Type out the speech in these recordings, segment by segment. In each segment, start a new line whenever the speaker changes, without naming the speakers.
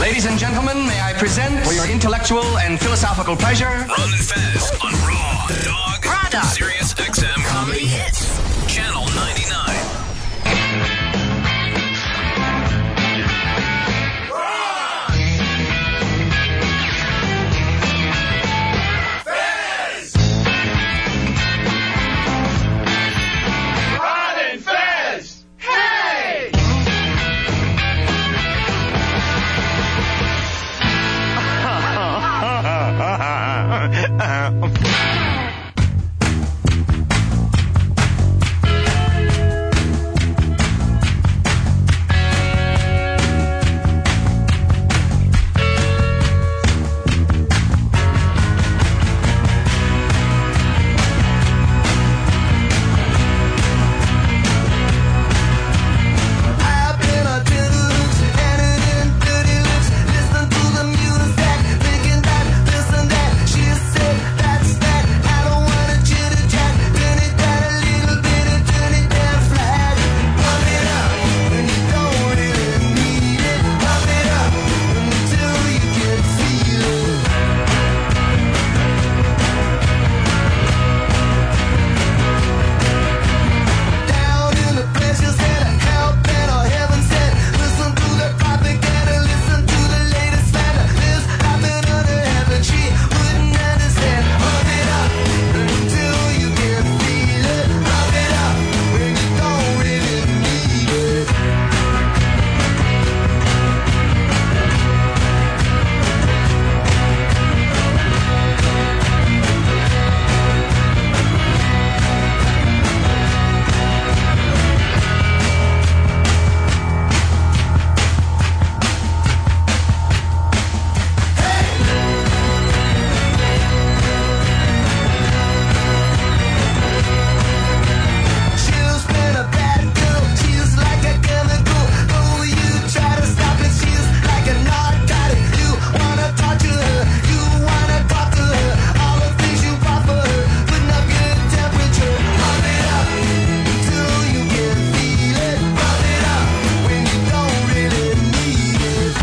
Ladies and gentlemen, may I present for your intellectual and philosophical pleasure
Roman Fez on Raw Dog
Product.
Serious XM Comedy Hits. Channel 99.
I've been a dirty looks, ended in dirty looks. Listen to the music, thinking that, this and that. She said that's that. I don't wanna chitter chat. Turn it down a little bit and turn it down flat. Pump it up when you don't really need it. Pump it up until you can feel it. down in the pleasures and the help that our heaven sent. Listen to the propaganda, listen to the latest slander. This happened under heaven, she wouldn't understand. Rub it up until you can feel it. Rub it up when you don't really need it. She's been a bad girl. She's like a chemical. Though you try to stop it, she's like a narcotic. You wanna torture her. You wanna talk to her. All the things you want for her. Putting up your temperature. Pump it up till you can feel it. Pump it up when you don't really need it.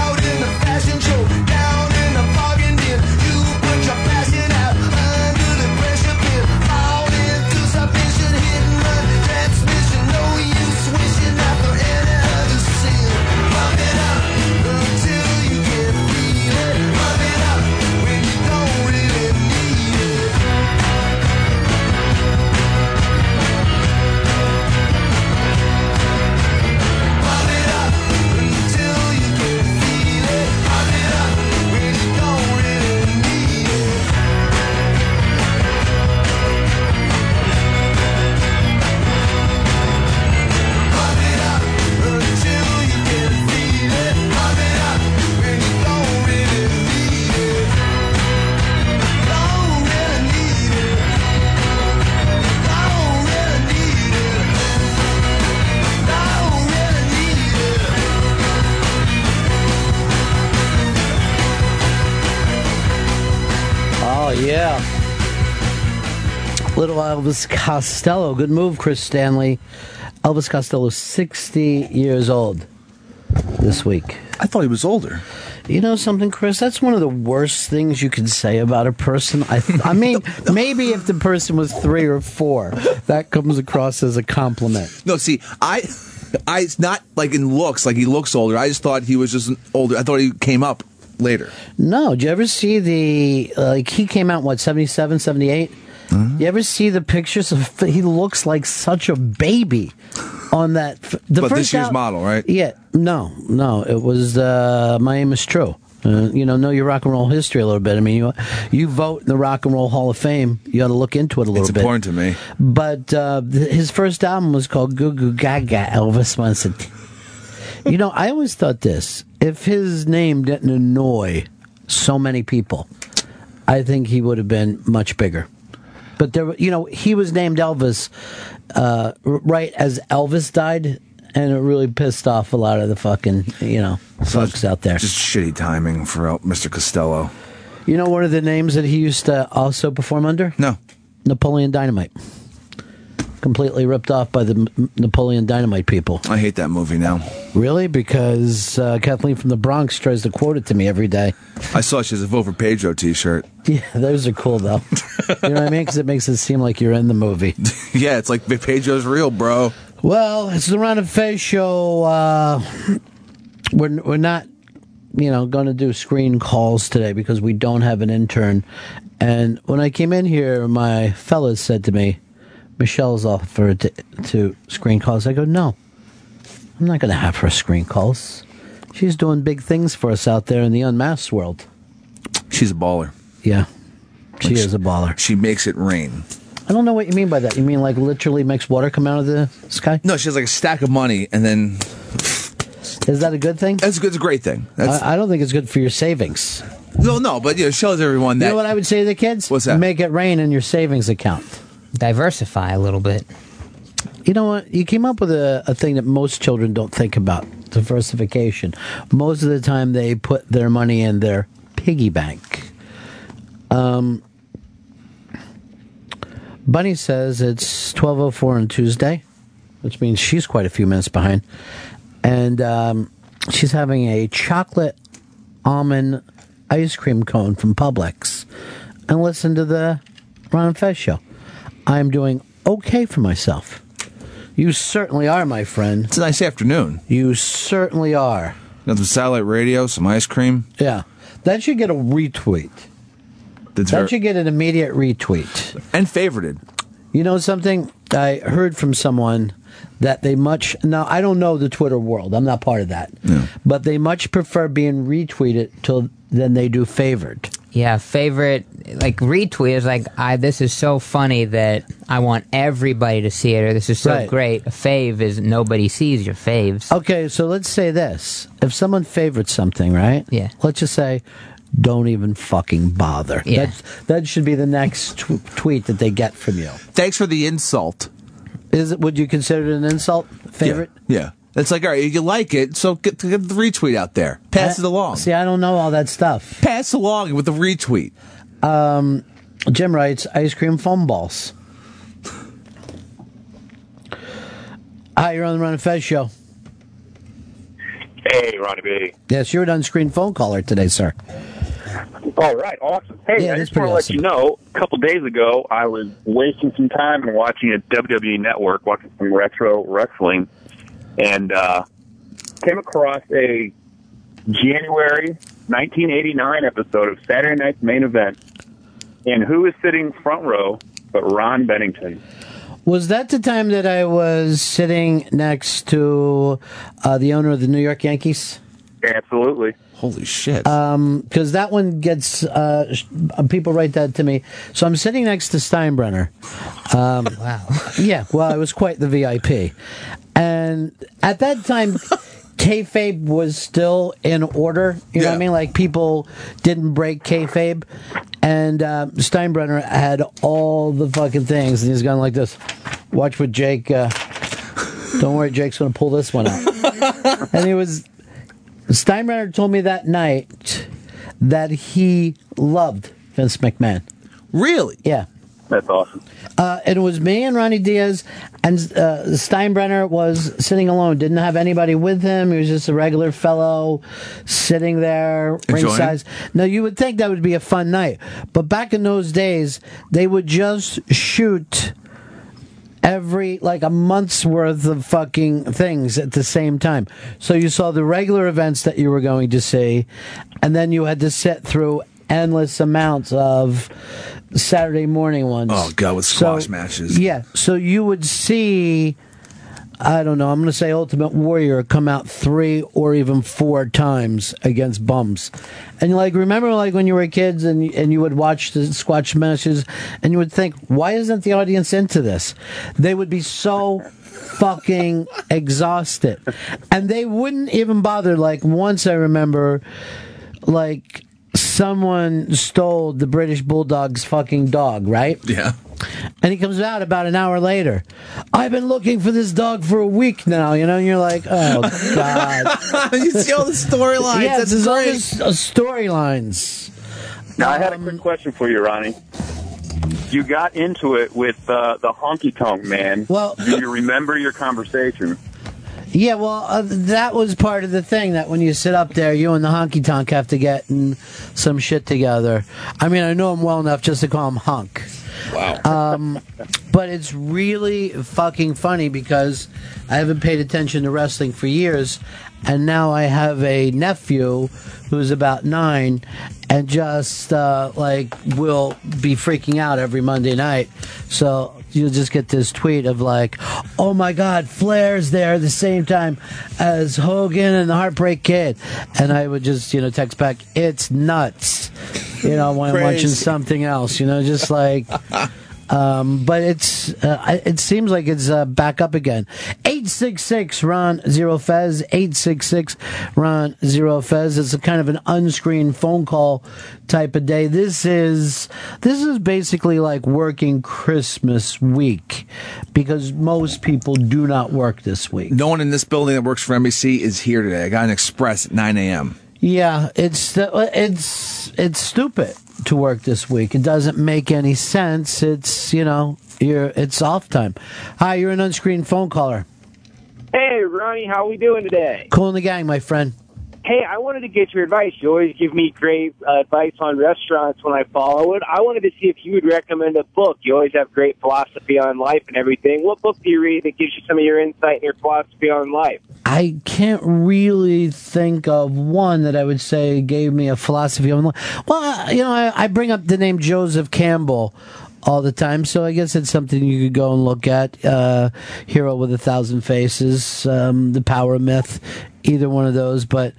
Out in the fashion show, down in the bargain bin, you put your passion out under the pressure pin. Fall into submission, hit and run, transmission. No use wishing after any other sin. Pump it up until you can feel it. Pump it up when you don't really need it. Pump it up until you can feel it. Pump it up when you don't really need it. Pump it up until you can feel it. Pump it up when you don't really need it. Don't really need it. Don't really need it. Don't really need it.
Oh, yeah. Little Elvis Costello. Good move, Chris Stanley. Elvis Costello, 60 years old this week.
I thought he was older.
You know something, Chris? That's one of the worst things you can say about a person. I, I mean, maybe if the person was three or four, that comes across as a compliment.
No, see, I, I it's not like in looks, like he looks older. I just thought he was just an older. I thought he came up later.
No, did you ever see the, uh, like, he came out, in, what, 77, 78?
Uh-huh.
You ever see the pictures of, he looks like such a baby on that. f- The
But this
first
year's
al-
model, right?
Yeah, no, no, it was, uh, my aim is true. Uh, you know, know your rock and roll history a little bit. I mean, you, you vote in the Rock and Roll Hall of Fame, you ought to look into it a little
It's
bit.
important to me.
But uh, th- his first album was called Goo Goo Gaga Elvis Munson. you know, I always thought this if his name didn't annoy so many people, I think he would have been much bigger. But there, were- you know, he was named Elvis uh, r- right as Elvis died, and it really pissed off a lot of the fucking, you know, folks out there.
Just shitty timing for uh, Mr. Costello.
You know, one of the names that he used to also perform under?
No,
Napoleon Dynamite. completely ripped off by the M- Napoleon Dynamite people.
I hate that movie now.
Really? Because uh, Kathleen from the Bronx tries to quote it to me every day.
I saw she has a vote for Pedro T-shirt.
Yeah, those are cool though. you know what I mean? Because it makes it seem like you're in the movie.
yeah, it's like Pedro's real, bro.
Well, it's the Ron and Fez show. Uh, we're we're not, you know, going to do screen calls today because we don't have an intern. And when I came in here, my fellas said to me, "Michelle's offered to, to screen calls." I go, "No, I'm not going to have her screen calls. She's doing big things for us out there in the unmasked world."
She's a baller.
Yeah, she is a baller.
She makes it rain.
I don't know what you mean by that. You mean like literally makes water come out of the sky?
No, she has like a stack of money, and then
Is that a good thing?
that's good. It's a great thing. That's
I, I don't think it's good for your savings.
no, no, but you know, shows everyone
You
that
know what I would say to the kids?
What's that?
Make it rain in your savings account.
Diversify a little bit.
You know what? You came up with a, a thing that most children don't think about diversification. Most of the time, they put their money in their piggy bank. Um, Bunny says it's 12.04 on Tuesday, which means she's quite a few minutes behind. And um, she's having a chocolate almond ice cream cone from Publix. And listen to the Ron and Fez show. I'm doing okay for myself. You certainly are, my friend.
it's a nice afternoon.
You certainly are.
Got some satellite radio, some ice cream.
Yeah. That should get a retweet.
That's
That
very-
should get an immediate retweet.
and favorited.
You know something? I heard from someone that they much now I don't know the Twitter world. I'm not part of that. But they much prefer being retweeted till than they do favored.
Yeah, favorite like retweet is like I this is so funny that I want everybody to see it or this is so
Right.
great. A fave is nobody sees your faves.
Okay, so let's say this. If someone favorites something, right?
Yeah.
Let's just say, don't even fucking bother.
Yeah.
That, that should be the next tw- tweet that they get from you.
Thanks for the insult.
Is it, would you consider it an insult? Favorite?
Yeah. yeah. It's like, all right, you like it, so get, get the retweet out there. Pass it
I-
along.
See, I don't know all that stuff. Um,
Pass along with the retweet.
Jim writes ice cream foam balls. Hi, you're on the Run and Fez show.
Hey, Ronnie B.
Yes, you're an unscreened phone caller today, sir.
All right, awesome. Hey,
Yeah,
I
that's
just want
pretty
to
awesome.
let you know, a couple days ago, I was wasting some time and watching a WWE Network, watching some retro wrestling, and uh, came across a January 1989 episode of Saturday Night's Main Event. And who is sitting front row but Ron Bennington?
Was that the time that I was sitting next to uh, the owner of the New York Yankees?
Absolutely.
Holy shit.
because Um, that one gets uh, sh- uh, people write that to me. So I'm sitting next to Steinbrenner. Um,
Wow.
Yeah, well, it was quite the VIP, and at that time. Kayfabe was still in order. You know what I
Yeah.
mean? Like people didn't break kayfabe, and um, Steinbrenner had all the fucking things, and he's going like this. Watch what Jake. Uh, don't worry, Jake's going to pull this one out. and he was Steinbrenner told me that night that he loved Vince McMahon.
really?
Yeah.
That's awesome.
Uh, and it was me and Ronnie Diaz, and uh, Steinbrenner was sitting alone, didn't have anybody with him. He was just a regular fellow sitting there,
Enjoying?
ringside. Now, you would think that would be a fun night, but back in those days, they would just shoot every like a month's worth of fucking things at the same time. So you saw the regular events that you were going to see, and then you had to sit through endless amounts of Saturday morning ones.
Oh, God, with squash matches.
Yeah, so you would see. I don't know. I'm going to say Ultimate Warrior come out three or even four times against bums, and like remember like when you were kids and and you would watch the squash matches and you would think, why isn't the audience into this? They would be so fucking exhausted, and they wouldn't even bother. Like once I remember, like someone stole the British Bulldog's fucking dog, right?
Yeah.
And he comes out about an hour later. I've been looking for this dog for a week now, you know, and you're like, oh, God.
you see all the storylines.
yeah,
That's
there's all
great.
this uh, storylines.
Now, I had a quick question for you, Ronnie. You got into it with uh, the honky tonk man.
Well-
do you remember your conversation?
Yeah, well, uh, that was part of the thing that when you sit up there, you and the honky tonk have to get in some shit together. I mean, I know him well enough just to call him Hunk.
Wow.
Um, but it's really fucking funny because I haven't paid attention to wrestling for years, and now I have a nephew who's about nine, and just uh, like will be freaking out every Monday night. So you'll just get this tweet of like, "Oh my God, Flair's there at the same time as Hogan and the Heartbreak Kid," and I would just you know text back, "It's nuts," you know, when I'm watching
Crazy.
something else, you know, just like. Um, but it's uh, I- it seems like it's uh, back up again. Eight six six Ron Zero Fez. Eight six six Ron Zero Fez. It's a kind of an unscreened phone call type of day. This is this is basically like working Christmas week because most people do not work this week.
No one in this building that works for NBC is here today. I got an express at 9 a.m.
Yeah, it's it's it's stupid to work this week. It doesn't make any sense. It's you know you're it's off time. Hi, you're an unscreened phone caller.
Hey, Ronnie, how we doing today?
Cool in the gang, my friend.
Hey, I wanted to get your advice. You always give me great uh, advice on restaurants when I follow it. I wanted to see if you would recommend a book. You always have great philosophy on life and everything. What book do you read that gives you some of your insight and your philosophy on life?
I can't really think of one that I would say gave me a philosophy on life. Well, uh, you know, I, I bring up the name Joseph Campbell all the time, so I guess it's something you could go and look at. Uh, Hero with a Thousand Faces, um, The Power Myth, either one of those. But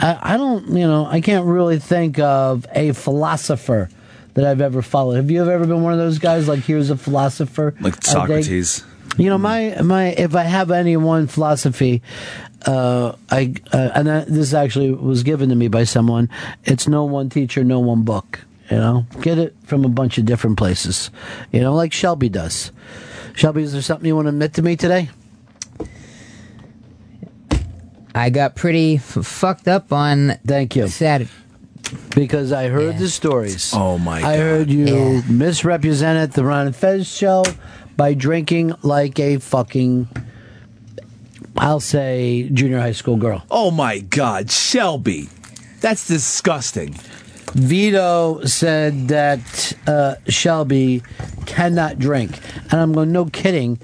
I, I don't, you know, I can't really think of a philosopher that I've ever followed. Have you ever been one of those guys like here's a philosopher? I
Like
dig-
Socrates.
you know, my my if I have any one philosophy, uh, I uh, and I, this actually was given to me by someone. It's no one teacher, no one book. You know, get it from a bunch of different places. You know, like Shelby does. Shelby, is there something you want to admit to me today?
I got pretty f- fucked up on
Thank you.
Saturday.
Because I heard the stories.
Oh, my
I
God.
heard you
Yeah.
misrepresented the Ron and Fez show by drinking like a fucking, I'll say, junior high school girl.
Oh my God, Shelby. That's disgusting.
Vito said that uh, Shelby cannot drink, and I'm going, no kidding.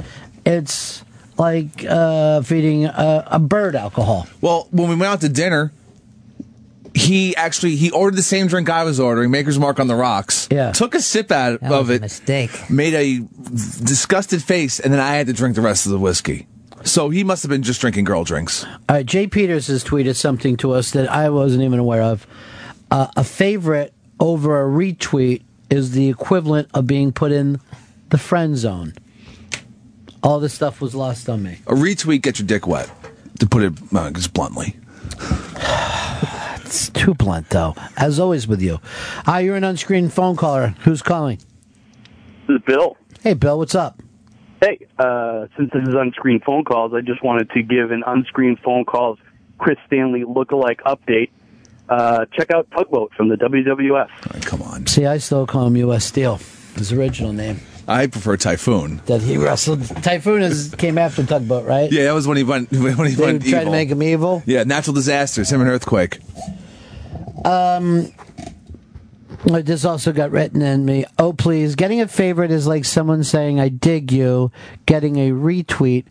It's like uh, feeding a, a bird alcohol.
Well, when we went out to dinner, he actually he ordered the same drink I was ordering, Maker's Mark on the rocks.
Yeah.
Took a sip out
That
of
was a
it,
mistake.
made a disgusted face, and then I had to drink the rest of the whiskey. So he must have been just drinking girl drinks.
All right, Uh, Jay Peters has tweeted something to us that I wasn't even aware of. Uh, a favorite over a retweet is the equivalent of being put in the friend zone. All this stuff was lost on me.
A retweet gets your dick wet, to put it uh, just bluntly.
It's too blunt, though, as always with you. Hi, you're an unscreened phone caller. Who's calling?
This is Bill.
Hey, Bill, what's up?
Hey, uh, since this is unscreened phone calls, I just wanted to give an unscreened phone calls Chris Stanley lookalike update. Uh, check out Tugboat from the WWF.
All right, come on.
See, I still call him U.S. Steel, his original name.
I prefer Typhoon.
That he wrestled. Typhoon is, came after Tugboat, right?
Yeah, that was when he went when he
They
went
tried
evil.
to make him evil.
yeah, natural disasters, him and earthquake.
Uh, This Um, also got written in me. Oh, please. Getting a favorite is like someone saying, I dig you. Getting a retweet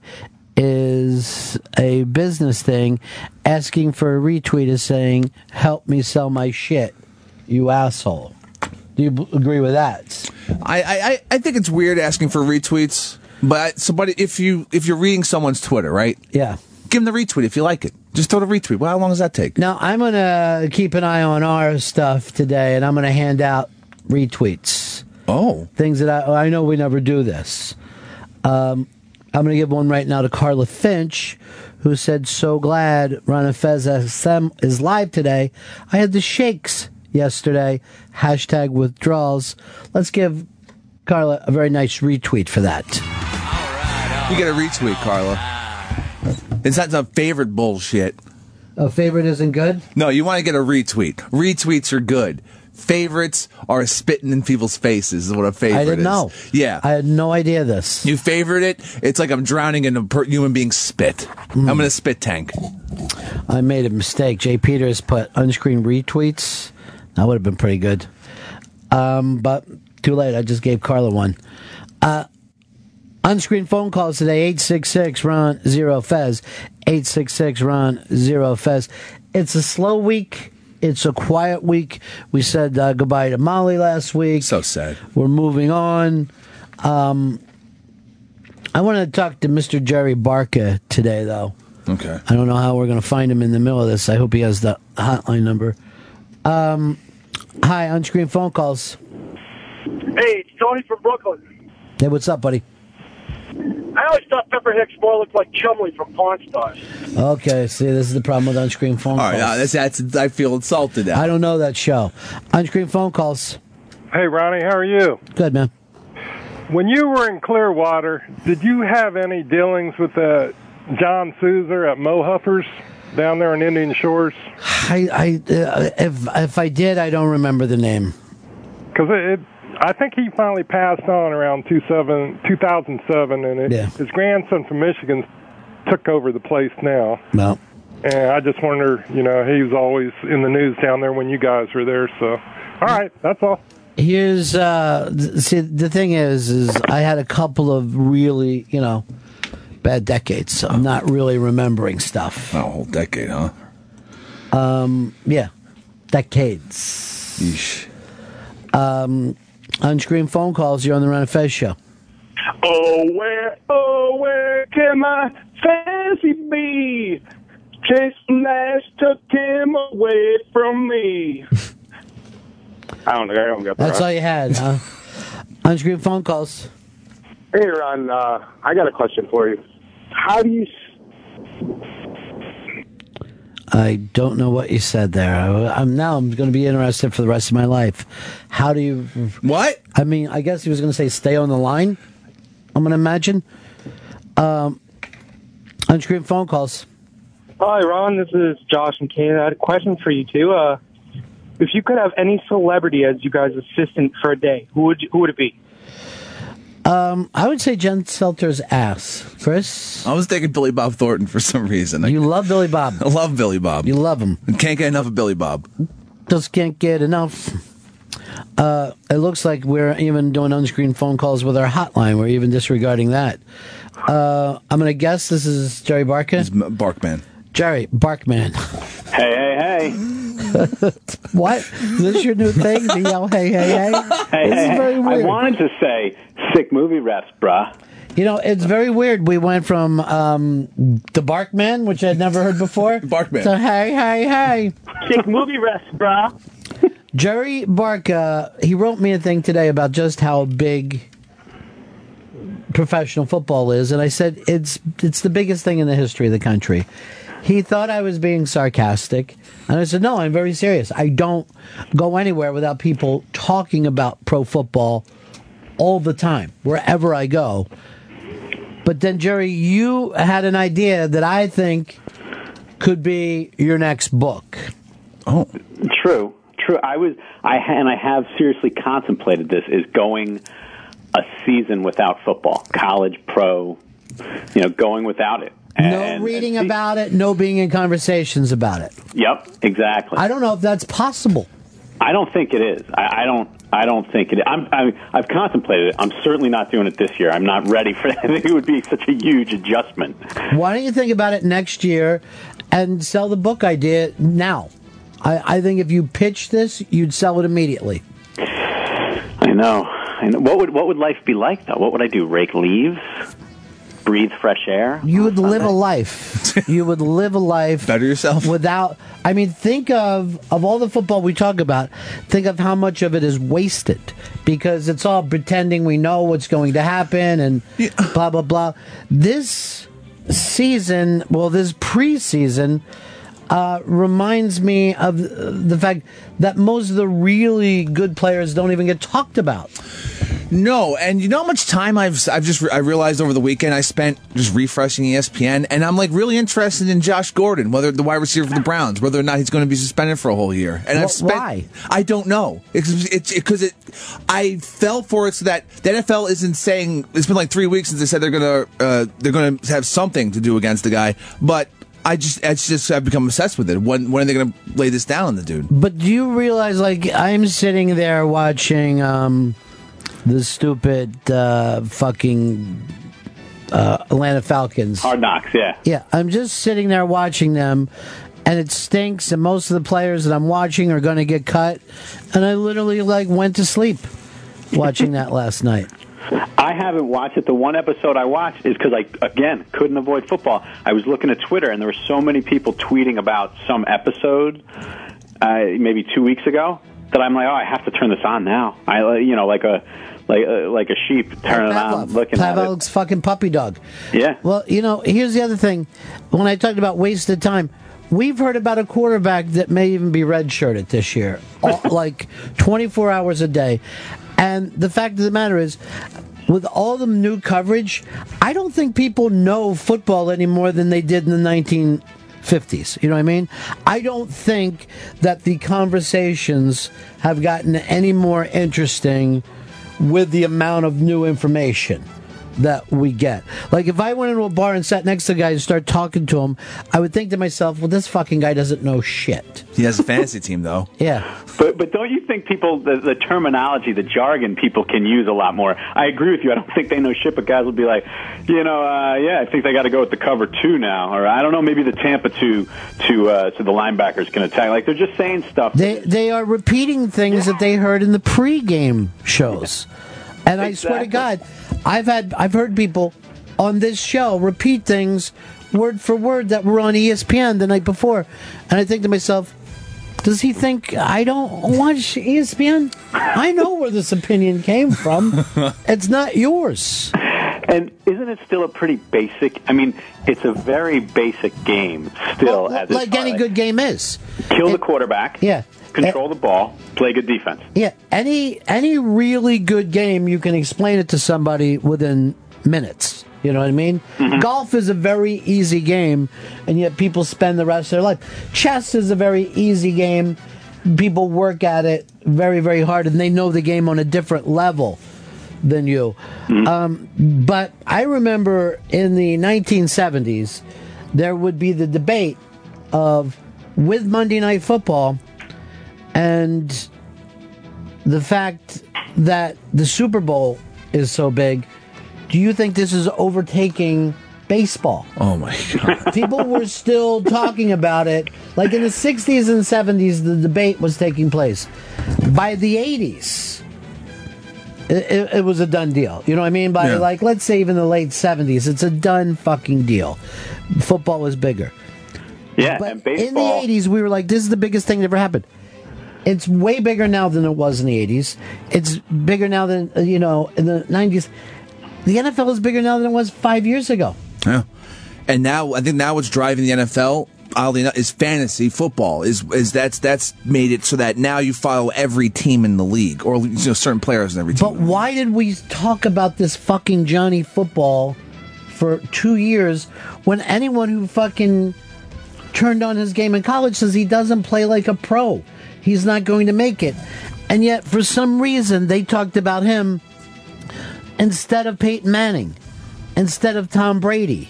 is a business thing. Asking for a retweet is saying, help me sell my shit, you asshole. Do you b- agree with that?
I, I I- I think it's weird asking for retweets, but somebody if you if you're reading someone's Twitter, right?
Yeah.
Give them the retweet if you like it. Just throw the retweet. Well, how long does that take?
Now I'm gonna keep an eye on our stuff today, and I'm gonna hand out retweets,
Oh,
things that I, I know we never do this. Um, I'm gonna give one right now to Carla Finch, who said, "So glad Ron and Fez SM is live today. I had the shakes yesterday. Hashtag withdrawals. Let's give Carla a very nice retweet for that."
you get a retweet, Carla. It's not some favorite bullshit.
A favorite isn't good.
No, you want to get a retweet. Retweets are good. favorites are spitting in people's faces. Is what a favorite
I didn't
is.
know.
Yeah,
I had no idea this.
you favorite it. It's like I'm drowning in a per- human being spit.
Hmm.
I'm in a spit tank.
I made a mistake. Jay Peters put unscreened retweets. That would have been pretty good. Um, but too late. I just gave Carla one. Uh, unscreened phone calls today 866 Ron Zero Fez. 866 Ron Zero Fez. It's a slow week. It's a quiet week. We said uh, goodbye to Molly last week. So
sad.
We're moving on. Um, I want to talk to Mr. Jerry Barker today, though.
Okay.
I don't know how we're going to find him in the middle of this. I hope he has the hotline number. Um, hi, on screen phone calls.
Hey, it's Tony from Brooklyn.
Hey, what's up, buddy?
I always thought Pepper Hicks more looked like Chumley from Pawn Stars.
Okay, see, this is the problem with on screen phone
All right,
calls.
now that's, that's I feel insulted now.
I don't know that show. On screen phone calls.
Hey, Ronnie, how are you?
Good, man.
When you were in Clearwater, did you have any dealings with uh, John Souser at Mohuffers down there in Indian Shores?
I, I uh, if if I did, I don't remember the name.
Because it, it, I think he finally passed on around two seven, 2007, and it, his grandson from Michigan took over the place now.
Well,
And I just wonder, you know, he was always in the news down there when you guys were there. So, all right, that's all.
Here's uh th- see the thing is is I had a couple of really, you know, bad decades, so I'm not really remembering stuff.
Oh, a whole decade, huh?
Um yeah. Decades. Um on screen phone calls, you're on the Run and Fez show.
Oh, where, oh, where can my fancy be? Chase Nash took him away from me. I don't think I don't got the
That's
rest.
all you had, huh? on screen phone calls.
Hey, Ron, uh, I got a question for you. How do you.
I don't know what you said there. I, am now I'm going to be interested for the rest of my life. How do you?
What?
I mean, I guess he was going to say stay on the line. I'm going to imagine. Um, unscreen phone calls.
Hi, Ron. This is Josh and Canada. I had a question for you too. Uh, if you could have any celebrity as you guys' assistant for a day, who would you, who would it be?
Um, I would say Jen Selter's ass, Chris.
I was thinking Billy Bob Thornton for some reason. You
love Billy Bob.
I love Billy Bob. You
love him.
Can't get enough of Billy Bob.
Just can't get enough. Uh, it looks like we're even doing unscreen phone calls with our hotline. We're even disregarding that. Uh, I'm going to guess this is Jerry Barker.
Barkman.
Jerry Barkman.
Hey, hey,
what? Is this your new thing? To yell, hey, hey,
hey. Hey,
hey. This
hey,
is
hey.
very
I
weird.
wanted to say sick movie refs, bruh.
You know, it's very weird. We went from um, the Barkman, which I'd never heard before, Barkman. to hey, hey, hey.
Sick movie rest, bruh.
Jerry Barca, he wrote me a thing today about just how big professional football is, and I said it's it's the biggest thing in the history of the country. He thought I was being sarcastic, and I said, "No, I'm very serious. I don't go anywhere without people talking about pro football all the time, wherever I go." But then, Jerry, you had an idea that I think could be your next book.
Oh,
True, true. I was, I ha- and I have seriously contemplated this: is going a season without football, college, pro, you know, going without it.
No reading about it, no being in conversations about it.
Yep, exactly.
I don't know if that's possible.
I don't think it is. I, I don't. I don't think it. I'm, I'm. I've contemplated it. I'm certainly not doing it this year. I'm not ready for that. I think it would be such a huge adjustment.
Why don't you think about it next year and sell the book idea now? I, I think if you pitch this, you'd sell it immediately.
I know. I know. What would what would life be like though? What would I do? Rake leaves, breathe fresh air.
You would live a life. You would live a life. Better
yourself.
Without, I mean, think of of all the football we talk about. Think of how much of it is wasted because it's all pretending we know what's going to happen and blah blah blah. This season, well, this preseason. Uh, reminds me of uh, the fact that most of the really good players don't even get talked about.
No, and you know how much time I've I've just I realized over the weekend I spent just refreshing E ESPN, and I'm like really interested in Josh Gordon, whether the wide receiver for the Browns, whether or not he's going to be suspended for a whole year. And I've
Wh-
spent
why?
I don't know because it's because it, I fell for it so that the NFL isn't saying it's been like three weeks since they said they're gonna uh, they're gonna have something to do against the guy, but I just it's just I've become obsessed with it. When when are they gonna lay this down on the dude?
But do you realize, like, I'm sitting there watching um, the stupid uh, fucking uh, Atlanta Falcons.
Hard knocks, yeah.
Yeah, I'm just sitting there watching them, and it stinks. And most of the players that I'm watching are going to get cut, and I literally like went to sleep watching that last night.
I haven't watched it. The one episode I watched is because I, again, couldn't avoid football. I was looking at Twitter, and there were so many people tweeting about some episode, uh, maybe two weeks ago, that I'm like, oh, I have to turn this on now. I, uh, you know, like a, like, uh, like a sheep, turn it on, looking at it.
Pavel's fucking puppy dog.
Yeah.
Well, you know, here's the other thing. When I talked about wasted time, we've heard about a quarterback that may even be redshirted this year, all, like 24 hours a day. And the fact of the matter is, with all the new coverage, I don't think people know football any more than they did in the 1950s. You know what I mean? I don't think that the conversations have gotten any more interesting with the amount of new information that we get. Like if I went into a bar and sat next to a guy and started talking to him, I would think to myself, "Well, this fucking guy doesn't know shit."
He has a fantasy team though.
Yeah.
But but don't you think people the, the terminology, the jargon people can use a lot more? I agree with you. I don't think they know shit, but guys will be like, you know, uh, yeah, I think they got to go with the cover two now, or I don't know, maybe the Tampa two to uh, so the linebackers can attack. Like they're just saying stuff.
They they are repeating things that they heard in the pregame shows. And I swear to God, I've had I've heard people on this show repeat things word for word that were on E ESPN the night before. And I think to myself, does he think I don't watch E ESPN? I know where this opinion came from. It's not yours.
And isn't it still a pretty basic? I mean, it's a very basic game still. as
Like
it's
any good game is.
kill the quarterback,
Yeah.
control the ball, play good defense.
Yeah, any any really good game, you can explain it to somebody within minutes. You know what I mean? Golf is a very easy game, and yet people spend the rest of their life. Chess is a very easy game. People work at it very, very hard, and they know the game on a different level than you. Um, but I remember in the 1970s, there would be the debate of with Monday Night Football and the fact that the Super Bowl is so big, do you think this is overtaking baseball?
Oh my god.
People were still talking about it. Like in the 60s and 70s, the debate was taking place. By the 80s, it, it, it was a done deal. You know what I mean? By
Yeah.
like, let's say even the late 70s, it's a done fucking deal. Football was bigger.
Yeah,
But
and baseball.
in the 80s, we were like, this is the biggest thing that ever happened. It's way bigger now than it was in the 80s. It's bigger now than, uh, you know, in the 90s. The NFL is bigger now than it was five years ago.
Yeah. And now I think now what's driving the NFL oddly enough is fantasy football. Is is that's that's made it so that now you follow every team in the league or you know, certain players in every team.
But why did we talk about this fucking Johnny football for two years when anyone who fucking turned on his game in college says he doesn't play like a pro? He's not going to make it. And yet, for some reason, they talked about him instead of Peyton Manning, instead of Tom Brady,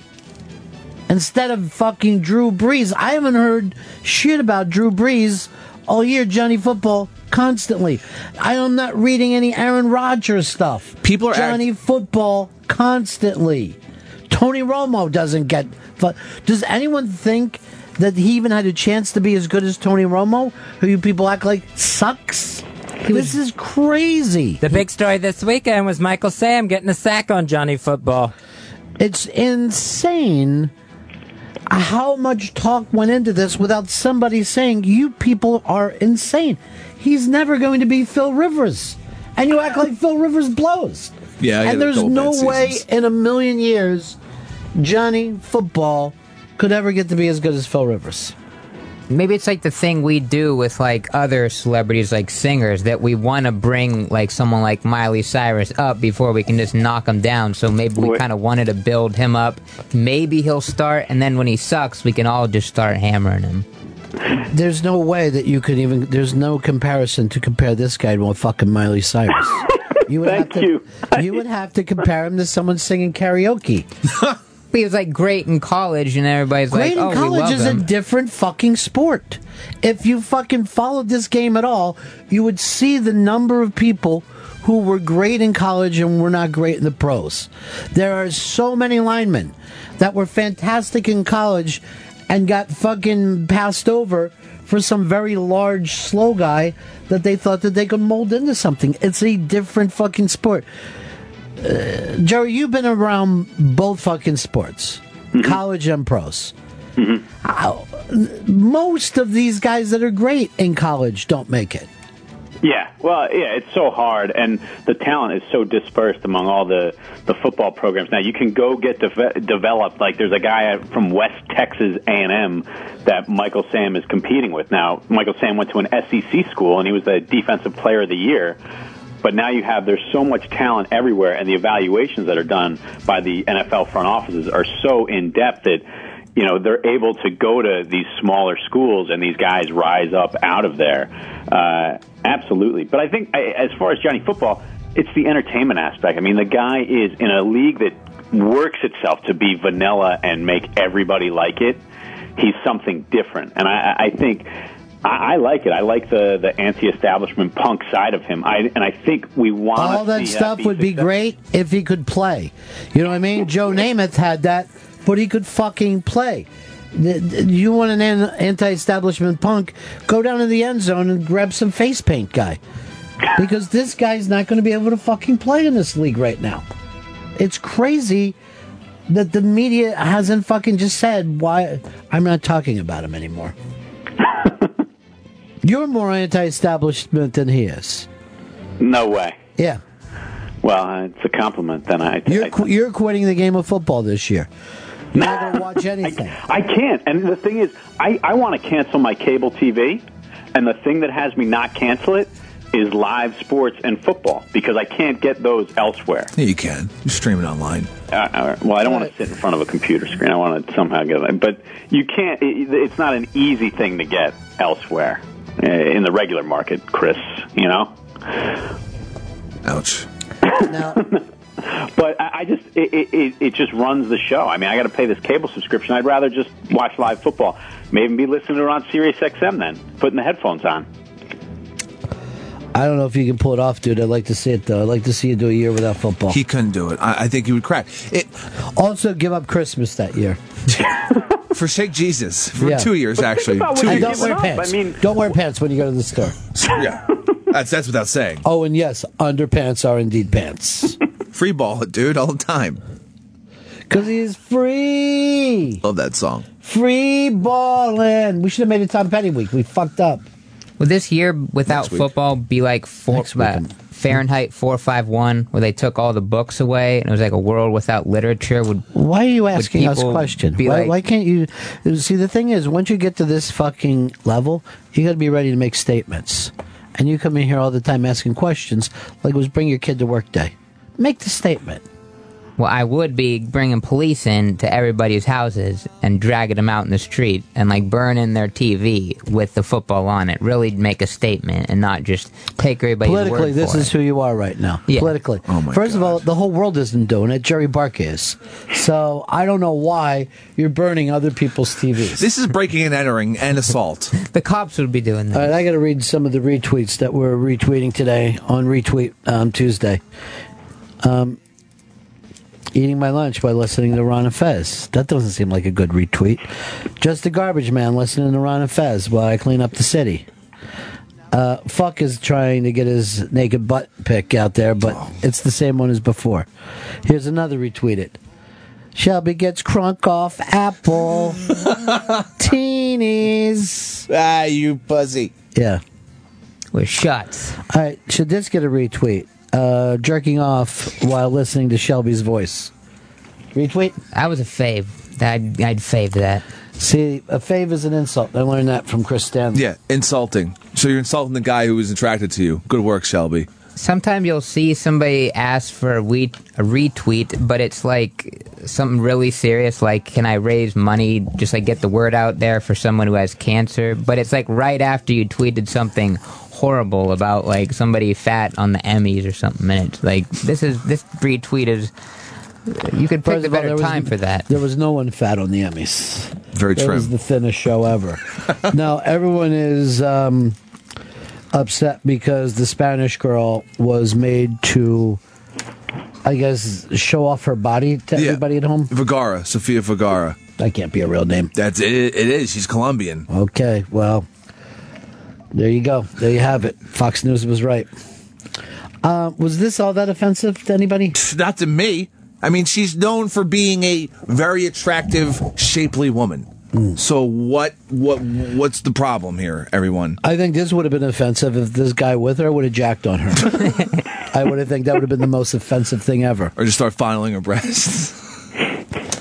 instead of fucking Drew Brees. I haven't heard shit about Drew Brees all year, Johnny Football, constantly. I am not reading any Aaron Rodgers stuff. People are Johnny Football constantly. Tony Romo doesn't get. fu- Does anyone think that he even had a chance to be as good as Tony Romo, who you people act like sucks? This is crazy.
The big story this weekend was Michael Sam getting a sack on Johnny Football.
It's insane how much talk went into this without somebody saying, You people are insane. He's never going to be Phil Rivers. And you act like Phil Rivers blows.
Yeah, I had a
And there's
couple
no
bad
way
seasons.
in a million years Johnny football could ever get to be as good as Phil Rivers.
Maybe it's like the thing we do with like other celebrities, like singers, that we want to bring like someone like Miley Cyrus up before we can just knock him down. So maybe we
Wait.
kind of wanted to build him up. Maybe he'll start, and then when he sucks, we can all just start hammering him.
There's no way that you could even. There's no comparison to compare this guy to a fucking Miley Cyrus. You would have to, you. would have to compare him to someone singing karaoke.
But he was like great in college, and everybody's
Great
like, "Oh,
in
we love
college is
him."
a different fucking sport. If you fucking followed this game at all, you would see the number of people who were great in college and were not great in the pros. There are so many linemen that were fantastic in college and got fucking passed over for some very large slow guy that they thought that they could mold into something. It's a different fucking sport. Uh, Jerry, you've been around both fucking sports, college and pros. How- most of these guys that are great in college don't make it.
Yeah, well, yeah, it's so hard, and the talent is so dispersed among all the the football programs. Now you can go get deve- developed. Like there's a guy from West Texas A and M that Michael Sam is competing with. Now Michael Sam went to an SEC school, and he was the defensive player of the year. But now you have there's so much talent everywhere, and the evaluations that are done by the NFL front offices are so in depth that you know they're able to go to these smaller schools, and these guys rise up out of there. Uh, absolutely, but I think I, as far as Johnny football, it's the entertainment aspect. I mean, the guy is in a league that works itself to be vanilla and make everybody like it. He's something different, and I, I think I, I like it. I like the the anti-establishment punk side of him. I and I think we want E
All that stuff would be great if he could play. You know what I mean? Joe Namath had that, but he could fucking play. Th- th- You want an an- anti-establishment punk? Go down to the end zone and grab some face paint, guy, because this guy's not going to be able to fucking play in this league right now. It's crazy that the media hasn't fucking just said why I'm not talking about him anymore. You're more anti-establishment than he is.
No way.
Yeah.
Well, uh, it's a compliment. Then I.
You're qu- you're quitting the game of football this year. You're not going to watch anything.
I can't. And the thing is, I, I want to cancel my cable TV. And the thing that has me not cancel it is live sports and football because I can't get those elsewhere.
Yeah, you can. You stream it online.
Uh, Uh, well, I don't want to sit in front of a computer screen. I want to somehow get it. But you can't, it, it's not an easy thing to get elsewhere uh, in the regular market, Chris, you know?
Ouch.
But I, I just it, it, it, it just runs the show. I mean, I got to pay this cable subscription. I'd rather just watch live football. Maybe be listening to it on Sirius XM then, putting the headphones on.
I don't know if you can pull it off, dude. I'd like to see it though. I'd like to see you do a year without football.
He couldn't do it. I, I think he would crack. It
also give up Christmas that year.
Forsake Jesus for
Yeah.
two years, actually.
And
Two
don't
years.
wear pants. don't wear pants when you go to the store.
yeah, that's that's without saying.
Oh, and yes, underpants are indeed pants.
Free ball it, dude, all the time.
Cause he's free.
Love that song.
Free ballin'. We should have made it Tom Petty week. We fucked up.
Would this year without
Next week.
football be like four, uh, Fahrenheit 451, where they took all the books away and it was like a world without literature? Would
Why are you
would
asking us
people
question?
Be
Why,
like,
why can't you see? The thing is, once you get to this fucking level, you got to be ready to make statements. And you come in here all the time asking questions, like it was bring your kid to work day. Make the statement.
well, I would be bringing police in to everybody's houses and dragging them out in the street and like burning their TV with the football on it. Really make a statement and not just take everybody's
Politically,
word
this
for
is
it.
who you are right now.
Yeah.
Politically, first of all, the whole world isn't doing it. Jerry Bark is. So I don't know why you're burning other people's TVs.
This is breaking and entering and assault.
the cops would be doing that.
All right, I got to read some of the retweets that we're retweeting today on Retweet um, Tuesday. Um, eating my lunch by listening to Ron and Fez. That doesn't seem like a good retweet. Just a garbage man listening to Ron and Fez while I clean up the city. Uh, fuck is trying to get his naked butt pic out there, but it's the same one as before. Here's another retweeted. Shelby gets crunk off apple. Teenies.
Ah, you pussy.
Yeah.
With shots.
All right. Should this get a retweet? Uh, jerking off while listening to Shelby's voice. Retweet.
I was a fave. I'd, I'd fave that.
See, a favor's an insult. I learned that from Chris Stanley.
Yeah, insulting. So you're insulting the guy who was attracted to you. Good work, Shelby.
Sometimes you'll see somebody ask for a, we- a retweet, but it's like something really serious, like can I raise money, just like get the word out there for someone who has cancer. But it's like right after you tweeted something horrible about like somebody fat on the Emmys or something, and it's like this is this retweet is you could pick
First
a
of all,
better
there was-
time for that.
There was no one fat on the Emmys.
Very
that
true.
was the thinnest show ever. now everyone is um, upset because the Spanish girl was made to, I guess, show off her body to everybody at home.
Vergara, Sofia Vergara.
That can't be a real name.
That's it. It is. She's Colombian.
Okay, well, there you go. There you have it. Fox News was right. Uh, was this all that offensive to anybody?
Not to me. I mean, she's known for being a very attractive, shapely woman.
Hmm.
So what? What? What's the problem here, everyone?
I think this would have been offensive if this guy with her would have jacked on her. I would have think that would have been the most offensive thing ever.
Or just start fondling her breasts.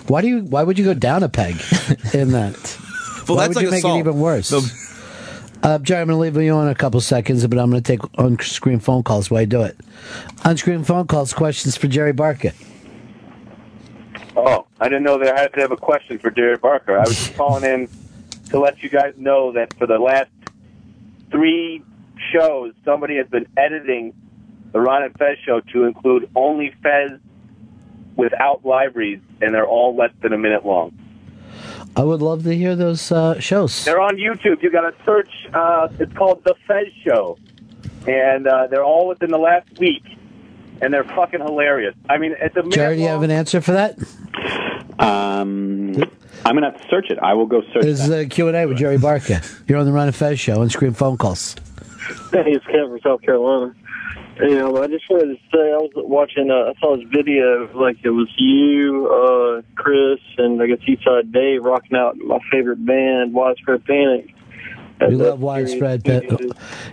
Why do you? Why would you go down a peg in that?
Well,
why
that's
would you
like
make
assault.
it even worse? Uh, Jerry, I'm going to leave you on a couple seconds, but I'm going to take on-screen phone calls while I do it. On-screen phone calls, questions for Jerry Barker.
Oh, I didn't know that I had to have a question for Jerry Barker. I was just calling in to let you guys know that for the last three shows, somebody has been editing the Ron and Fez show to include only Fez without libraries, and they're all less than a minute long.
I would love to hear those uh, shows.
They're on YouTube. You got to search. Uh, it's called The Fez Show, and uh, they're all within the last week, and they're fucking hilarious. I mean, it's a minute
Jerry, do you have an answer for that?
Um, I'm gonna have to search it. I will go search.
This is a Q&A with Jerry Barker. You're on the Ron and Fez show on screen phone calls.
Hey, it's Kevin from South Carolina. You know, I just wanted to say I was watching. Uh, I saw this video. Like it was you, uh, Chris, and I guess Eastside Dave rocking out my favorite band, Widespread Panic.
We love widespread. pa- uh,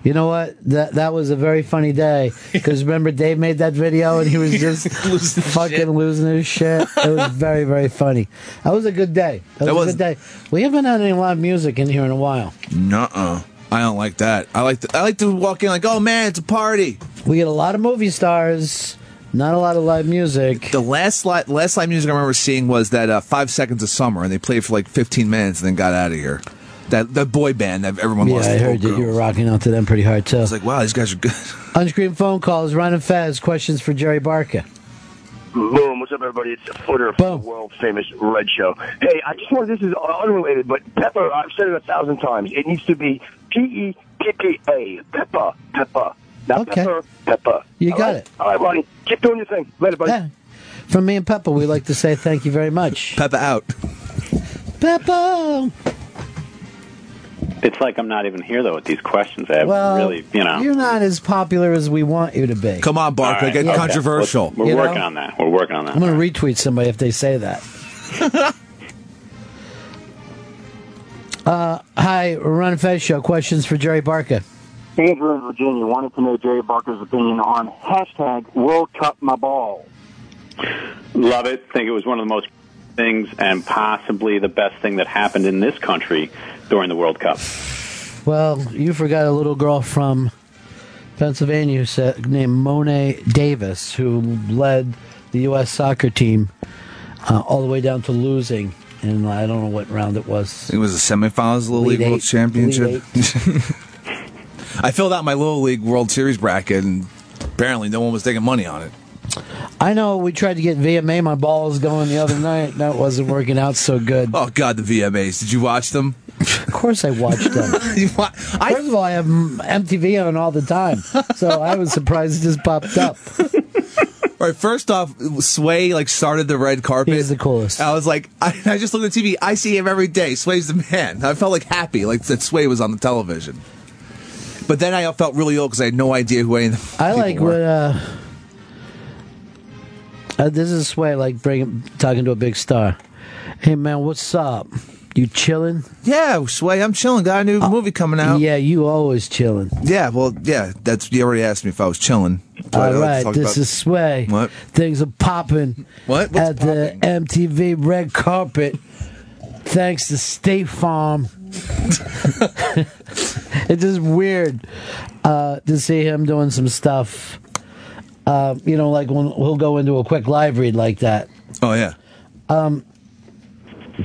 You know what? That that was a very funny day because remember Dave made that video and he was just fucking losing his shit. It was very very funny. That was a good day. That,
That
was,
was-
a good day. We haven't had any live music in here in a while.
Nuh-uh. I don't like that. I like. The, I like to walk in like, oh man, it's a party.
We get a lot of movie stars. Not a lot of live music.
The last li- last live music I remember seeing was that uh, Five Seconds of Summer, and they played for like 15 minutes and then got out of here. That the boy band that everyone
yeah,
lost.
I
their
heard
whole
that you
groove.
were rocking out to them pretty hard too.
I was like, wow, these guys are good.
Unscreen phone calls. Ron and Fez questions for Jerry Barker.
Boom! What's up, everybody? It's the footer of the world famous Red Show. Hey, I just wanted this is unrelated, but Peppa, I've said it a thousand times. It needs to be P E P P A. Peppa, Peppa, not Pepper, Peppa.
You
All
got
right?
it.
All right, Ronnie, keep doing your thing. Later, buddy.
From me and Peppa, we'd like to say thank you very much.
Peppa out.
Peppa.
It's like I'm not even here though with these questions. I haven't
Well,
really, you know.
are not as popular as we want you to be.
Come on,
All right, okay. Let's- We're
You
working
know?
on that. We're working on that.
I'm going to retweet somebody if they say that. uh, hi, Ron Fez Show. Questions for Jerry Barker.
Andrew in Virginia wanted to know Jerry Barker's opinion on hashtag World Cup My Ball.
Love it. Think it was one of the most things and possibly the best thing that happened in this country during the World Cup.
Well, you forgot a little girl from Pennsylvania who said, named Monet Davis, who led the U.S. soccer team uh, all the way down to losing. And I don't know what round it was.
It was a semifinals Little
Elite
League World
Eight.
Championship.
Elite
I filled out my Little League World Series bracket, and apparently no one was taking money on it.
I know we tried to get VMA my balls going the other night. That wasn't working out so good.
Oh God, the VMAs! Did you watch them?
Of course, I watched them. First of all, I have mm, MTV on all the time, so I was surprised it just popped up.
All right, first off, Sway like started the red carpet. He's the
coolest.
I was like, I, I just looked at the TV. I see him every day. Sway's the man. I felt like happy, like that Sway was on the television. But then I felt really old because I had no idea who any of the
I
people
like
were.
what. Uh, uh, this is way like bring talking to a big star. Hey man, what's up? You chilling? Uh,
Yeah, Sway, I'm chilling. Got a new movie coming out.
Yeah, you always chilling.
Yeah, well, yeah. That's you already asked me if I was chilling. But I'd
All
like to
right,
talk
this
about-
is Sway.
What?
Things are popping.
What?
at the MTV red carpet Thanks to State Farm. it's just weird uh, to see him doing some stuff. Uh, you know, like when he'll go into a quick live read like that.
Oh yeah.
Um,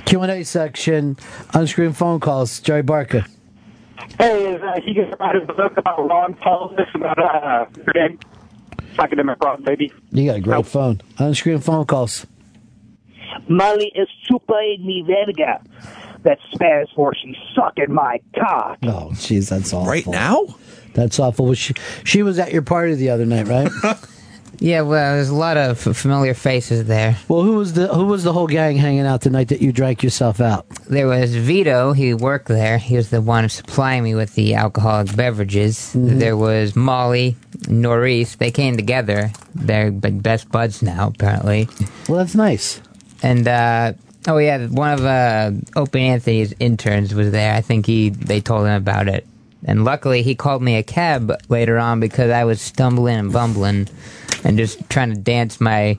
Q and A section, on-screen phone calls. Jerry Barker.
Hey, is, uh, he just wrote a book about Ron Paulus about uh, Greg academic problem, baby.
You got a great phone. On-screen phone calls.
Money is super in mi verga. That Spanish horse can suck in my cock.
Oh, jeez, that's awful.
Right now?
That's awful. Was she she was at your party the other night, right?
Yeah, well, there's a lot of f- familiar faces there.
well, who was the who was the whole gang hanging out the night that you drank yourself out?
There was Vito, he worked there. He was the one supplying me with the alcoholic beverages.
Mm-hmm.
There was Molly, Norris. They came together. They're b- best buds now, apparently.
Well, that's nice.
And, uh, oh, yeah, one of uh, Open Anthony's interns was there. I think he they told him about it. And luckily, he called me a cab later on because I was stumbling and bumbling and just trying to dance my.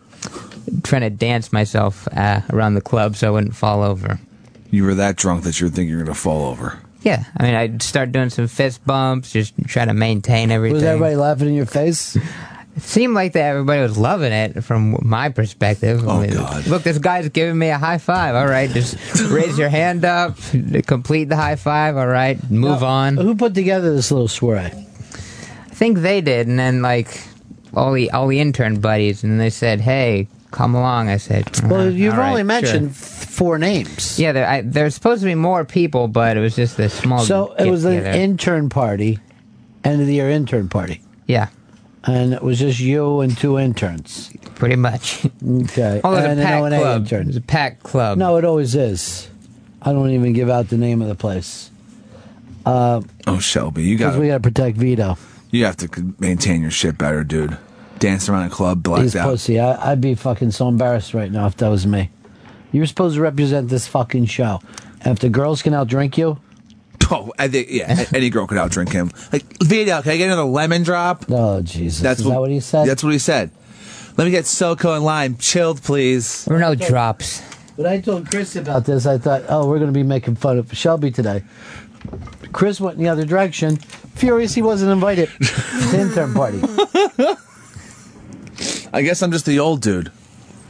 Trying to dance myself uh, around the club so I wouldn't fall over.
You were that drunk that you're thinking you're gonna fall over.
Yeah, I mean, I'd start doing some fist bumps, just try to maintain everything.
Was everybody laughing in your face?
It seemed like that everybody was loving it from my perspective. Oh, God. Look, this guy's giving me a high five. All right, just raise your hand up, complete the high five. All right, move on.
Who put together this little soiree?
I think they did, and then, like, all the, all the intern buddies, and they said, hey, come along. I said,
Well,
"Uh,
you've
all right,
only
sure."
mentioned f four names.
Yeah, there, I, there's supposed to be more people, but it was just this small.
so it was an
get-together.
intern party, end of the year intern party.
Yeah.
And it was just you and two interns.
Pretty much.
Okay.
Oh, it was a
and an
packed
O&A
club.
intern.
It was a packed club.
No, it always is. I don't even give out the name of the place. Uh,
Oh Shelby, you
because
got
we got to protect Vito.
you have to c- maintain your shit better, dude. Dance around a club, blacked
He's
out.
pussy. I, I'd be fucking so embarrassed right now if that was me. You're supposed to represent this fucking show. And if the girls can outdrink you,
Oh, I think yeah, a- any girl could outdrink him. Like Vito, can I get another lemon drop?
Oh Jesus,
that's what, he said. That's what he said. Let me get SoCo and lime chilled, please.
Or no drops.
When I told Chris about this, I thought, oh, we're going to be making fun of Shelby today. Chris went in the other direction, furious he wasn't invited to the intern party.
I guess I'm just the old dude.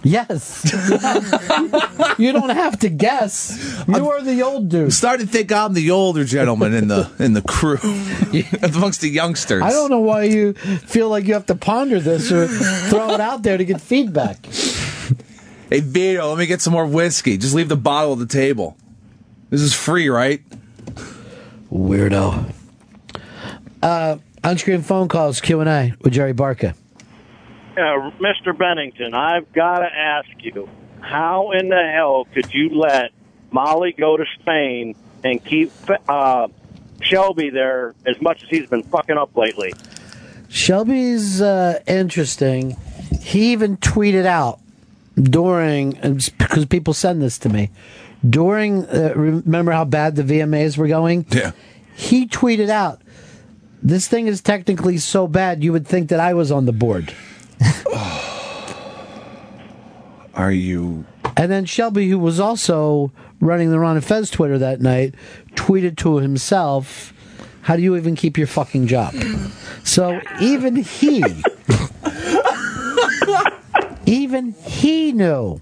Yes. you don't have to guess. You are the old dude.
Starting to think I'm the older gentleman in the in the crew amongst the youngsters.
I don't know why you feel like you have to ponder this or throw it out there to get feedback.
Hey Vito, let me get some more whiskey. Just leave the bottle at the table. This is free, right?
Weirdo. Uh, on-screen phone calls Q and A with Jerry Barker.
Uh, Mr. Bennington, I've got to ask you, how in the hell could you let Molly go to Spain and keep uh, Shelby there as much as he's been fucking up lately?
Shelby's uh, interesting. He even tweeted out during because people send this to me during. Uh, remember how bad the VMAs were going?
Yeah.
He tweeted out, "This thing is technically so bad you would think that I was on the board."
Are you?
And then Shelby, who was also running the Ron and Fez Twitter that night, tweeted to himself, How do you even keep your fucking job? So even he, even he knew.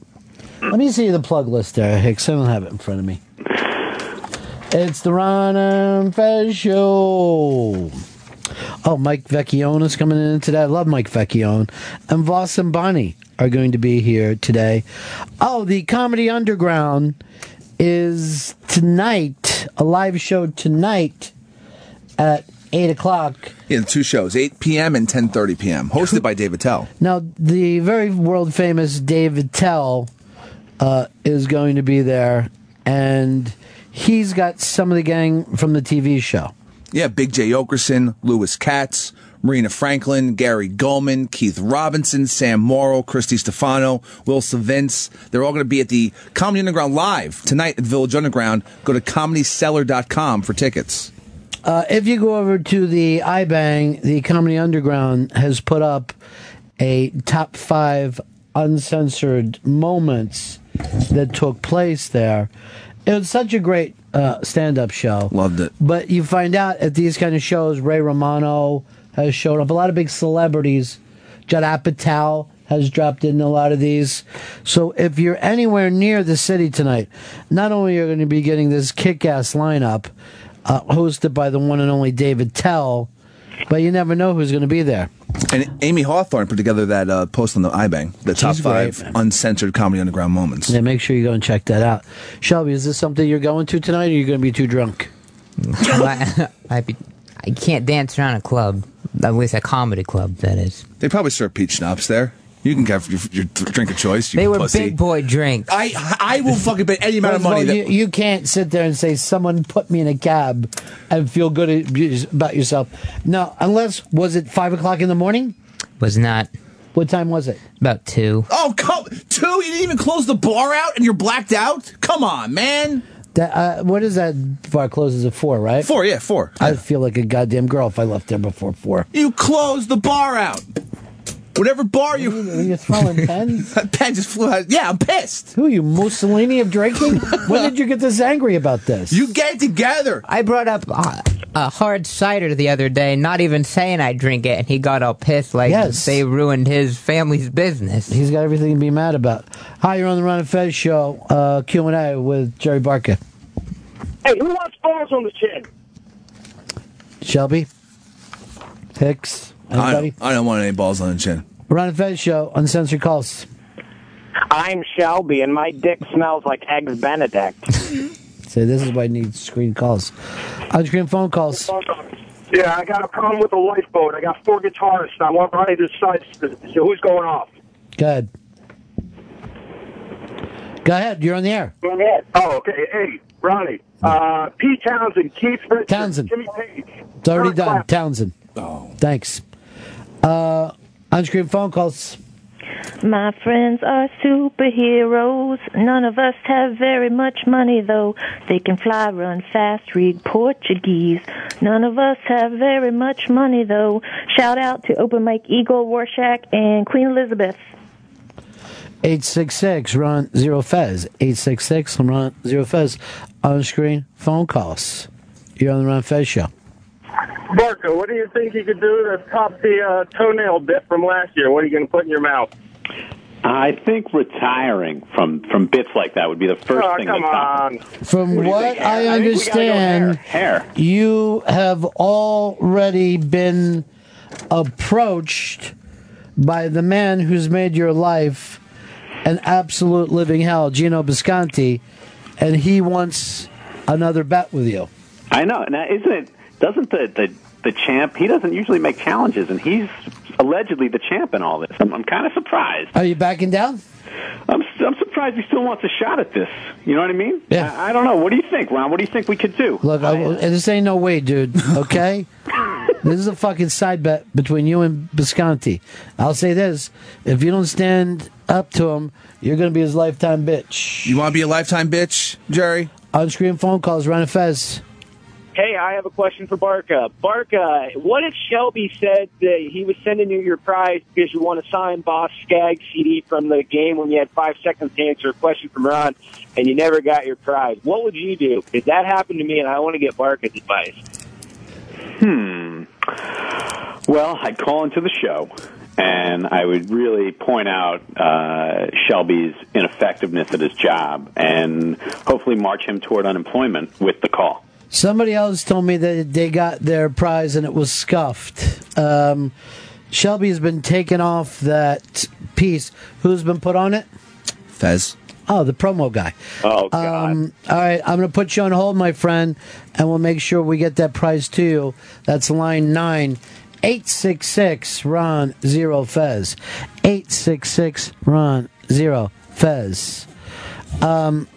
Let me see the plug list there, Hicks. I don't have it in front of me. It's the Ron and Fez show. Oh, Mike Vecchione is coming in today. I love Mike Vecchione. And Voss and Bonnie are going to be here today. Oh, the Comedy Underground is tonight, a live show tonight at 8 o'clock.
Yeah, two shows, 8 p.m. and 10:30 p.m. Hosted by David Tell.
Now, the very world famous David Tell uh, is going to be there, and he's got some of the gang from the TV show.
Yeah, Big J. Okerson, Lewis Katz, Marina Franklin, Gary Goldman, Keith Robinson, Sam Morrow, Christy Stefano, Will Vince. They're all going to be at the Comedy Underground live tonight at Village Underground. Go to comedyseller.com for tickets.
Uh, if you go over to the iBang, the Comedy Underground has put up a top five uncensored moments that took place there. It was such a great uh, stand-up show. Loved it. But you find out at these kind of shows, Ray Romano has shown up. A lot of big celebrities. Judd Apatow has dropped in a lot of these. So if you're anywhere near the city tonight, not only are you going to be getting this kick-ass lineup, uh, hosted by the one and only David Tell, but you never know who's going to be there.
And Amy Hawthorne put together that uh, post on the iBang, the top
She's great,
five uncensored comedy underground moments.
Yeah, make sure you go and check that out. Shelby, is this something you're going to tonight, or are you going to be too drunk?
I, I, be, I can't dance around a club, at least a comedy club, that is.
They probably serve peach schnapps there. You can have your, your drink of choice. You
They were
pussy.
big boy drinks.
I I will fucking bet any amount of
First
money
all,
that
you, you can't sit there and say someone put me in a cab and feel good a- about yourself. No, unless was it five o'clock in the morning?
Was not.
What time was it?
About two.
Oh, come two! You didn't even close the bar out, and you're blacked out. Come on, man.
That, uh, what is that bar closes at four, right?
Four, yeah, four.
I feel like a goddamn girl if I left there before four.
You closed the bar out. Whatever bar you
you're throwing pens.
that pen just flew out. Yeah, I'm pissed.
Who are you, Mussolini of drinking? when did you get this angry about this?
You get it together.
I brought up uh, a hard cider the other day, not even saying I drink it, and he got all pissed like they ruined his family's business.
He's got everything to be mad about. Hi, you're on the Ron and Fez show, uh, Q and A with Jerry Barker,
Hey, who wants balls on the chin?
Shelby, Hicks,
I
anybody.
don't, I don't want any balls on the chin.
Ron and Fez show, uncensored calls.
I'm Shelby, and my dick smells like eggs Benedict.
Say this is why I need screen calls, on screen phone calls.
Yeah, I got a problem with a lifeboat. I got four guitarists. and I want right either side. So who's going off?
Go ahead. Go ahead. You're on the air.
Oh, okay. Hey, Ronnie. Uh, Pete Townsend, Keith Richards,
Townsend.
Jimmy Page.
It's already done. Townsend. Oh. Thanks. Uh, on screen phone calls.
My friends are superheroes. None of us have very much money, though. They can fly, run fast, read Portuguese. None of us have very much money, though. Shout out to Open Mike Eagle, Warshak, and Queen Elizabeth.
866 Ron Zero Fez. 866 Ron Zero Fez. On screen phone calls. You're on the Ron Fez show.
Barco, what do you think you could do to top the uh, toenail bit from last year? What are you going to put in your mouth?
I think retiring from from bits like that would be the first
Oh,
thing.
come
that pops-
From
What
what,
do you think, hair? I think
I
we gotta go
understand,
hair.
you have already been approached by the man who's made your life an absolute living hell, Gino Bisconti, and he wants another bet with you.
I know. Now, isn't it? Doesn't the, the the champ? He doesn't usually make challenges, and he's allegedly the champ in all this. I'm, I'm kind of surprised.
Are you backing down?
I'm I'm surprised he still wants a shot at this. You know what I mean? Yeah. I, I don't know. What do you think, Ron? What do you think we could do?
Look, I, this ain't no way, dude. Okay, this is a fucking side bet between you and Bisconti. I'll say this: if you don't stand up to him, you're gonna be his lifetime bitch.
You want to be a lifetime bitch, Jerry?
On screen phone calls, Ron and Fez.
Hey, I have a question for Barca. Barca, what if Shelby said that he was sending you your prize because you won a signed Boss Skag CD from the game when you had five seconds to answer a question from Ron and you never got your prize? What would you do? If that happened to me and I want to get Barca's advice.
Hmm. Well, I'd call into the show, and I would really point out uh, Shelby's ineffectiveness at his job, and hopefully march him toward unemployment with the call.
Somebody else told me that they got their prize and it was scuffed. Um, Shelby has been taken off that piece. Who's been put on it?
Fez.
Oh, the promo guy.
Oh
God! Um, all right, I'm going to put you on hold, my friend, and we'll make sure we get that prize to you. That's line nine, eight six six Ron zero Fez, eight six six Ron zero Fez. Um,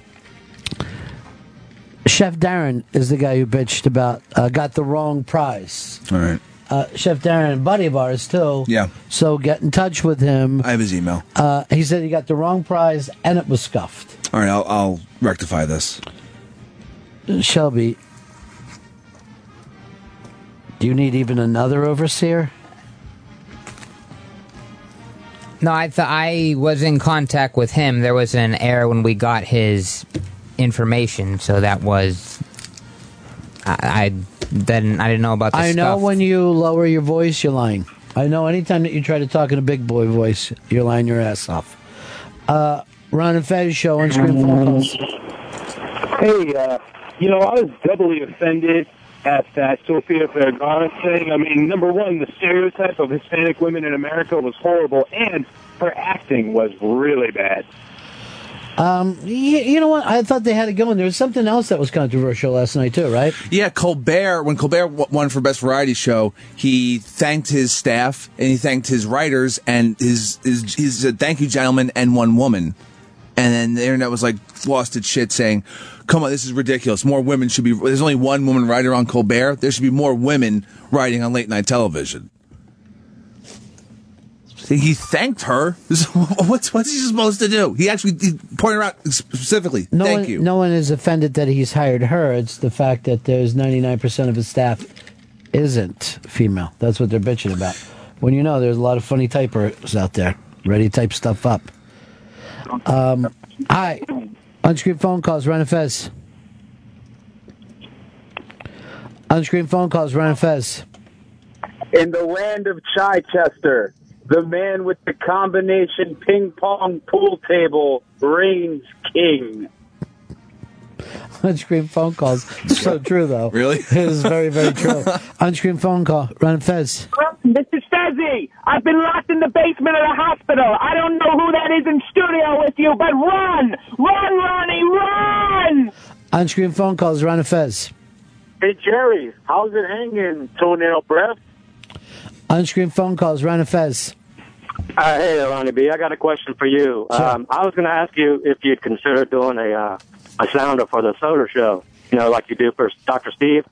Chef Darren is the guy who bitched about uh, got the wrong prize.
All right.
Uh, Chef Darren, buddy of ours too.
Yeah.
So get in touch with him.
I have his email.
Uh, he said he got the wrong prize and it was scuffed.
All right, I'll, I'll rectify this.
Shelby, do you need even another overseer?
No, I th- I was in contact with him. There was an error when we got his information, so that was I, I then I didn't know about. The
I know
stuff.
when you lower your voice, you're lying. I know anytime that you try to talk in a big boy voice, you're lying your ass off. Uh, Ron and Fez show on screen phone calls.
Hey, uh, you know, I was doubly offended at that Sofia Vergara thing. I mean, number one, the stereotype of Hispanic women in America was horrible, and her acting was really bad.
Um, you, you know what? I thought they had it going. There was something else that was controversial last night too, right?
Yeah, Colbert. When Colbert w- won for best variety show, he thanked his staff and he thanked his writers and his his he said, "Thank you, gentlemen," and one woman. And then the internet was like lost its shit, saying, "Come on, this is ridiculous. More women should be. There's only one woman writer on Colbert. There should be more women writing on late night television." He thanked her. What's what's he supposed to do? He actually he pointed her out specifically.
No
Thank
one,
you.
no one is offended that he's hired her. It's the fact that there's 99% of his staff isn't female. That's what they're bitching about. When you know there's a lot of funny typers out there ready to type stuff up. Um, hi, unscreen phone calls, Ryan and Fez. Unscreen phone calls, Ryan and Fez.
In the land of Chichester, the man with the combination ping pong pool table reigns king.
Unscreen phone calls. So true though. Really? It is very very true. Unscreen phone call, Ryan and Fez.
Mr. Stezzi, I've been locked in the basement of the hospital. I don't know who that is in studio with you, but run! Run, Ronnie, run!
Unscreen phone calls, Ryan and Fez.
Hey Jerry, how's it hanging? Toenail breath.
Unscreen phone calls, Ryan and Fez.
Uh, hey Ronnie B, I got a question for you. Um, I was going to ask you if you'd consider doing a uh, a sounder for the Soda Show. You know, like you do for Dr. Steve.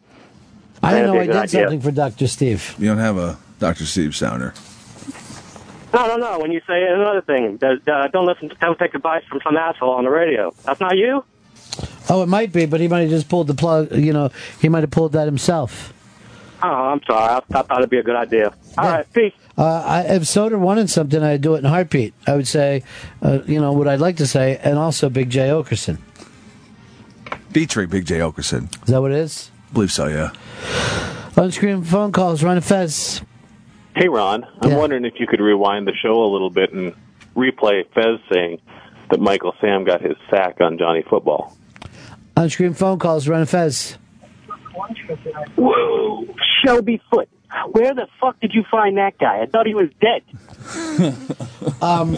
I
That'd be
didn't know
a
I
good
did
idea.
something for Doctor Steve.
You don't have a Doctor Steve sounder.
No, no, no. When you say another thing, that, uh, don't listen. Don't take advice from some asshole on the radio. That's not you.
Oh, it might be, but he might have just pulled the plug. You know, he might have pulled that himself.
Oh, I'm sorry. I, I thought it'd be a good idea. All right, peace.
Uh, I, if Soder wanted something, I'd do it in a heartbeat. I would say, uh, you know, what I'd like to say, and also Big J Okerson.
Featuring Big J Okerson.
Is that what it is?
believe so, yeah.
Unscreen phone calls, Ron and Fez.
Hey, Ron. I'm wondering if you could rewind the show a little bit and replay Fez saying that Michael Sam got his sack on Johnny Football.
Unscreen phone calls, Ron and Fez.
Whoa, Shelby Foot. Where the fuck did you find that guy? I thought he was dead.
Um,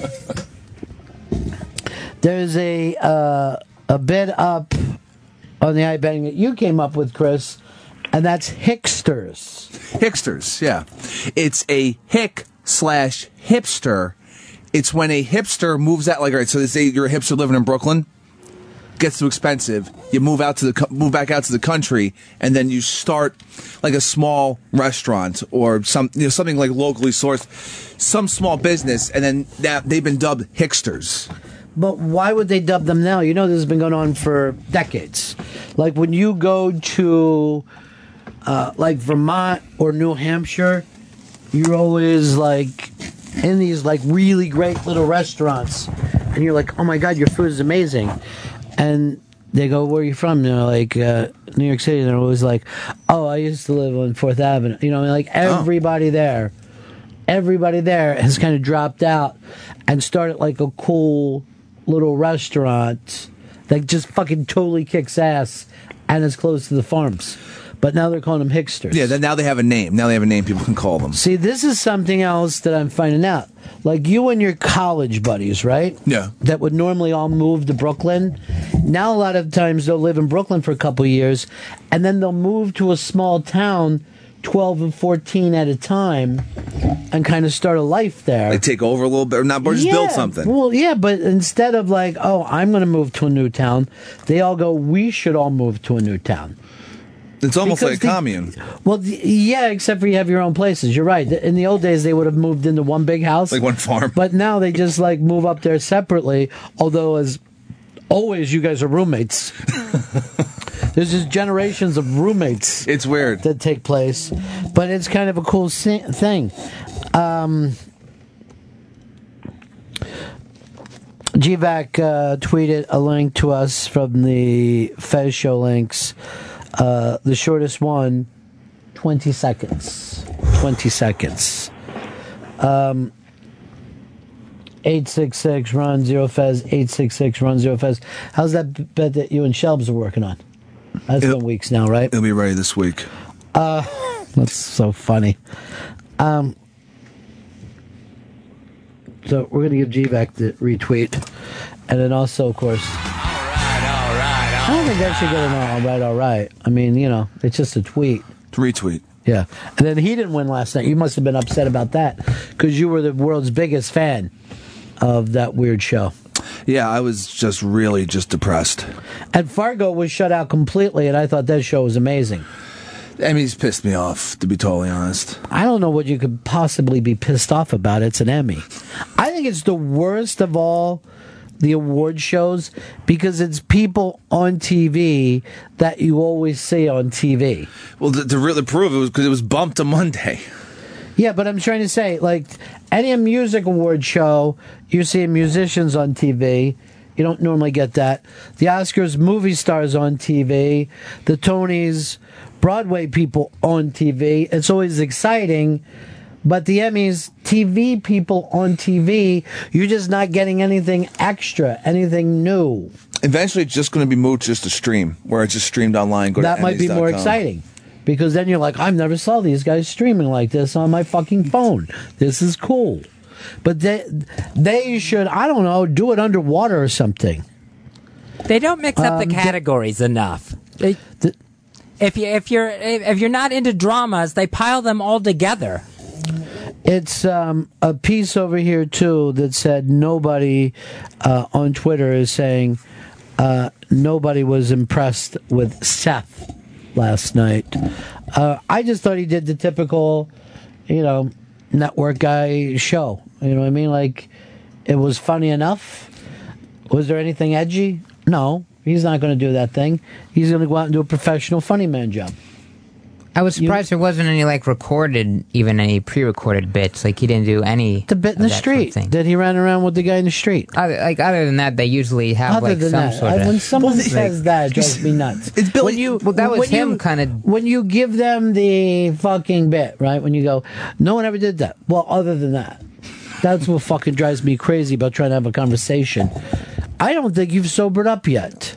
there's a uh, a bid up on the iBang that you came up with, Chris, and that's Hicksters.
Hicksters, yeah. It's a hick slash hipster. It's when a hipster moves out, like, all right, so they say you're a hipster living in Brooklyn, gets too expensive, you move out to the, co- move back out to the country, and then you start like a small restaurant or some, you know, something like locally sourced, some small business, and then that they've been dubbed hicksters.
But why would they dub them now? You know, this has been going on for decades. Like when you go to uh, like Vermont or New Hampshire, you're always like in these like really great little restaurants, and you're like, oh my god, your food is amazing, and they go, where are you from? And they're like, uh, New York City. And they're always like, oh, I used to live on Fourth Avenue. You know, like everybody there everybody there has kind of dropped out and started like a cool little restaurant that just fucking totally kicks ass and is close to the farms. But now they're calling them hicksters.
Yeah, then now they have a name. Now they have a name people can call them.
See, this is something else that I'm finding out. Like you and your college buddies, right?
Yeah.
That would normally all move to Brooklyn. Now, a lot of times they'll live in Brooklyn for a couple years and then they'll move to a small town, 12 and 14 at a time, and kind of start a life there.
They take over a little bit, or not, or just build something.
Well, yeah, but instead of like, oh, I'm going to move to a new town, they all go, we should all move to a new town.
It's almost
Because
like a
the-
commune.
Well, the, yeah, except for you have your own places. You're right. In the old days, they would have moved into one big house,
Like one farm.
But now they just like move up there separately. Although, as always, you guys are roommates. There's just generations of roommates.
It's weird
that take place, but it's kind of a cool si- thing. Um, GVAC uh, tweeted a link to us from the Fez Show links. Uh, the shortest one, 20 seconds. 20 seconds. Um, 866 Run Zero Fez, 866 Run Zero Fez. How's that bet that you and Shelbs are working on? That's been weeks now, right?
It'll be ready this week.
Uh, that's so funny. Um, so we're gonna give G back the retweet, and then also, of course. I don't think that should get an all right, all right. I mean, you know, it's just a tweet.
Retweet.
Yeah, and then he didn't win last night. You must have been upset about that because you were the world's biggest fan of that weird show.
Yeah, I was just really just depressed.
And Fargo was shut out completely, and I thought that show was amazing.
Emmy's pissed me off, to be totally honest.
I don't know what you could possibly be pissed off about. It's an Emmy. I think it's the worst of all the award shows because it's people on TV that you always see on TV.
Well, to, to really prove it was because it was bumped to Monday.
Yeah, but I'm trying to say, like, any music award show, you see musicians on TV. You don't normally get that. The Oscars, movie stars on TV. The Tonys, Broadway people on TV. It's always exciting. But the Emmys, TV people on TV, you're just not getting anything extra, anything new.
Eventually, it's just going to be moved just to stream, where it's just streamed online. Go to
that might be more
emmys.com.
exciting because then you're like, I've never saw these guys streaming like this on my fucking phone. This is cool. But they they should I don't know do it underwater or something.
They don't mix up
Um,
the
d-
categories enough. They, if you if you're if you're not into dramas, they pile them all together.
It's um, a piece over here too that said nobody uh, on Twitter is saying uh, nobody was impressed with Seth last night. Uh, I just thought he did the typical, you know, network guy show. You know what I mean? Like it was funny enough. Was there anything edgy? No, he's not going to do that thing. He's going to go out and do a professional funny man job.
I was surprised there wasn't any like recorded, even any pre-recorded bits. Like he didn't do any. The bit
in the street that he ran around with the guy in the street.
Other, like other than that, they usually have
Other
like
than
some
that,
sort
I-
of.
when someone
like-
says that, it drives me nuts. It's Billy. When you, well,
that was him
kind of. When you give them the fucking bit, right? When you go, no one ever did that. Well, other than that, that's what fucking drives me crazy about trying to have a conversation. I don't think you've sobered up yet.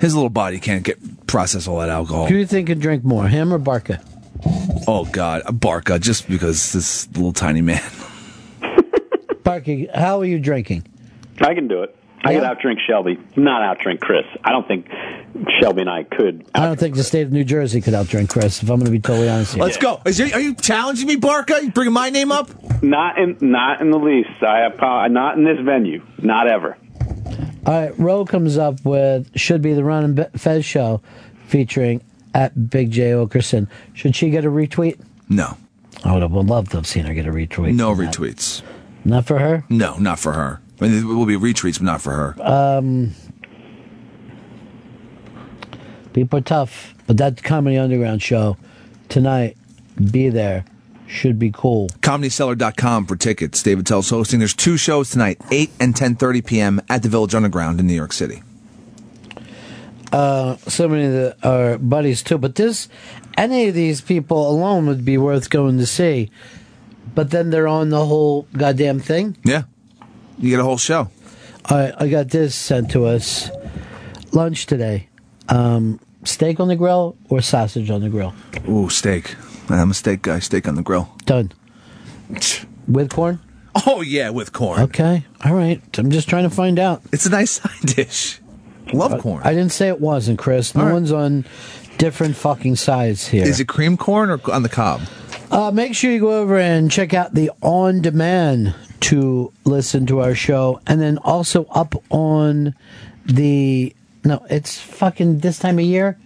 His little body can't get process all that alcohol.
Who do you think could drink more, him or Barca?
Oh God, Barca, just because this little tiny man.
Barca, how are you drinking?
I can do it. I could outdrink Shelby, not outdrink Chris. I don't think Shelby and I could.
I don't think the state of New Jersey could outdrink Chris. If I'm going to be totally honest, with you.
Let's go. Is there, are you challenging me, Barca? You bringing my name up?
Not in, not in the least. I apo- not in this venue. Not ever.
All right, Roe comes up with should be the Ron and Be- Fez show featuring at Big J Okerson. Should she get a retweet?
No.
I would have loved to have seen her get a retweet.
No
from that.
retweets.
Not for her?
No, not for her. I mean, it will be retweets, but not for her.
Um, people are tough, but that Comedy Underground show tonight, be there, should be cool.
ComedySeller.com for tickets. David Tell's hosting. There's two shows tonight, 8 and 10.30 p.m. at the Village Underground in New York City.
uh, so many of the, our buddies too. But this, any of these people alone would be worth going to see. But then they're on the whole goddamn thing.
Yeah, you get a whole show.
All right, I got this sent to us. Lunch today: um, steak on the grill or sausage on the grill.
Ooh, steak. I'm a steak guy. Steak on the grill.
Done. With corn.
Oh, yeah, with corn.
Okay. All right. I'm just trying to find out.
It's a nice side dish. Love corn.
I didn't say it wasn't, Chris. No one's on different fucking sides here.
Is it cream corn or on the cob?
Uh, make sure you go over and check out the on demand to listen to our show, and then also up on the no, it's fucking this time of year.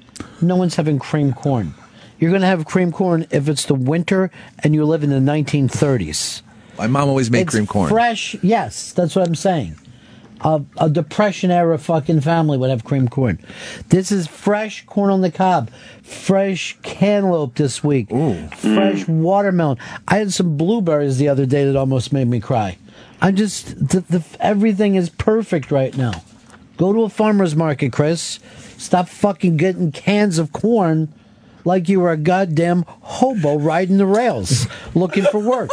No one's having cream corn. You're gonna have cream corn if it's the winter and you live in the 1930s.
My mom always made
It's
cream corn.
Fresh, yes, that's what I'm saying. A, a depression era fucking family would have cream corn. This is fresh corn on the cob, fresh cantaloupe this week, fresh watermelon. I had some blueberries the other day that almost made me cry. I'm just the, the, everything is perfect right now. Go to a farmer's market, Chris. Stop fucking getting cans of corn like you were a goddamn hobo riding the rails looking for work.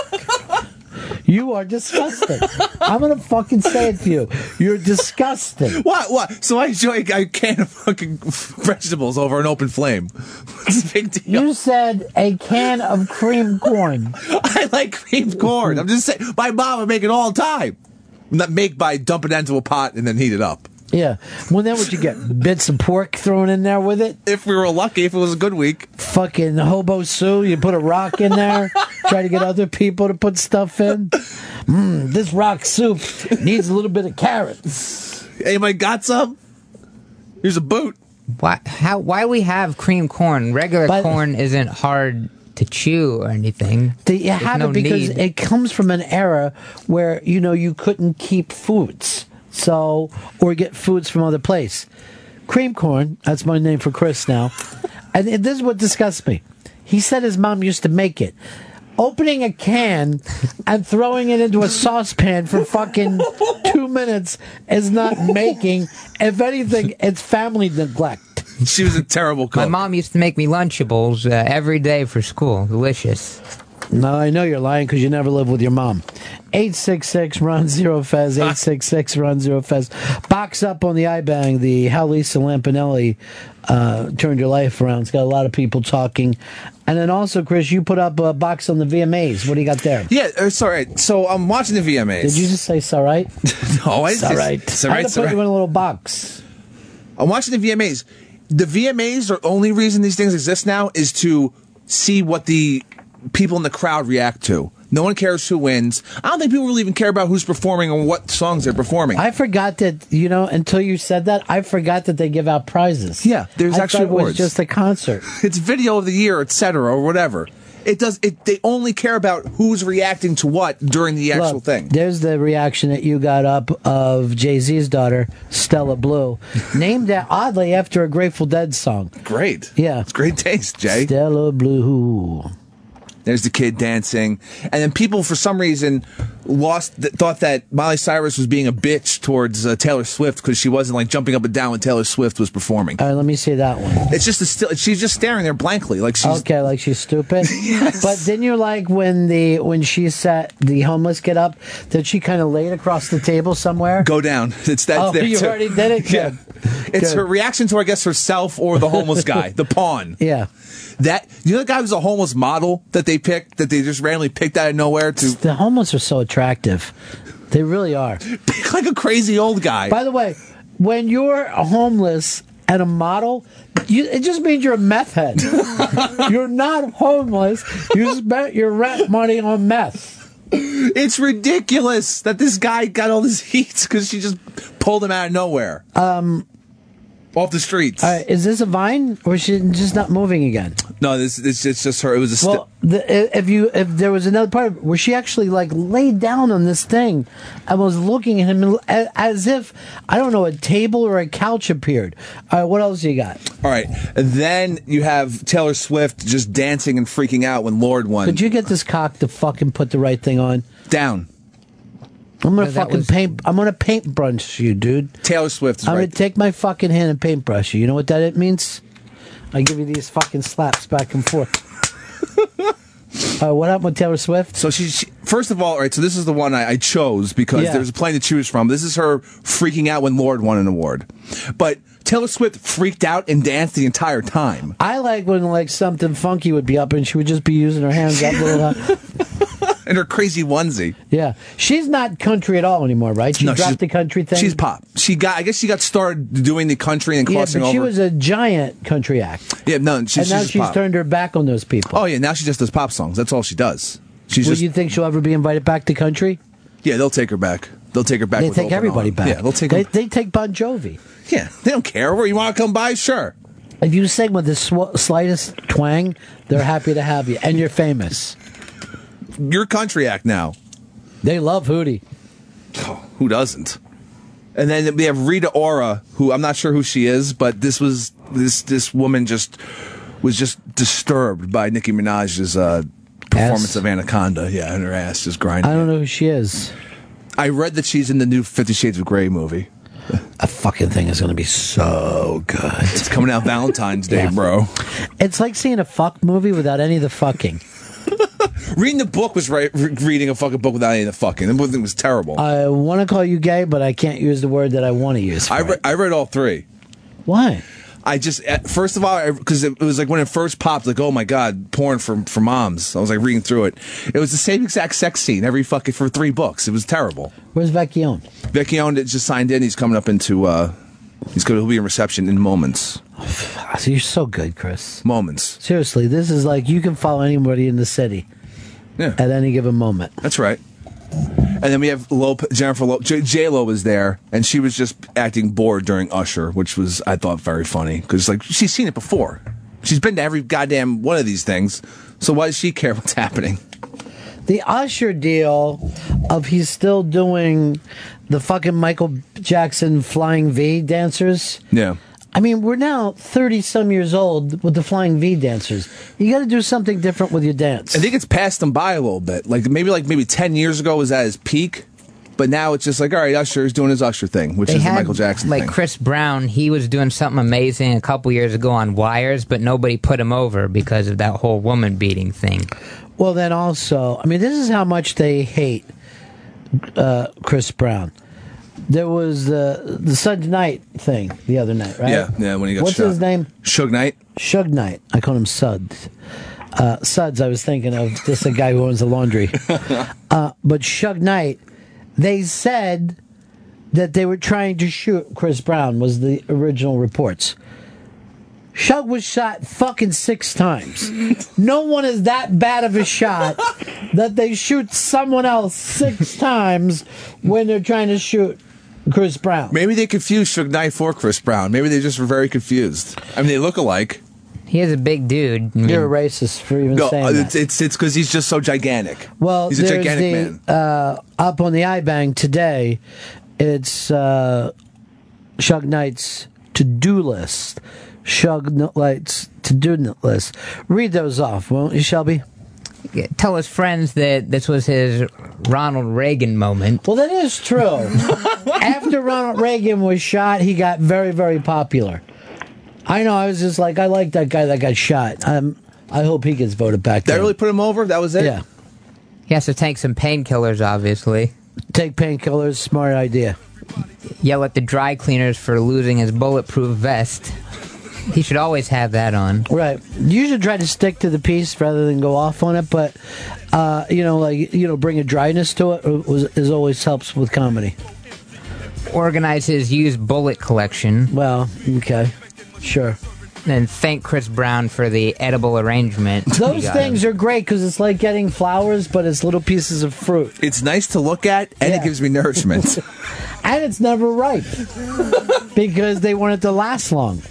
You are disgusting. I'm gonna fucking say it to you. You're disgusting.
What? What? So I enjoy a can of fucking vegetables over an open flame. What's the big deal?
You said a can of cream corn.
I like creamed corn. I'm just saying, my mom would make it all the time. Not make by dumping it into a pot and then heat it up.
Yeah. Well, then what you get? Bits of pork thrown in there with it?
If we were lucky, if it was a good week.
Fucking hobo Sue, you put a rock in there, try to get other people to put stuff in. Mmm, this rock soup needs a little bit of carrots.
Anybody got some? Here's a boot.
Why? How? Why we have cream corn? Regular corn isn't hard to chew or anything.
They You have it because
need.
it comes from an era where you know you couldn't keep foods, so or get foods from other place. Cream corn. That's my name for Chris now, and it- this is what disgusts me. He said his mom used to make it. Opening a can and throwing it into a saucepan for fucking two minutes is not making. If anything, it's family neglect.
She was a terrible cook.
My mom used to make me Lunchables uh, every day for school. Delicious.
No, I know you're lying because you never live with your mom. 866 Ron Zero Fez, 866 Ron Zero Fez. Box up on the iBang, the How Lisa Lampanelli uh, turned your life around. It's got a lot of people talking. And then also, Chris, you put up a box on the VMAs. What do you got there?
Yeah, uh, it's all right. So I'm watching the VMAs.
Did you just say, it's all right?
No, I
It's all right.
It's
I'm
all right.
gonna
It's all
put
right.
you in a little box.
I'm watching the VMAs. The VMAs are only reason these things exist now is to see what the people in the crowd react to. No one cares who wins. I don't think people really even care about who's performing or what songs they're performing.
I forgot that, you know, until you said that, I forgot that they give out prizes. Yeah,
there's actually
it was
awards.
just a concert.
it's video of the year, etc., or whatever. It does. It, they only care about who's reacting to what during the actual
Look,
thing.
There's the reaction that you got up of Jay Z's daughter, Stella Blue, named that oddly after a Grateful Dead song.
Great.
Yeah.
It's great taste, Jay.
Stella Blue.
There's the kid dancing, and then people for some reason lost th- thought that Miley Cyrus was being a bitch towards uh, Taylor Swift because she wasn't like jumping up and down when Taylor Swift was performing.
All right, let me see that one.
It's just a still. She's just staring there blankly, like she's
okay, like she's stupid. But then you like when the when she set the homeless get up that she kind of laid across the table somewhere.
go down. It's that.
Oh,
there
you
too.
already did it?
Yeah. It's
Good.
her reaction to, I guess, herself or the homeless guy, the pawn.
Yeah.
That you know, the guy was a homeless model that they picked, that they just randomly picked out of nowhere to
The homeless are so attractive. They really are.
pick like a crazy old guy.
By the way, when you're homeless and a model, you, it just means you're a meth head. you're not homeless. You spent your rent money on meth.
It's ridiculous that this guy got all this heat because she just pulled him out of nowhere,
Um,
off the streets.
all right, is this a vine or is she just not moving again?
No, this, this it's just her. It was a. St-
Well, the, if you if there was another part of it where she actually like laid down on this thing and was looking at him a- as if I don't know a table or a couch appeared. All right, what else you got?
all right, and then you have Taylor Swift just dancing and freaking out when Lord won.
Could you get this cock to fucking put the right thing on?
Down.
I'm gonna
No, that
fucking
was-
paint. I'm gonna paintbrush you, dude.
Taylor Swift. Is
I'm
right.
gonna take my fucking hand and paintbrush you. You know what that it means? I give you these fucking slaps back and forth. All right, what happened with Taylor Swift?
So she, she first of all, all right. So this is the one I, I chose because
Yeah.
there's plenty to choose from. This is her freaking out when Lord won an award, but Taylor Swift freaked out and danced the entire time.
I like when like something funky would be up and she would just be using her hands up. little, uh,
and her crazy onesie.
yeah, she's not country at all anymore, right? She
No, she's-
dropped the country thing.
She's pop. She got. I guess she got started doing the country and
yeah, but
crossing
she
over.
was a giant country act,
yeah, no. She's,
and now
she's,
she's
pop.
turned her back on those people.
Oh yeah, now she just does pop songs. That's all she does. She's
Will
just.
you think she'll ever be invited back to country?
yeah, they'll take her back. They'll take her back.
They
with
take
open
everybody
arms.
back.
Yeah, they'll take.
They,
her,
they take Bon Jovi.
yeah, they don't care. Where you want to come by? Sure.
If you sing with the sw- slightest twang, they're happy to have you, and you're famous.
Your country act now.
They love Hootie.
Oh, who doesn't? And then we have Rita Ora, who I'm not sure who she is, but this was this this woman just was just disturbed by Nicki Minaj's uh, performance of Anaconda. Yeah, and her ass just grinding.
I don't know who she is.
I read that she's in the new Fifty Shades of Grey movie.
A fucking thing is going to be so good. It's
coming out Valentine's Day,
Yeah.
bro.
It's like seeing a fuck movie without any of the fucking.
Reading the book was right. Re- reading a fucking book without any of the fucking. The book thing was terrible.
I want to call you gay, but I can't use the word that I want to use.
I, re- I read all three.
Why?
I just at- first of all because it, it was like when it first popped, like oh my god, porn for for moms. I was like reading through it. It was the same exact sex scene every fucking for three books. It was terrible.
Where's Vecchione?
Vecchione just signed in. He's coming up into. uh He's going to be in reception in moments.
You're so good, Chris.
Moments.
Seriously, this is like you can follow anybody in the city
Yeah.
at any given moment.
That's right. And then we have Lope, Jennifer Lope. J- J-Lo was there, and she was just acting bored during Usher, which was, I thought, very funny. Because, like, she's seen it before. She's been to every goddamn one of these things. So why does she care what's happening?
The Usher deal of he's still doing the fucking Michael Jackson flying V dancers.
Yeah.
I mean, we're now 30 some years old with the flying V dancers. You got to do something different with your dance.
I think it's passed them by a little bit. Like, maybe, like, maybe 10 years ago was at his peak. But now it's just like, all right, Usher is doing his Usher thing, which
They
is
had,
the Michael Jackson
like
thing.
Chris Brown, he was doing something amazing a couple years ago on Wires, but nobody put him over because of that whole woman beating thing.
Well, then also, I mean, this is how much they hate uh, Chris Brown. There was the the Sunday night thing the other night, right?
Yeah, yeah, when he got
What's
shot.
his name?
Suge Knight.
Suge Knight. I called him Suds. Uh, Suds. I was thinking of this a guy who owns a laundry. uh, but Suge Knight, they said that they were trying to shoot Chris Brown. Was the original reports. Shug was shot fucking six times. No one is that bad of a shot that they shoot someone else six times when they're trying to shoot Chris Brown.
Maybe they confused Suge Knight for Chris Brown. Maybe they just were very confused. I mean, they look alike.
He is a big dude.
You're a racist for even
No,
saying that.
it's it's it's because he's just so gigantic.
Well,
he's a
there's
gigantic
the,
man.
Uh, up on the iBang today, it's uh, Shug Knight's to do list. Shug Knight's to do list. Read those off, won't you, Shelby?
Tell his friends that this was his Ronald Reagan moment.
Well, that is true. After Ronald Reagan was shot, he got very, very popular. I know. I was just like, I like that guy that got shot. Um, I hope he gets voted back.
That
in.
really
put him over. That was it.
Yeah.
He has to take some painkillers, obviously.
Take painkillers, smart idea.
Yell at the dry cleaners for losing his bulletproof vest. He should always have that on.
Right. You should try to stick to the piece rather than go off on it, but uh, you know, like you know, bring a dryness to it was, is always helps with comedy.
Organize his used bullet collection.
Well, okay. Sure.
And thank Chris Brown for the edible arrangement. He
Those
got
things are great because it's like getting flowers, but it's little pieces of fruit,
It's nice to look at, and it gives me nourishment.
and it's never ripe because they want it to last long.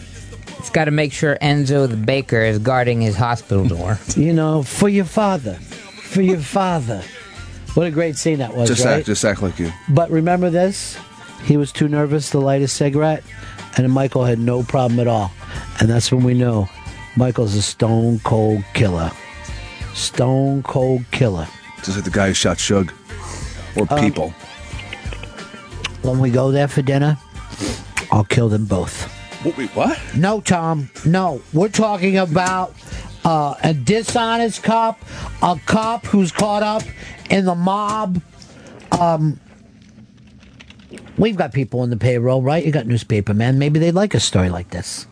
It's got to make sure Enzo the baker is guarding his hospital door.
You know, for your father, for your father. What a great scene that was,
just
right?
act, just act like you.
But remember this? He was too nervous to light a cigarette, and Michael had no problem at all. And that's when we know Michael's a stone cold killer. Stone cold killer.
Just like the guy who shot Suge, or
Um,
people.
When we go there for dinner, I'll kill them both.
What? Wait, what?
No, Tom. No. We're talking about uh, a dishonest cop, a cop who's caught up in the mob. Um, we've got people on the payroll, right? You got newspaper men. Maybe they like a story like this.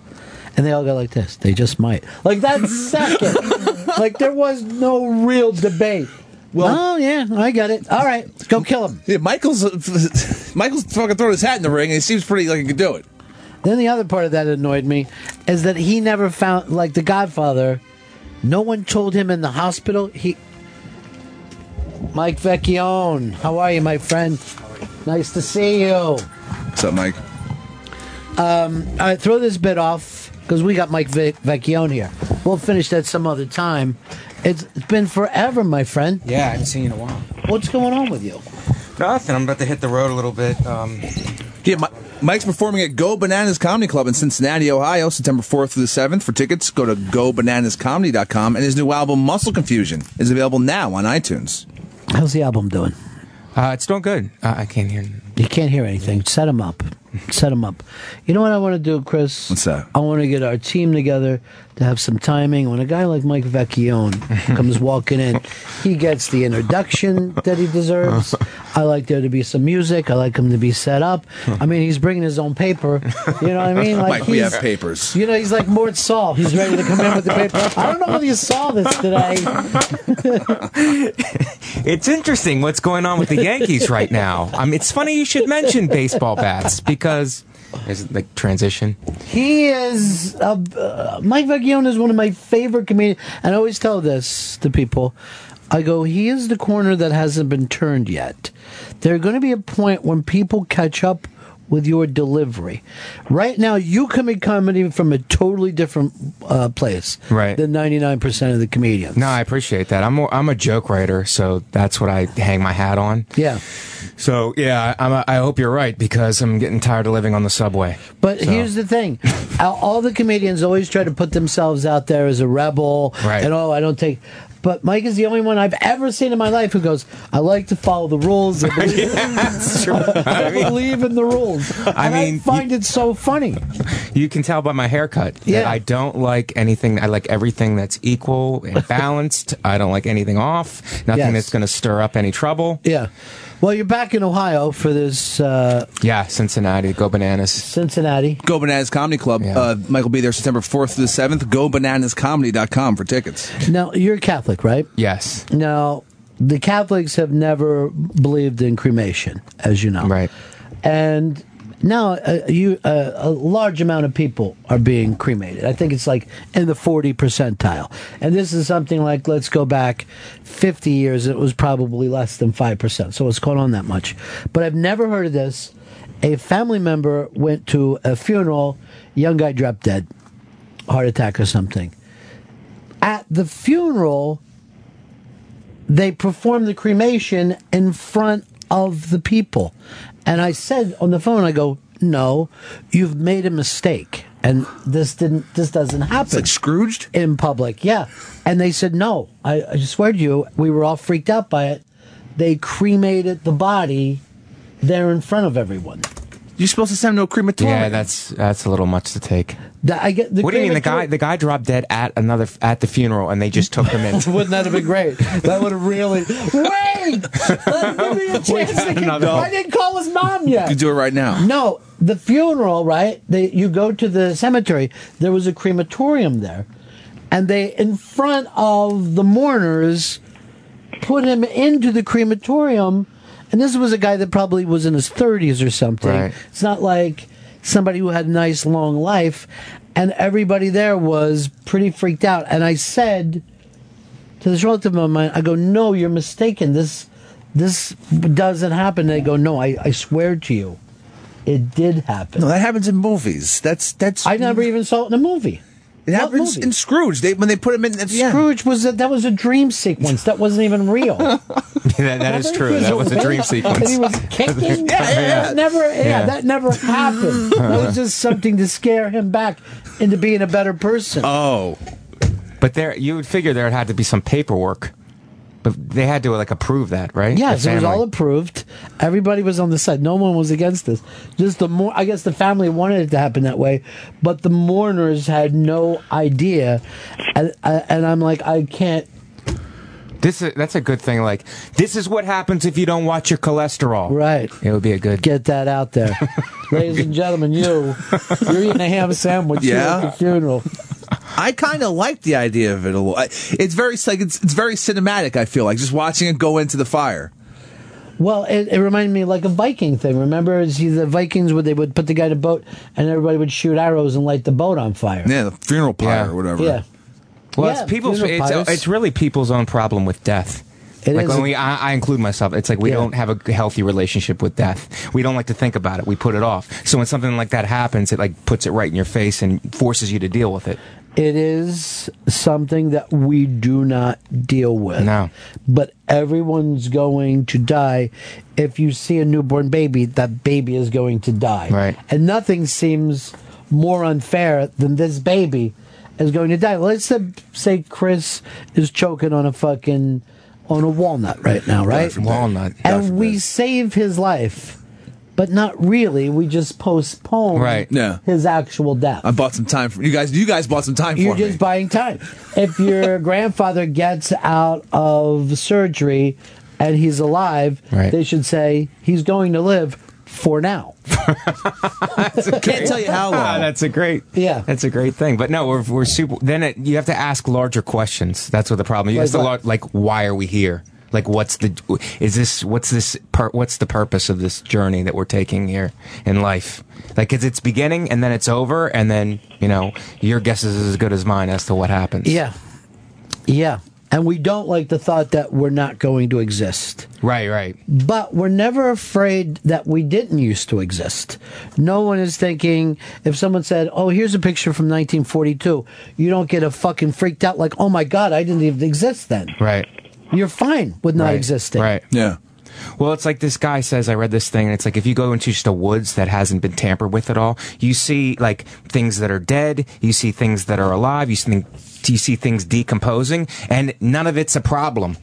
And they all go like this. They just might. Like that second. like there was no real debate. Well, oh, yeah, I got it. All right, let's go kill him.
Yeah, Michael's Michael's fucking throwing his hat in the ring, and he seems pretty like he could do it.
Then the other part of that annoyed me is that he never found like the Godfather. No one told him in the hospital. He, Mike Vecchione, how are you, my friend? Nice to see you.
What's up, Mike?
Um, all right, throw this bit off because we got Mike Vic- Vecchione here. We'll finish that some other time. It's, it's been forever, my friend.
Yeah, I haven't seen you in a while.
What's going on with you?
Nothing. I'm about to hit the road a little bit. Um,
Yeah, Mi- Mike's performing at Go Bananas Comedy Club in Cincinnati, Ohio, September 4th through the 7th. For tickets, go to gobananascomedy.com, and his new album, Muscle Confusion, is available now on iTunes.
How's the album doing?
Uh, it's doing good. Uh, I can't hear.
You can't hear anything. Set them up. Set them up. You know what I want to do, Chris? What's
that?
I want to get our team together to have some timing. When a guy like Mike Vecchione comes walking in, he gets the introduction that he deserves. I like there to be some music. I like him to be set up. I mean, he's bringing his own paper. You know what I mean?
Mike, we
he's-
have papers.
You know, he's like Mort Saul. He's ready to come in with the paper. I don't know whether you saw this today.
It's interesting what's going on with the Yankees right now. I mean, it's funny you should mention baseball bats because there's like transition.
He is a, uh, Mike Vecchione is one of my favorite comedians, and I always tell this to people. I go, he is the corner that hasn't been turned yet. There's going to be a point when people catch up with your delivery. Right now, you can be comedy from a totally different uh, place
Right.
than 99% of the comedians.
No, I appreciate that. I'm more, I'm a joke writer, so that's what I hang my hat on.
Yeah.
So yeah, I'm a, I hope you're right because I'm getting tired of living on the subway.
But
So-
here's the thing: all all the comedians always try to put themselves out there as a rebel,
Right.
and oh, I don't take. But Mike is the only one I've ever seen in my life who goes, "I like to follow the rules. I believe, I believe in the rules."
I
And
mean,
I find it so funny.
You can tell by my haircut that
Yeah.
I don't like anything. I like everything that's equal and balanced. I don't like anything off. Nothing
Yes.
that's going to stir up any trouble.
Yeah. Well, you're back in Ohio for this uh,
Yeah, Cincinnati, go bananas.
Cincinnati.
Go Bananas Comedy Club. Uh, Mike will be there September 4th through the 7th. GoBananasComedy.com for tickets.
Now you're Catholic, right?
Yes.
Now the Catholics have never believed in cremation, as you know, right? And now uh, you uh, a large amount of people are being cremated. I think it's like in the forty percentile, and this is something like let's go back fifty years. It was probably less than five percent, so it's gone on that much. But I've never heard of this. A family member went to a funeral. Young guy dropped dead, heart attack or something at the funeral, they performed the cremation in front of the people. And I said on the phone, I go, no, you've made a mistake. And this didn't, this doesn't happen. like
Scrooged?
In public, yeah. And they said, no, I, I swear to you, we were all freaked out by it. They cremated the body there in front of everyone.
You're supposed to send no crematorium.
Yeah, that's that's a little much to take.
The- I get the
what do you mean the guy?
cremator-
The guy dropped dead at another at the funeral, and they just took him in.
Wouldn't that have been great? That would have really. Wait! Let give me a chance to
got
con-
another one.
I didn't call his mom
You
yet.
can do it right now.
No, the funeral, right? They, you go to the cemetery. There was a crematorium there, and they, in front of the mourners, put him into the crematorium. And this was a guy that probably was in his thirties or something.
Right.
It's not like somebody who had a nice long life. And everybody there was pretty freaked out. And I said to this relative of mine, I go, "No, you're mistaken. This, this doesn't happen." They go, "No, I, I swear to you." It did happen.
No, that happens in movies. That's that's.
I never even saw it in a movie.
It happens in Scrooge. They when they put him in at the end.
Scrooge was a, that was a dream sequence that wasn't even real.
that, that is true. That was a dream
And he
sequence.
was kicking.
Yeah, yeah, yeah.
That never. Yeah,
Yeah.
that never happened. that was just something to scare him back into being a better person.
Oh,
but there you would figure there had to be some paperwork, but they had to like approve that, right?
Yes,
The
it was
family.
all approved. Everybody was on the side. No one was against this. Just the more, I guess the family wanted it to happen that way, but the mourners had no idea. And, uh, and I'm like, I can't.
This is, that's a good thing. Like this is what happens if you don't watch your cholesterol. Right. It would be a good
get that out there, ladies and gentlemen. You, you're eating a ham sandwich. here at
Yeah.
the funeral.
I kind of like the idea of it a little. I- It's very like it's, it's very cinematic. I feel like just watching it go into the fire.
Well, it, it reminded me like a Viking thing. Remember, it's the Vikings where they would put the guy in a boat and everybody would shoot arrows and light the boat on fire.
Yeah, the funeral pyre or whatever.
Yeah.
Well,
Yeah,
it's people's.
funeral pyres.
It's, it's really people's own problem with death.
It
like
is
when
a-
we, I, I include myself. It's like we
Yeah.
don't have a healthy relationship with death. We don't like to think about it. We put it off. So when something like that happens, it like puts it right in your face and forces you to deal with it.
It is something that we do not deal with. No. But everyone's going to die. If you see a newborn baby, that baby is going to die. Right. And nothing seems more unfair than this baby is going to die. Let's say- say Chris is choking on a fucking on a walnut right now, right?
Walnut.
And we save his life, but not really. We just postpone
Right. Yeah.
his actual death.
I bought some time for you guys. You guys bought some time
You're
for
just
me.
buying time. If your grandfather gets out of surgery and he's alive,
Right.
they should say he's going to live for now.
Can't tell you how
Ah,
long.
that's a great.
Yeah,
that's a great thing. But no, we're we're super. Then it, you have to ask larger questions. That's what the problem. You
Like
ask the
what?
lar- like, why are we here? Like, what's the is this? What's this? Per, what's the purpose of this journey that we're taking here in life? Like, it's its beginning and then it's over, and then you know your guess is as good as mine as to what happens.
Yeah. Yeah. And we don't like the thought that we're not going to exist.
Right. Right.
But we're never afraid that we didn't used to exist. No one is thinking, if someone said, oh, here's a picture from 1942, you don't get a fucking freaked out like, oh my God, I didn't even exist then.
Right.
You're fine with not
Right,
existing.
Right.
Yeah.
Well, it's like this guy says. I read this thing, and it's like if you go into just a woods that hasn't been tampered with at all, you see like things that are dead, you see things that are alive, you see, you see things decomposing, and none of it's a problem.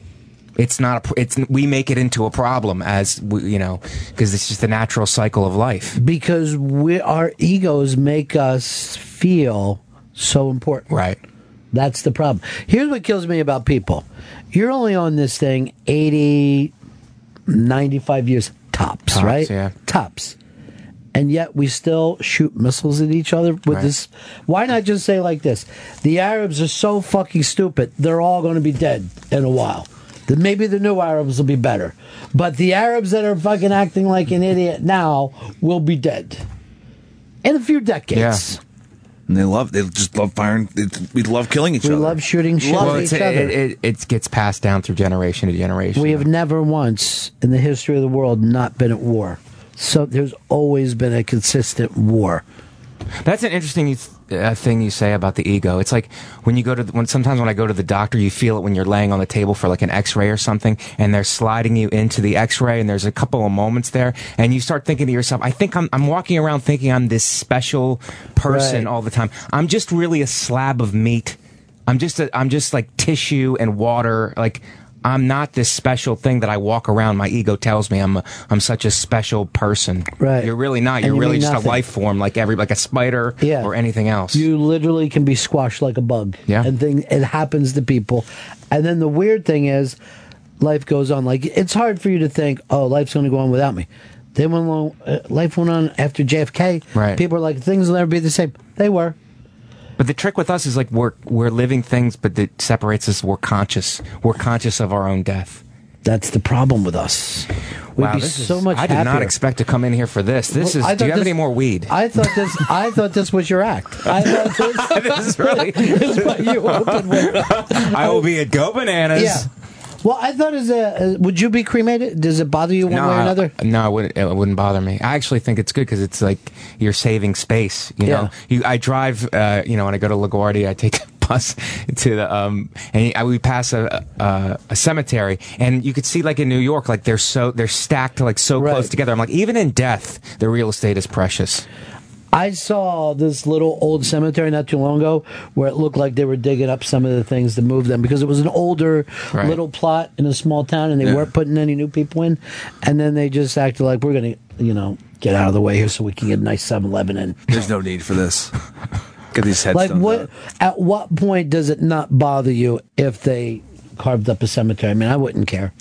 It's not. A, pr- it's we make it into a problem as we, you know because it's just the natural cycle of life.
Because we, our egos make us feel so important.
Right.
That's the problem. Here's what kills me about people you're only on this thing 80, 95 years tops,
Tops,
right?
yeah.
Tops. And yet we still shoot missiles at each other with
Right.
this. Why not just say like this? The Arabs are so fucking stupid. They're all going to be dead in a while. Then maybe the new Arabs will be better. But the Arabs that are fucking acting like an idiot now will be dead in a few decades.
And they love. They just love firing. They, we love killing each
We
other.
love shooting shit
Well,
at
it's,
each
it,
other.
it, it, it gets passed down through generation to generation.
We have never once in the history of the world not been at war. So there's always been a consistent war.
That's an interesting uh, thing you say about the ego. It's like when you go to the, when sometimes when I go to the doctor, you feel it when you're laying on the table for like an X-ray or something, and they're sliding you into the X-ray, and there's a couple of moments there, and you start thinking to yourself, I think I'm I'm walking around thinking I'm this special person
Right.
all the time. I'm just really a slab of meat. I'm just a, I'm just like tissue and water, like. I'm not this special thing that I walk around. My ego tells me I'm a, I'm such a special person.
Right.
You're really not.
And
You're
you
Ah, really
mean
just a
nothing.
life form, like every like a spider
Yeah.
or anything else.
You literally can be squashed like a bug.
Yeah.
And thing it happens to people. And then the weird thing is life goes on. Like it's hard for you to think, "Oh, life's going to go on without me." Then when lo- uh, life went on after JFK,
Right.
people are like things will never be the same. They were.
But the trick with us is like we're we're living things, but that separates us. We're conscious. We're conscious of our own death.
That's the problem with us. We'd
wow,
be
this is-
so much
I did not
happier.
expect to come in here for this. This
Well, I
is. Do
thought
you have
this-
any more weed?
I thought this. I thought this was your act. I thought this,
this is really.
this is what you opened with.
I will be at Go Bananas.
Yeah. Well, I thought as a uh, would you be cremated? Does it bother you one
no,
way or
I-
another?
no, it wouldn't. It wouldn't bother me. I actually think it's good because it's like you're saving space. You know, you, I drive. Uh, you know, when I go to LaGuardia, I take the bus to the um, and I, we pass a, a a cemetery, and you could see like in New York, like they're so they're stacked like so close together. I'm like, even in death, the real estate is precious.
I saw this little old cemetery not too long ago where it looked like they were digging up some of the things to move them because it was an older
Right.
little plot in a small town and they
Yeah.
weren't putting any new people in. And then they just acted like we're going to, you know, get out of the way here so we can get a nice 7 Eleven in.
There's no need for this. Get these headstones.
Like what?
out.
At what point does it not bother you if they carved up a cemetery? I mean, I wouldn't care.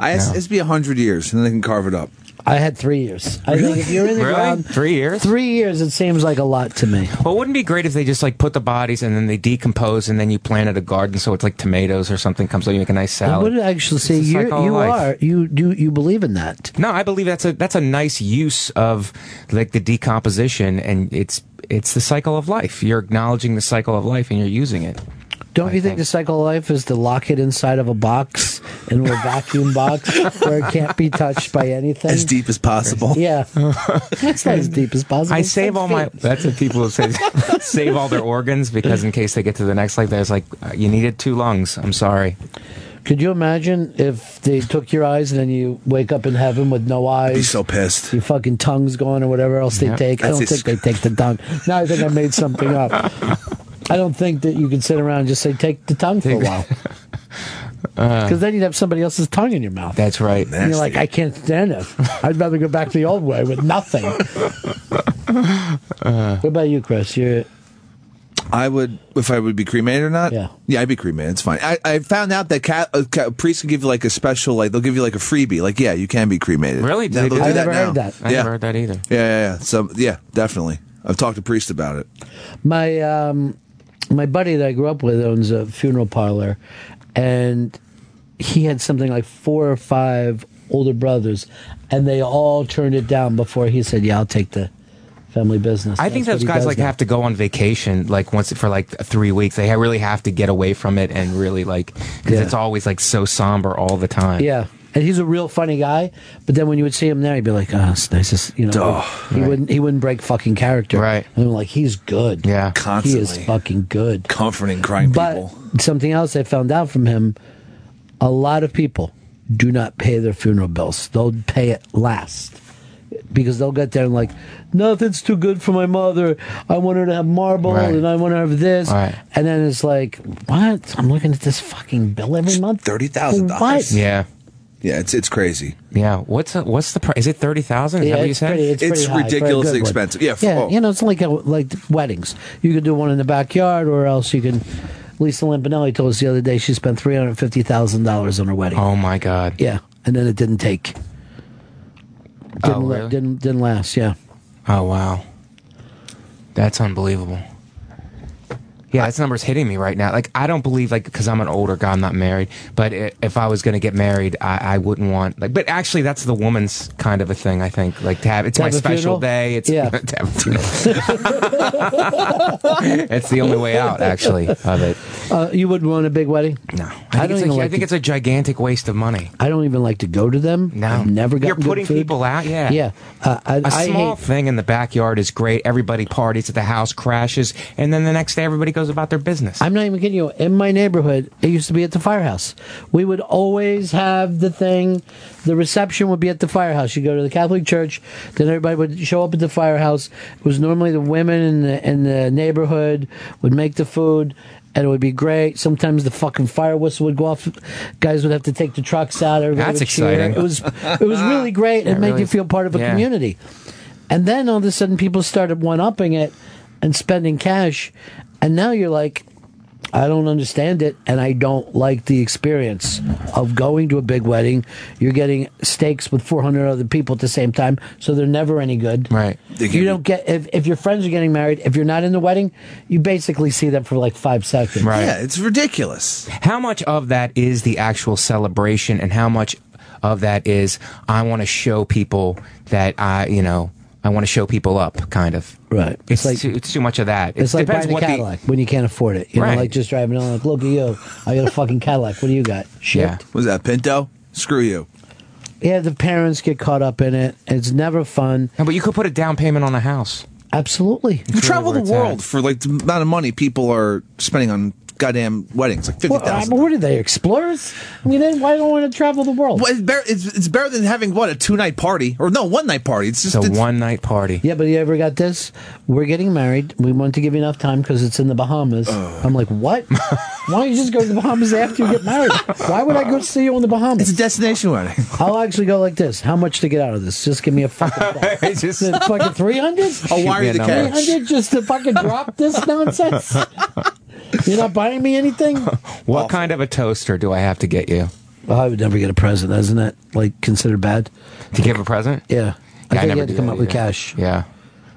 I it's, it's be hundred years, and then they can carve it up.
I had three years. I think if you're in the
Really?
ground,
Three years?
Three years. It seems like a lot to me.
Well, wouldn't it be great if they just like put the bodies and then they decompose and then you planted a garden so it's like tomatoes or something comes out, you make a nice salad.
I would actually say
It's a
you
cycle of
you
life.
are you do you believe in that?
No, I believe that's a that's a nice use of like the decomposition, and it's it's the cycle of life. You're acknowledging the cycle of life, and you're using it.
Don't you think, the cycle of life is to lock it inside of a box into a vacuum box where it can't be touched by anything?
As deep as possible.
Yeah, it's not as deep as possible.
I save all my. That's what people say. save all their organs because in case they get to the next life, there's like uh, you needed two lungs. I'm sorry.
Could you imagine if they took your eyes and then you wake up in heaven with no eyes? I'd be so
pissed.
Your fucking tongue's gone or whatever else they
Yeah.
take. I
That's
don't
his-
think they take the tongue. Now I think I made something up. I don't think that you can sit around and just say, take the tongue for a while.
Uh.
Because then you'd have somebody else's tongue in your mouth.
That's right.
And you're like, "Ah, I can't stand it. I'd rather go back the old way with nothing. what about you, Chris? You're
I would, if I would be cremated or not. Yeah, yeah, I'd be cremated. It's fine. I, I found out that ca uh, ca- priests can give you like a special, like they'll give you like a freebie. Like, yeah, you can be cremated.
Really?
Yeah, they'll do that now.
I
yeah.
never heard that either.
yeah, yeah, yeah. So, yeah, definitely. I've talked to priests about it.
my um, my buddy that I grew up with owns a funeral parlor, and he had something like four or five older brothers, and they all turned it down before he said, "Yeah, I'll take the family business."
I think
That's what
those
he
guys
does
like
now.
have to go on vacation like once for like three weeks. They really have to get away from it and really like because
Yeah.
it's always like so somber all the time.
Yeah. And he's a real funny guy, but then when you would see him there, he'd be like, "Oh, it's nice." as-" You know,
Duh.
he wouldn't. He wouldn't break fucking character. Right. And I'm like, he's good.
Yeah.
He is
Constantly.
fucking good.
Comforting crying
but
people.
something else I found out from him: a lot of people do not pay their funeral bills. They'll pay it last because they'll get there and like, nothing's too good for my mother. I want her to have marble,
Right.
and I want her to have this,
Right.
and then it's like, what? I'm looking at this fucking bill every month.
Thirty thousand
What?
Yeah.
Yeah, it's it's crazy.
Yeah. What's the, what's the price? Is it thirty thousand? Is
Yeah,
that what you
it's
said?
pretty- it's pretty high for a good one. yeah. oh. You know, it's like a, like weddings. You could do one in the backyard, or else you can. Lisa Lampanelli told us the other day she spent three hundred fifty thousand dollars on her wedding.
Oh my god!
Yeah, and then it didn't take. Didn't
Oh,
la-
really?
didn't didn't last. Yeah.
Oh wow, that's unbelievable. Yeah, this number's hitting me right now. Like I don't believe like because I'm an older guy, I'm not married. But i if I was gonna get married, I, I wouldn't want like. But actually, that's the woman's kind of a thing. I think like to have it's
To
my
have a
special
funeral?
day. It's
Yeah.
to have a funeral. it's the only way out actually of it.
Uh, you wouldn't want a big wedding. No,
I
I
think,
don't
it's,
even
like, I
like.
think
to,
it's a gigantic waste of money.
I don't even like to go to them. No, I've never
You're
gotten good
putting
food.
people out, yeah.
Yeah, uh, I,
A
I
small
hate-
thing in the backyard is great. Everybody parties at the house, crashes, and then the next day everybody goes about their business.
I'm not even kidding you. In my neighborhood, it used to be at the firehouse. We would always have the thing. The reception would be at the firehouse. You go to the Catholic church, then everybody would show up at the firehouse. It was normally the women in the in the neighborhood would make the food. And it would be great. Sometimes the fucking fire whistle would go off. Guys would have to take the trucks out. Everybody
That's
would cheer.
exciting.
It was it was really great.
Yeah,
it made
really.
you feel part of a
Yeah.
community. And then all of a sudden, people started one upping it and spending cash. And now you're like, I don't understand it, and I don't like the experience of going to a big wedding. You're getting steaks with 400 other people at the same time, so they're never any good.
Right.
You don't get if, if your friends are getting married. If you're not in the wedding, you basically see them for like five seconds.
it's ridiculous.
How much of that is the actual celebration, and how much of that is I want to show people that I, you know, I want to show people up, kind of.
Right.
It's, too, it's too much of that.
It's
it
like
depends
buying a
what the-
Cadillac when you can't afford it. You
Right.
know, like just driving on like, look at you, I got a fucking Cadillac. What do you got? Shit.
Yeah. Was that Pinto? Screw you.
Yeah, the parents get caught up in it. It's never fun.
No, but you could put a down payment on a house.
Absolutely.
You travel the world for like the amount of money people are spending on goddamn weddings, like fifty
Well, I
thousand.
mean, what are they, explorers? I mean, then why don't want to travel the world?
Well, it's, better, it's, it's better than having what a two night party or no one night party. It's just
It's a
it's-
one night party.
Yeah, but you ever got this? We're getting married. We want to give you enough time because it's in the Bahamas. I'm like, what? Why don't you just go to the Bahamas after you get married? Why would I go see you in the Bahamas? It's a
destination wedding.
I'll actually go like this. How much to get out of this? Just give me a fucking
price.
Is it fucking 300?
I'll wire you the cash.
300 just to fucking drop this nonsense? You're not buying me anything?
What kind of a toaster do I have to get you?
Well, I would never get a present, isn't that like considered bad?
To give a present?
Yeah. I
Yeah,
think you
never
had to
do
come
that
up with
either.
cash.
Yeah.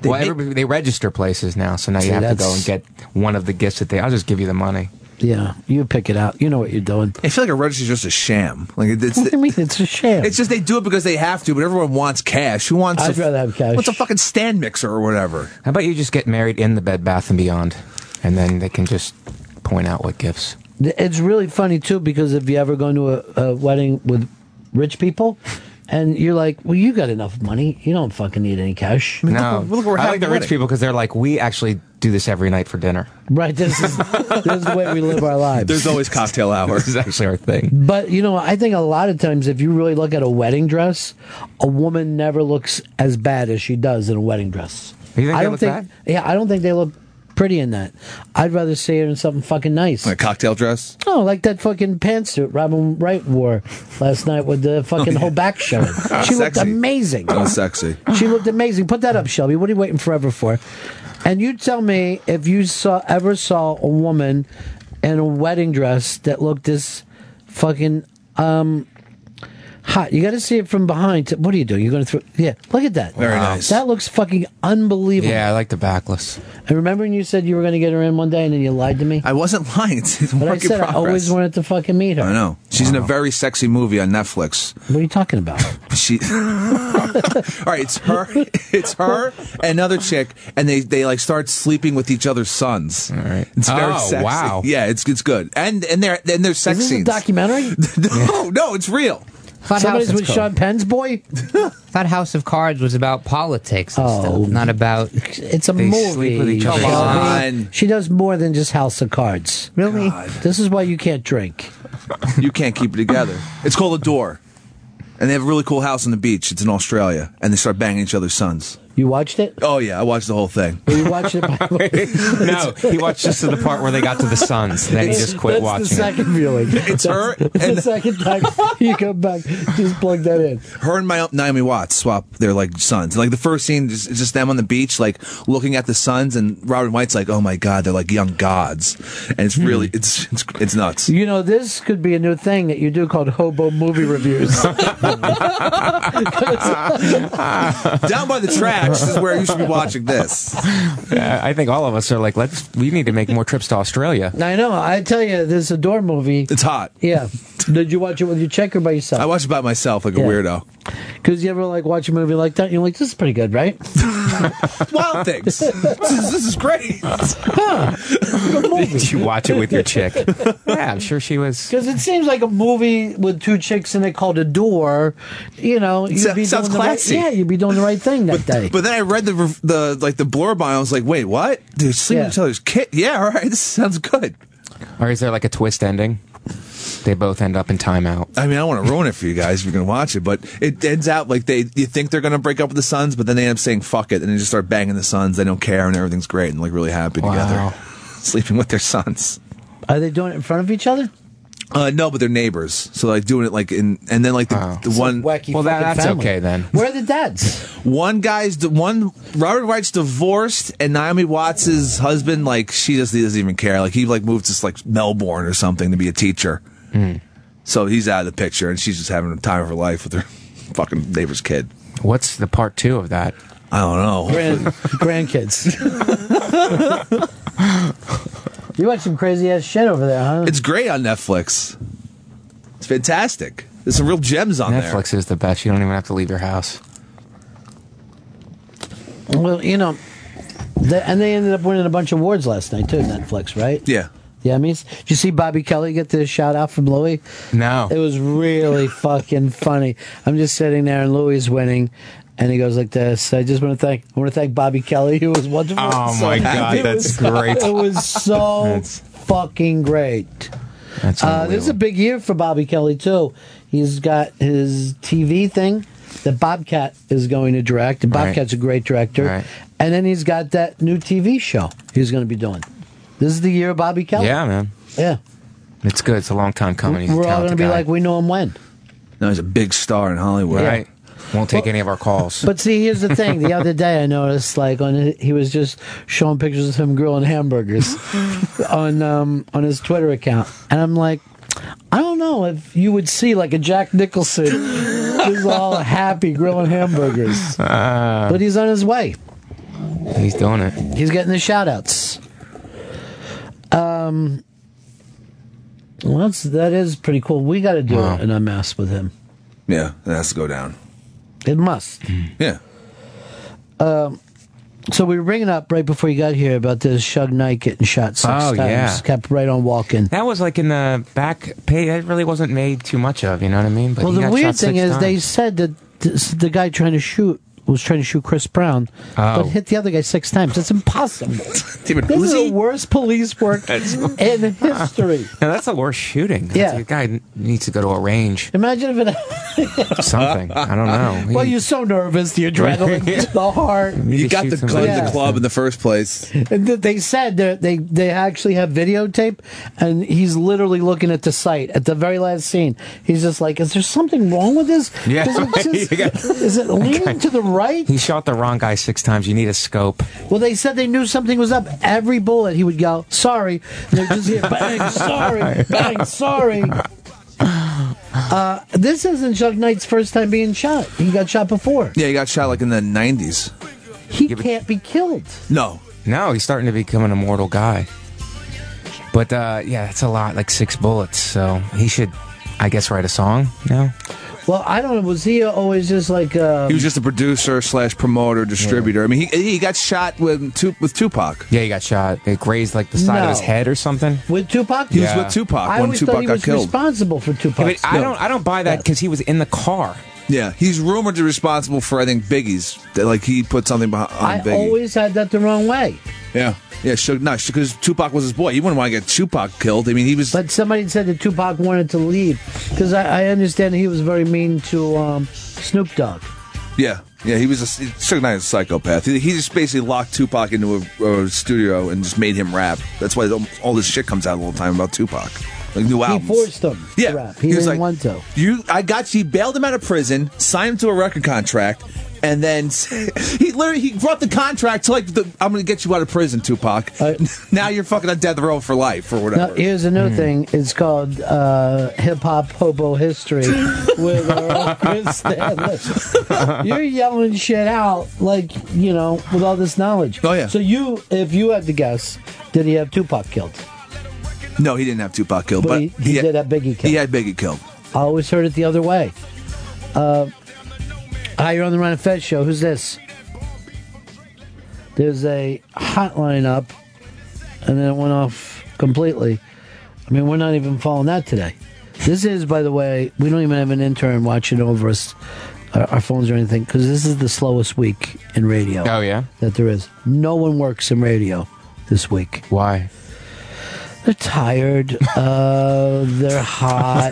They
well,
make-
everybody, they register places now, so now
See,
you have to go and
that's-
get one of the gifts that they. I'll just give you the money.
Yeah, you pick it out. You know what you're doing.
I feel like a register is just a sham. Like it- it's
What do you mean? It's a sham.
It's just they do it because they have to, but everyone wants cash. Who wants?
I'd rather
have cash.
What's a fucking stand mixer or whatever?
How about you just get married in the Bed Bath and Beyond, and then they can just point out what gifts.
It's really funny too because if you ever go to a, a wedding with rich people, and you're like, well, you got enough money. You don't fucking need any cash.
No, I like the rich people because they're like, we actually do this every night for dinner.
Right. This is this is the way we live our lives.
There's always cocktail hour. this
is actually our thing.
But you know, I think a lot of times, if you really look at a wedding dress, a woman never looks as bad as she does in a wedding dress.
You think
I
they
don't
look
think.
bad?
Yeah, I don't think they look pretty in that. I'd rather see her in something fucking nice.
A cocktail dress.
Oh, like that fucking pantsuit Robin Wright wore last night with the
Oh,
fucking whole back showing. She looked
Sexy.
amazing.
That was sexy.
She looked amazing. Put that up, Shelby. What are you waiting forever for? And you tell me if you saw ever saw a woman in a wedding dress that looked this fucking um hot. You got to see it from behind. To, what are you doing? You're going to throw. Yeah, look at that.
Very nice.
That looks fucking unbelievable.
Yeah, I like the backless.
And remember when you said you were going to get her in one day and then you lied to me?
I wasn't lying. It's, it's a
but I
work in
said I
progress.
always wanted to fucking meet her.
I know. She's in a very sexy movie on Netflix.
What are you talking about?
She. All right, it's her. It's her and another chick, and they they like start sleeping with each other's sons. All right. It's very
Oh,
sexy.
wow.
Yeah, it's it's good. And and there and there's sex
Is this a
scenes.
documentary?
no, no, it's real.
Somebody's with Sean Penn's boy.
thought House of Cards was about politics and stuff, not
Oh.
about.
It's a movie. Come on. She does more than just House of Cards. Really? This is why you can't drink.
you can't keep it together. It's called The Door. And they have a really cool house on the beach. It's in Australia. And they start banging each other's sons.
You watched it?
Oh, yeah. I watched the whole thing.
You watched it. By
no, he watched just to the part where they got to the Suns. Then he
It's-
just quit
that's
watching.
the second
it.
viewing. It's
her
It's the second time you come back. Just plug that in.
Her and my Naomi Watts swap their like sons. And, like the first scene is is just them on the beach, like looking at the suns, and Robin White's like, "Oh my God, they're like young gods," and it's really
Hmm.
it's it's, it's nuts.
You know, this could be a new thing that you do called hobo movie reviews.
Down by the tracks is where you should be watching this.
Yeah, I think all of us are like, let's. We need to make more trips to Australia.
I know. I tell you, there's a door movie.
It's hot.
Yeah. Did you watch it with your check or by yourself? I
watched it by myself, like
Yeah.
a weirdo.
Because you ever like watch a movie like that, and you're like, this is pretty good, right?
Wild Things. This is, this is great.
Did you watch it with your chick? Yeah, I'm sure she was.
Because it seems like a movie with two chicks in it called A Door. You know, you'd
Sa-
be
sounds
doing the right-
classy.
yeah, you'd be doing the right thing that day.
But then I read the rev- the like the blurb on. it, I was like, "Wait, what? They're sleeping
Yeah.
with each other's kid? Yeah, all right. This sounds good."
Or is there like a twist ending? They both end up in timeout.
I mean, I don't want to ruin it for you guys if you're going to watch it, but it ends out like they you think they're going to break up with the Suns, but then they end up saying fuck it, and they just start banging the Suns. They don't care, and everything's great, and like really happy
Wow.
together, sleeping with their sons.
Are they doing it in front of each other?
Uh, no, but they're neighbors, so like doing it like in, and then like the, the one.
wacky Well, that- fucking that's family. okay then. Where are the dads?
One guy's the one. Robert White's divorced, and Naomi Watts's husband, like she just he doesn't even care. Like he like moved to like Melbourne or something to be a teacher,
Hmm.
Hmm.
so he's out of the picture, and she's just having the time of her life with her fucking neighbor's kid.
What's the part two of that?
I don't know.
Grand, grandkids. you watch some crazy ass shit over there, huh?
It's great on Netflix. It's fantastic. There's some real gems on there.
Netflix is the best. You don't even have to leave your house.
Well, you know, they, and they ended up winning a bunch of awards last night too. Netflix, right?
Yeah.
The Emmys. Did you see Bobby Kelly get the shout out from Louis?
No.
It was really fucking funny. I'm just sitting there and Louis is winning. And he goes like this. I just want to thank, I want to thank Bobby Kelly, who was wonderful.
Oh,
So
my
happy.
God, that's
It was-
great.
It was so
That's-
fucking great.
That's
uh, this is a big year for Bobby Kelly too. He's got his TV thing that Bobcat is going to direct. And
Right.
Bobcat's a great director.
Right.
And then he's got that new TV show he's going to be doing. This is the year of Bobby Kelly.
Yeah, man.
Yeah.
It's good. It's a long time coming. He's a
We're all
talented
going to be
guy.
like, we know him when.
No, he's a big star in Hollywood.
Yeah.
Right. Won't take any of our calls.
But see, here's the thing. The other day, I noticed like on he was just showing pictures of him grilling hamburgers on um, on his Twitter account, and I'm like, I don't know if you would see like a Jack Nicholson who's all happy grilling hamburgers,
Ah.
but he's on his way.
He's doing it.
He's getting the shout outs. Um, well, that's, that is pretty cool. We got to do
Wow.
an unmask with him.
Yeah, that has to go down.
It must.
Hmm.
Yeah.
Um, so we were bringing up right before you got here about this Shug Knight getting shot six
Oh,
times.
yeah.
Kept right on walking.
That was like in the back pay. That really wasn't made too much of. You know what I mean? But
well,
he
the
got
weird
shot
thing
six
is they
times.
said that this, the guy trying to shoot was trying to shoot Chris Brown,
Oh.
but hit the other guy six times. That's impossible. this is the worst police work in history.
Now that's the worst shooting. That's-
Yeah.
the guy needs to go to a range.
Imagine if it
Something. I don't know.
Well, you're so nervous, the adrenaline, the heart.
You got the gun
Yeah.
the club in the first place.
And th- They said that they they actually have videotape, and he's literally looking at the site at the very last scene. He's just like, "Is there something wrong with this?
Yeah.
Does it just-
You got-
is it leaning to the right?"
He shot the wrong guy six times. You need a scope.
Well, they said they knew something was up. Every bullet, he would go, "Sorry," they just hear bang, sorry, bang, sorry. Uh, this isn't Chuck Knight's first time being shot. He got shot before.
Yeah, he got shot like in the nineties.
He can't be killed.
No.
No, he's starting to become an immortal guy. But uh, yeah, that's a lot, like six bullets. So he should, I guess, write a song now.
Well, I don't know. Was he always just like? Uh,
He was just a producer slash promoter distributor. I mean, he he got shot with Tu- with Tupac.
Yeah, he got shot. It grazed like the side of his
No.
head or something.
with Tupac.
He was with Tupac
I
when
always
Tupac
thought he
got
was
killed.
responsible for Tupac.
Yeah, but I don't, I don't buy that because he was in the car.
Yeah, he's rumored to be responsible for I think Biggie's. That, Like he put something behind
I
on Biggie.
always had that the wrong way.
yeah, yeah, Suge, no, because Tupac was his boy. He wouldn't want to get Tupac killed. I mean, he was.
But somebody said that Tupac wanted to leave because I, I understand he was very mean to um, Snoop Dogg.
Yeah, yeah, he was a Suge Knight is a psychopath. He, he just basically locked Tupac into a, a studio and just made him rap. That's why all this shit comes out all the time about Tupac, like new
He
albums.
forced him
Yeah,
to rap. He,
he was
didn't
like-
want to.
You, I got you. Bailed him out of prison, signed him to a record contract, and then he literally he brought the contract to like the, I'm going to get you out of prison, Tupac. now you're fucking on death row for life or
Uh, Now,
whatever.
here's another thing. It's called uh, Hip Hop Hobo History with uh, our own Chris Stanley. You're yelling shit out, like, you know, with all this knowledge. Oh, yeah. So you, if you had to guess, did he have Tupac killed?
no, he didn't have Tupac killed,
But
but,
he- he did have Biggie killed.
He had Biggie killed.
I always heard it the other way. Uh, hi, Ah, you're on the Run and Fed show. Who's this? There's a hotline up, and then it went off completely. I mean, we're not even following that today. This is, by the way, we don't even have an intern watching over us, our, our phones or anything, because this is the slowest week in radio.
Oh, yeah?
that there is. No one works in radio this week.
Why?
They're tired. Uh, they're hot.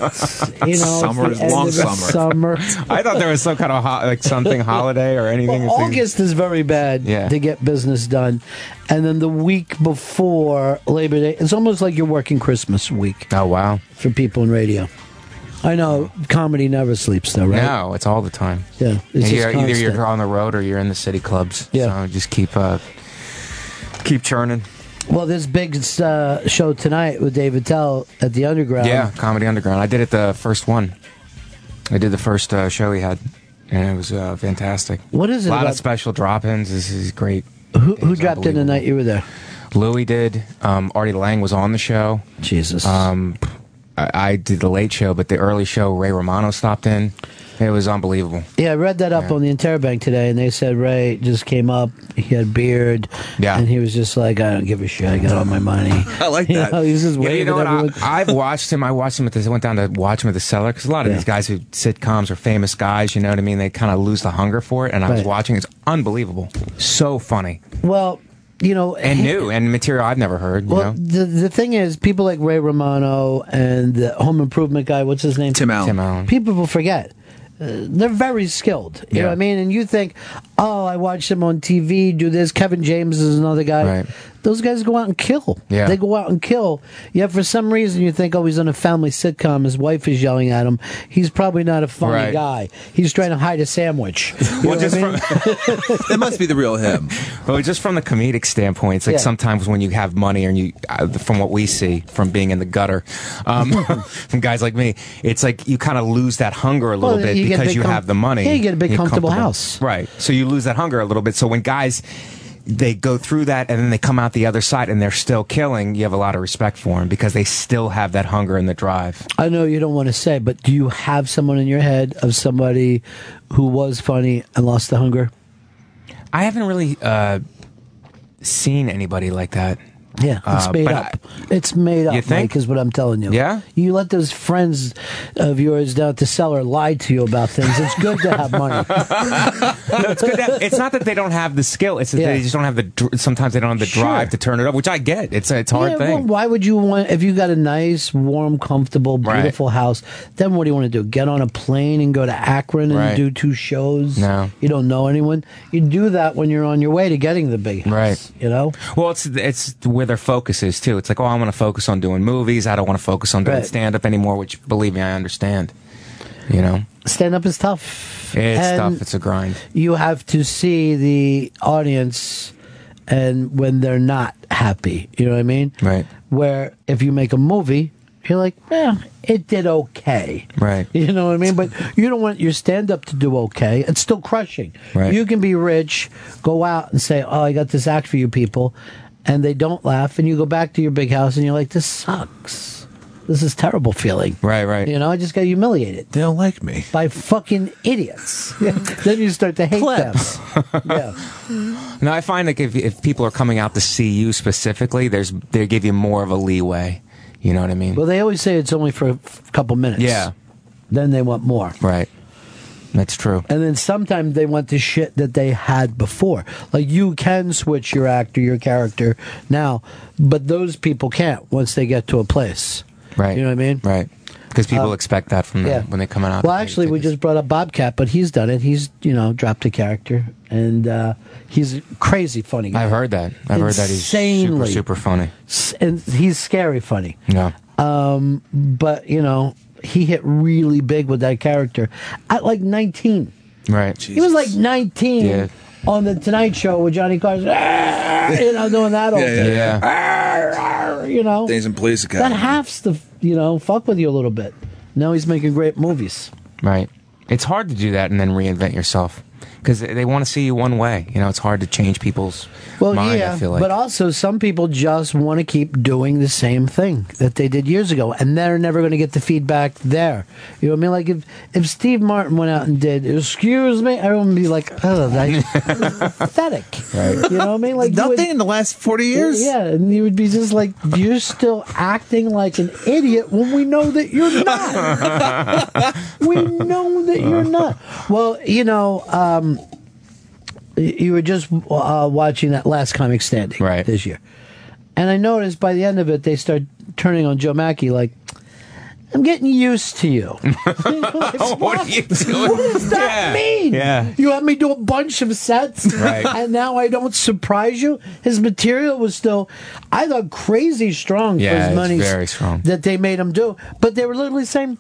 you know,
Summer
it's
is
the end
long
of the
summer.
summer.
I thought there was some kind of ho- like something holiday or anything.
Well,
It's-
August is very bad
Yeah.
to get business done, and then the week before Labor Day, it's almost like you're working Christmas week.
Oh wow!
For people in radio, I know comedy never sleeps though, right?
No, it's all the time.
Yeah, it's just
You're- either
constant.
you're on the road or you're in the city clubs.
Yeah.
so just keep uh, keep churning.
Well, this big uh, show tonight with David Tell at the Underground.
Yeah, Comedy Underground. I did it the first one. I did the first uh, show he had, and it was uh, fantastic.
What is it
A lot
about-
of special drop-ins. This is great.
Who, who dropped in the night you were there?
Louis did. Um, Artie Lang was on the show.
Jesus.
Um, I, I did the late show, but the early show, Ray Romano stopped in. It was unbelievable.
Yeah, I read that up on the Interbank today, and they said Ray just came up. He had beard, yeah, and he was just like, "I don't give a shit. I got all my money."
I like
You know, he was just
Yeah,
waving
you know what?
at everyone.
I, I've watched him. I watched him at this. I went down to watch him at the cellar because a lot of
Yeah.
these guys who sitcoms are famous guys. You know what I mean? They kind of lose the hunger for it. And I was
Right.
watching. It's unbelievable. So funny
Well, you know,
and new and material I've never heard. You
Well,
know?
the the thing is, people like Ray Romano and the Home Improvement guy, what's his name? Tim
Allen. Tim
Allen.
People will forget. Uh, they're very skilled. You know
Yeah.
what I mean? And you think, oh, I watched him on TV do this. Kevin James is another guy.
Right.
Those guys go out and kill.
Yeah.
They go out and kill. Yet for some reason you think, oh, he's on a family sitcom. His wife is yelling at him. He's probably not a funny
Right.
guy. He's trying to hide a sandwich. You know what I mean?
that must be the real him.
Well, just from the comedic standpoint, it's like
Yeah.
sometimes when you have money and you, uh, from what we see from being in the gutter, um, from guys like me, it's like you kind of lose that hunger a little
Well,
bit
you get a
because
big
you
com-
have the money.
Yeah, you get a big
You're
comfortable house.
Right. So you lose that hunger a little bit. So when guys, they go through that and then they come out the other side and they're still killing, you have a lot of respect for them because they still have that hunger and the drive.
I know you don't want to say, but do you have someone in your head of somebody who was funny and lost the hunger?
I haven't really uh, seen anybody like that
Yeah, it's
Uh,
made
but
up. it's made up.
You think?
Mike, is what I'm telling you.
Yeah?
You let those friends of yours down at the cellar lie to you about things. It's good to have money.
no, it's good. That, it's not that they don't have the skill. It's that
Yeah.
they just don't have the. dr- Sometimes they don't have the drive to turn it up, which I get. It's a, it's a hard
Yeah,
thing.
well, why would you want if you got a nice, warm, comfortable,
Right.
beautiful house? Then what do you want to do? Get on a plane and go to Akron and
Right.
do two shows?
No.
you don't know anyone. You do that when you're on your way to getting the big house. Right. You know.
Well, it's it's where their focus is too. It's like, oh, I want to focus on doing movies. I don't want to focus on doing
Right.
stand up anymore. Which, believe me, I understand. You know,
Stand up is tough.
it's
And-
tough. It's a grind.
you have to see the audience and when they're not happy. You know what I mean?
Right.
Where if you make a movie, you're like, yeah, it did okay.
Right.
You know what I mean? But you don't want your stand up to do okay. It's still crushing.
Right.
You can be rich, go out and say, oh, I got this act for you people. And they don't laugh. And you go back to your big house and you're like, this sucks. This is terrible feeling.
Right, right.
You know, I just got humiliated.
They don't like me.
By fucking idiots. then you start to hate them.
No, I find like if if people are coming out to see you specifically, there's they give you more of a leeway. You know what I mean?
Well, they always say it's only for a f- couple minutes.
Yeah.
Then they want more.
Right. That's true.
And then sometimes they want the shit that they had before. Like you can switch your actor, your character now, but those people can't once they get to a place.
Right.
You know what I mean?
Right. Because people
Um,
expect that from them
yeah.
when they come out.
Well, actually, we just brought up Bobcat, but he's done it. He's you know dropped a character, and uh, he's a crazy funny. Guy.
I've heard that. I've heard that he's super
Insanely.
super funny.
S- and he's scary funny.
Yeah.
Um, but you know, he hit really big with that character at like 19.
Right.
He was like 19
Yeah.
on the Tonight Show with Johnny Carson. "Ah," you know, doing that all
Yeah,
day.
yeah,
"Ah," You know,
Things in police
that
academy.
halves the you know fuck with you a little bit. Now he's making great movies.
Right. It's hard to do that and then reinvent yourself because they want to see you one way. You know, it's hard to change people's
Well,
mind.
yeah,
I feel like.
but also some people just want to keep doing the same thing that they did years ago, and they're never going to get the feedback there. You know what I mean? Like if if Steve Martin went out and did "Excuse me," everyone would be like, "Oh, that pathetic."
Right.
You know what I mean? Like you
Nothing
would-
in the last 40 years?
Yeah, and you would be just like, "You're still acting like an idiot when we know that you're not." we know that you're not. Well, you know, um, y- you were just uh, watching that last comic standing right. this year. And I noticed by the end of it, they start turning on Joe Mackey like, I'm getting used to you.
what are you doing?
What does that
Yeah.
mean?
Yeah.
You had me do a bunch of sets,
Right.
and now I don't surprise you. His material was still, I thought, crazy strong for
Yeah,
his
it's
money
very strong.
that they made him do. But they were literally saying,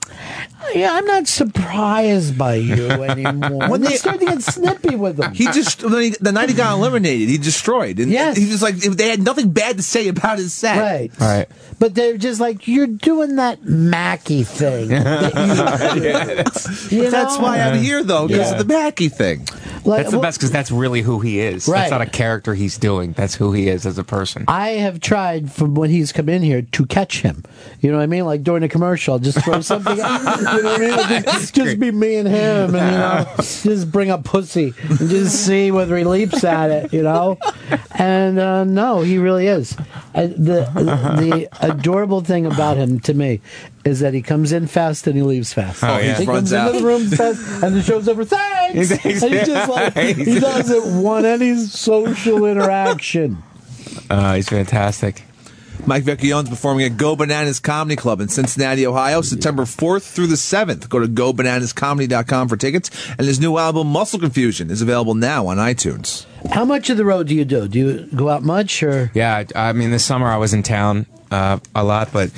"Yeah, I'm not surprised by you anymore."
When
when they
they-
started to get snippy with him,
He just when he- the night he got eliminated, he destroyed. And yes. he was like they had nothing bad to say about his set.
Right.
Right.
But they're just like, you're doing that Mackey thing. that you do."
that's,
You
that's
know?
why I'm here though, because
Yeah.
of the Mackey thing.
Like,
that's the best because that's really who he is.
Right.
That's not a character he's doing. That's who he is as a person.
I have tried from when he's come in here to catch him. You know what I mean? Like during a commercial, I'll just throw something. out. You know what I mean? Like, just, just be me and him, and you know, just bring up pussy and just see whether he leaps at it. You know, and uh, no, he really is. I, the the adorable thing about him to me is that he comes in fast and he leaves fast.
Oh, yeah.
He
Runs
comes
out.
into the room fast and the show's over. Thanks. And
He's-
he just like he doesn't want any social interaction.
Uh, he's fantastic.
Mike Vecchione's performing at Go Bananas Comedy Club in Cincinnati, Ohio, September 4th through the 7th. Go to gobananascomedy.com for tickets. And his new album, Muscle Confusion, is available now on iTunes.
How much of the road do you do? Do you go out much or?
Yeah, I I mean, this summer I was in town uh, a lot, but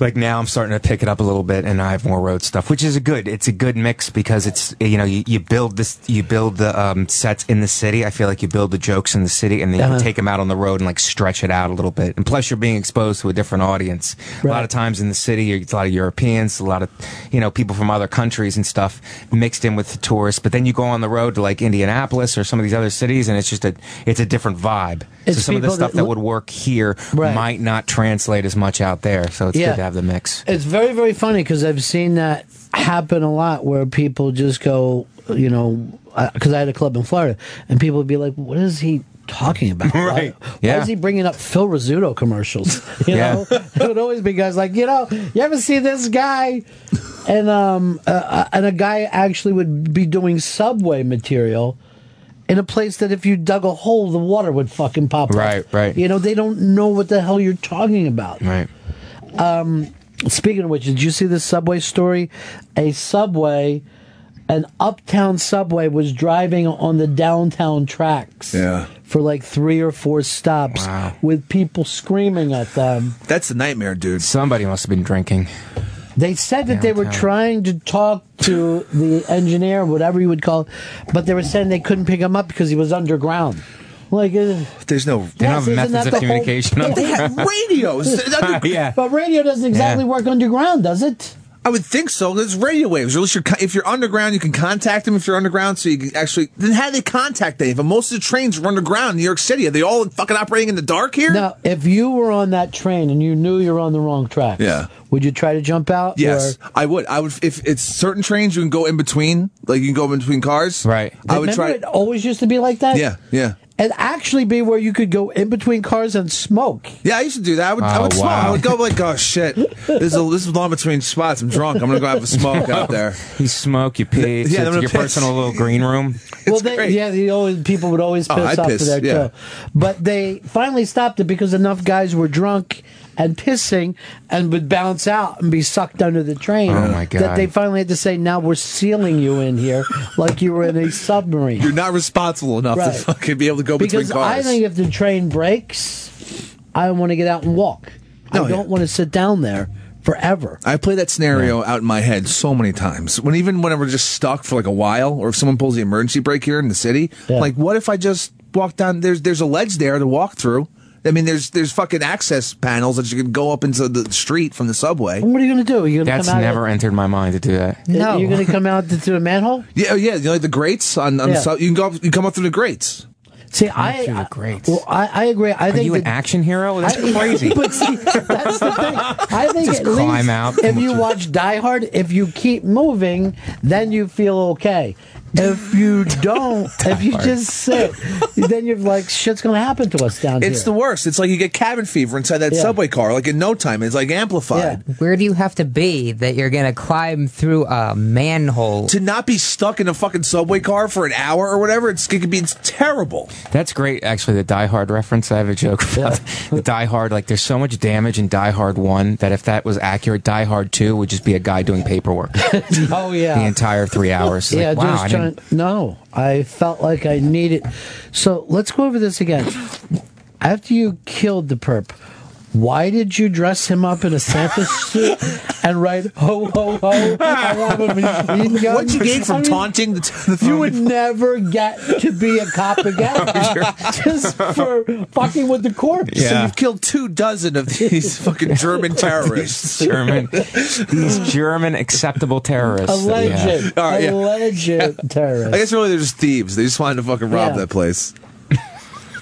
like now I'm starting to pick it up a little bit, and I have more road stuff, which is a good. It's a good mix because it's you know you, you build this, you build the um, sets in the city. I feel like you build the jokes in the city, and then you
Uh-huh.
can take them out on the road and like stretch it out a little bit. And plus, you're being exposed to a different audience. A lot of times in the city, you- it's a lot of Europeans, a lot of you know people from other countries and stuff mixed in with the tourists. But then you go on the road to like Indianapolis or some of these other cities, and it's just a it's a different vibe. so
It's
some of the
people
stuff
that
that,
l-
would work here might not translate as much out there. So it's
Yeah.
good to have the mix.
It's very, very funny because I've seen that happen a lot where uh, people just go, you know, because I had a club in Florida and people would be like, what is he talking about?
Right.
Why,
Yeah.
why is he bringing up Phil Rizzuto commercials? You
Yeah.
know, it would always be guys like, you know, you ever see this guy? And um, uh, uh, and a guy actually would be doing subway material in a place that if you dug a hole, the water would fucking pop up.
Right, right.
You know, they don't know what the hell you're talking about.
Right.
Um, speaking of which, did you see the subway story? A subway, an uptown subway was driving on the downtown tracks
Yeah.
for like three or four stops with people screaming at them.
That's a nightmare, dude.
Somebody must have been drinking.
They said that they were
Downtown.
trying to talk to the engineer, whatever you would call it, but they were saying they couldn't pick him up because he was underground. Like, uh,
there's no
They don't have methods of communication.
Whole,
They have radios.
yeah.
But radio doesn't exactly
Yeah.
work underground, does it?
I would think so. There's radio waves. Or at least you're, con- if you're underground, you can contact them. If you're underground, so you can actually. Then how do they contact them? If most of the trains are underground in New York City, are they all fucking operating in the dark here?
Now, if you were on that train and you knew you were on the wrong track,
Yeah.
would you try to jump out?
Yes,
Or-
I would. I would. If it's certain trains, you can go in between. Like you can go in between cars. Right. I would
Remember
try.
It always used to be like that.
Yeah, yeah.
And actually, be where you could go in between cars and smoke.
Yeah, I used to do that. I would, I
Oh,
would smoke.
wow.
I would go like, oh shit, this is a, this is long between spots. I'm drunk. I'm gonna go have a smoke out there.
You smoke, you pee.
Yeah,
Yeah,
I'm
it's
gonna
your
piss.
personal little green room.
well, they, yeah, the old people would always
Oh,
piss
I'd
off to
piss,
their
yeah.
too. But they finally stopped it because enough guys were drunk and pissing and would bounce out and be sucked under the train.
Oh, my
That
God.
they finally had to say, "Now we're sealing you in here like you were in a submarine."
You're not responsible enough
Right.
to fucking be able to go
because
between cars.
I think if the train breaks, I want to get out and walk.
Oh,
I don't want to sit down there forever.
I play that scenario out in my head so many times. When even when we're just stuck for like a while, or if someone pulls the emergency brake here in the city,
Yeah.
like what if I just walk down? There's there's a ledge there to walk through. I mean, there's there's fucking access panels that you can go up into the street from the subway.
What are you going to do? Are you going to
That's
come out?
never entered my mind to do that.
You're going to come out th- through a manhole?
Yeah, oh, yeah, you know, like the grates on, on
Yeah.
the sub. You can go up, you come up through the grates.
See, I,
through the
grates. Well, I, I agree. I think
you an
action hero? That's crazy.
but see, that's the thing. I think
Just
at least
climb out.
if you watch Die Hard, if you keep moving, then you feel okay. If you don't, if you
Hard.
just sit, then you're like, shit's going to happen to us down
It's
here.
the worst. It's like you get cabin fever inside that subway car. Like in no time, it's like amplified.
Where do you have to be that you're gonna climb through a manhole?
To not be stuck in a fucking subway car for an hour or whatever, it's, it could be it's terrible.
That's great, actually. The Die Hard reference. I have a joke about the Die Hard. Like, there's so much damage in Die Hard One that if that was accurate, Die Hard Two would just be a guy doing paperwork
oh, yeah.
the entire three hours. Like,
yeah,
wow, I
just
didn't-
trying. No, I felt like I needed. So let's go over this again. After you killed the perp, why did you dress him up in a Santa suit and write "Ho ho ho"? I have a machine gun"?
What'd you gain
I
from
mean,
taunting the, the
You would never get to be a cop again
Oh,
just for fucking with the corpse.
So you've killed two dozen of these fucking German terrorists.
These German, these German acceptable terrorists. that we have.
Alleged,
All right, yeah.
alleged terrorist.
I guess really they're just thieves. They just wanted to fucking rob
Yeah.
that place.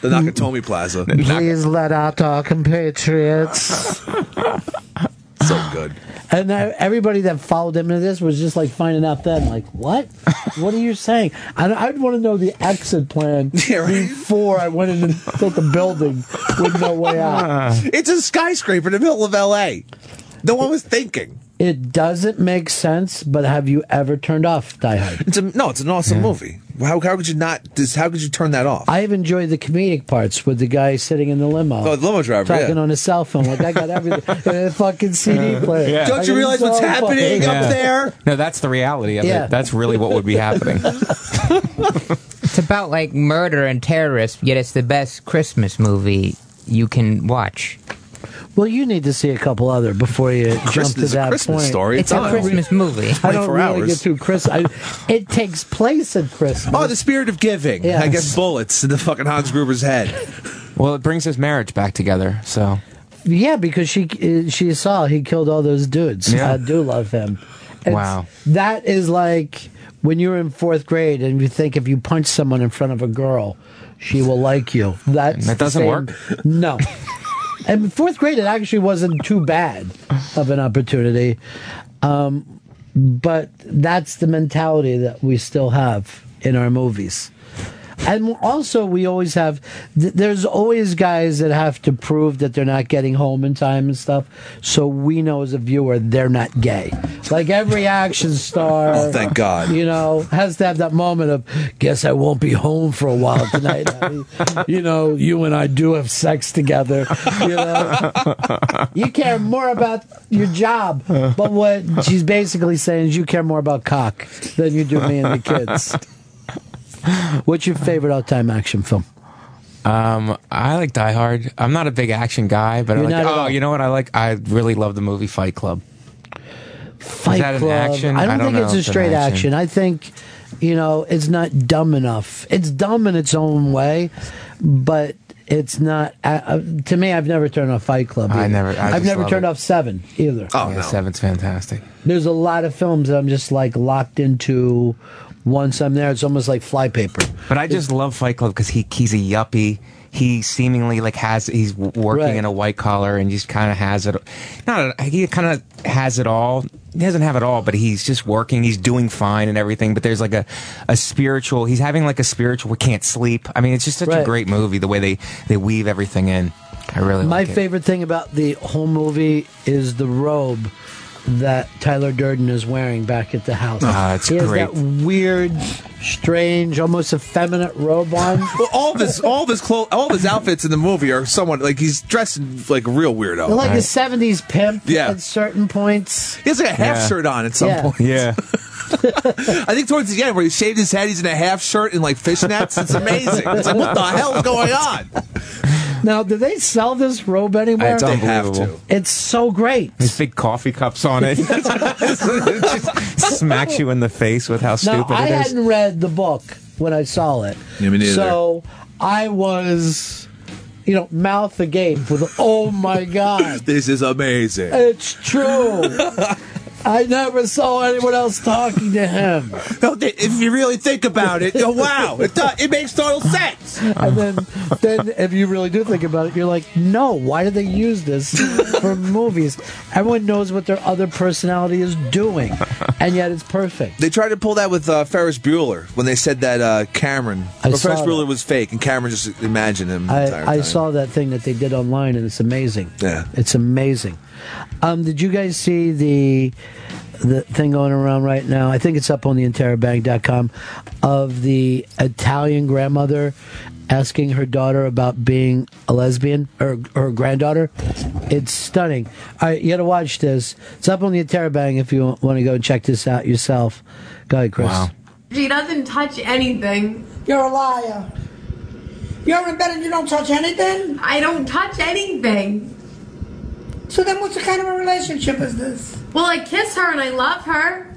The Nakatomi Plaza.
Please let out our compatriots.
so good.
And now everybody that followed him into this was just like finding out then, like, what? What are you saying? I, I'd want to know the exit plan before I went into the building with no way out.
It's a skyscraper in the middle of L.A. No one was thinking.
It doesn't make sense, but have you ever turned off Die Hard?
It's a, no, it's an awesome movie. How, how could you not? This, how could you turn that off?
I've enjoyed the comedic parts with the guy sitting in the limo.
Oh, the limo driver,
Talking
yeah.
on his cell phone. Like, I got everything. and a fucking CD player.
Yeah.
Like, it's so fucking-
Yeah. No, that's the reality of
Yeah.
it. That's really what would be happening.
It's about like murder and terrorists, yet it's the best Christmas movie you can watch.
Well, you need to see a couple other before you jump to
Christmas-
that
Christmas
point.
story, It's it's a on. Christmas movie.
I don't
24
really
hours.
get to Christmas. It takes place at Christmas.
Oh, the spirit of giving.
Yes.
I guess bullets in the fucking Hans Gruber's head.
well, it brings his marriage back together. So
Yeah, because she uh, she saw he killed all those dudes.
Yeah.
I do love him.
Wow.
that is like when you're in fourth grade and you think if you punch someone in front of a girl, she will like you. That's
That
the
doesn't
same-
work?
No. and fourth grade, it actually wasn't too bad of an opportunity, um, but that's the mentality that we still have in our movies. And also, we always have. th- There's always guys that have to prove that they're not getting home in time and stuff. So we know as a viewer they're not gay. Like every action star.
Oh, thank God.
You know, has to have that moment of guess I won't be home for a while tonight. honey." you know, you and I do have sex together. You know you care more about your job. But what she's basically saying is you care more about cock than you do me and the kids. What's your favorite all time action film?
Um, I like Die Hard. I'm not a big action guy, but
You're
I like.
not at
Oh,
all.
you know what I like? I really love the movie Fight Club.
Fight
Is that
Club.
an action?
I don't, think
know
it's
if
a straight action. I think, you know, it's not dumb enough. It's dumb in its own way, but it's not. Uh, uh, to me, I've never turned off Fight Club.
I
either.
never. I
I've
just
never
love
turned
it.
off Seven either.
Oh,
yeah, Seven's fantastic.
There's a lot of films that I'm just like locked into. Once I'm there, it's almost like flypaper.
But I just love Fight Club because he he's a yuppie. He seemingly like has he's w- working in a white collar and just kind of has it. Not a, he kind of has it all. He doesn't have it all, but he's just working. He's doing fine and everything. But there's like a a spiritual. He's having like a spiritual. We can't sleep. I mean, it's just such a
Right.
great movie. The way they they weave everything in. I really
My
like it.
favorite thing about the whole movie is the robe that Tyler Durden is wearing back at the house.
Ah, it's
he has
great.
that weird, strange, almost effeminate robe on.
Well, all of his all of his clothes, all of his outfits in the movie are somewhat like he's dressed in, like a real weirdo.
like a 70s pimp
Yeah.
at certain points.
He has like a half shirt on at some
Yeah.
point. Yeah. I think towards the end where he shaved his head, he's in a half shirt and like fishnets. It's amazing. It's like what the hell is going on?
Now, do they sell this robe anywhere?
It's unbelievable.
It's so great.
His big coffee cups on it. It just smacks you in the face with how
Now,
stupid
I
it is.
hadn't read the book when I saw it.
Yeah, me neither.
So I was, you know, mouth agape with, oh my God.
This is amazing.
It's true. I never saw anyone else talking to him.
No, th- if you really think about it, oh, wow, it, do- it makes total sense.
And then, then if you really do think about it, you're like, no, why do they use this for movies? Everyone knows what their other personality is doing, and yet it's perfect.
They tried to pull that with uh, Ferris Bueller when they said that uh, Cameron,
I
well, Ferris
saw
Bueller was fake, and Cameron just imagined him. the entire
I, I
time.
saw that thing that they did online, and it's amazing.
Yeah.
it's amazing. Um, did you guys see the the thing going around right now? I think it's up on the interrobang.com of the Italian grandmother asking her daughter about being a lesbian or her granddaughter. It's stunning. All right, you got to watch this. It's up on the interrobang if you want to go and check this out yourself. Go ahead, Chris.
She doesn't touch anything.
You're a liar. You're in bed and you don't touch anything?
I don't touch anything.
So then what's the kind of a relationship is this?
Well, I kiss her and I love her.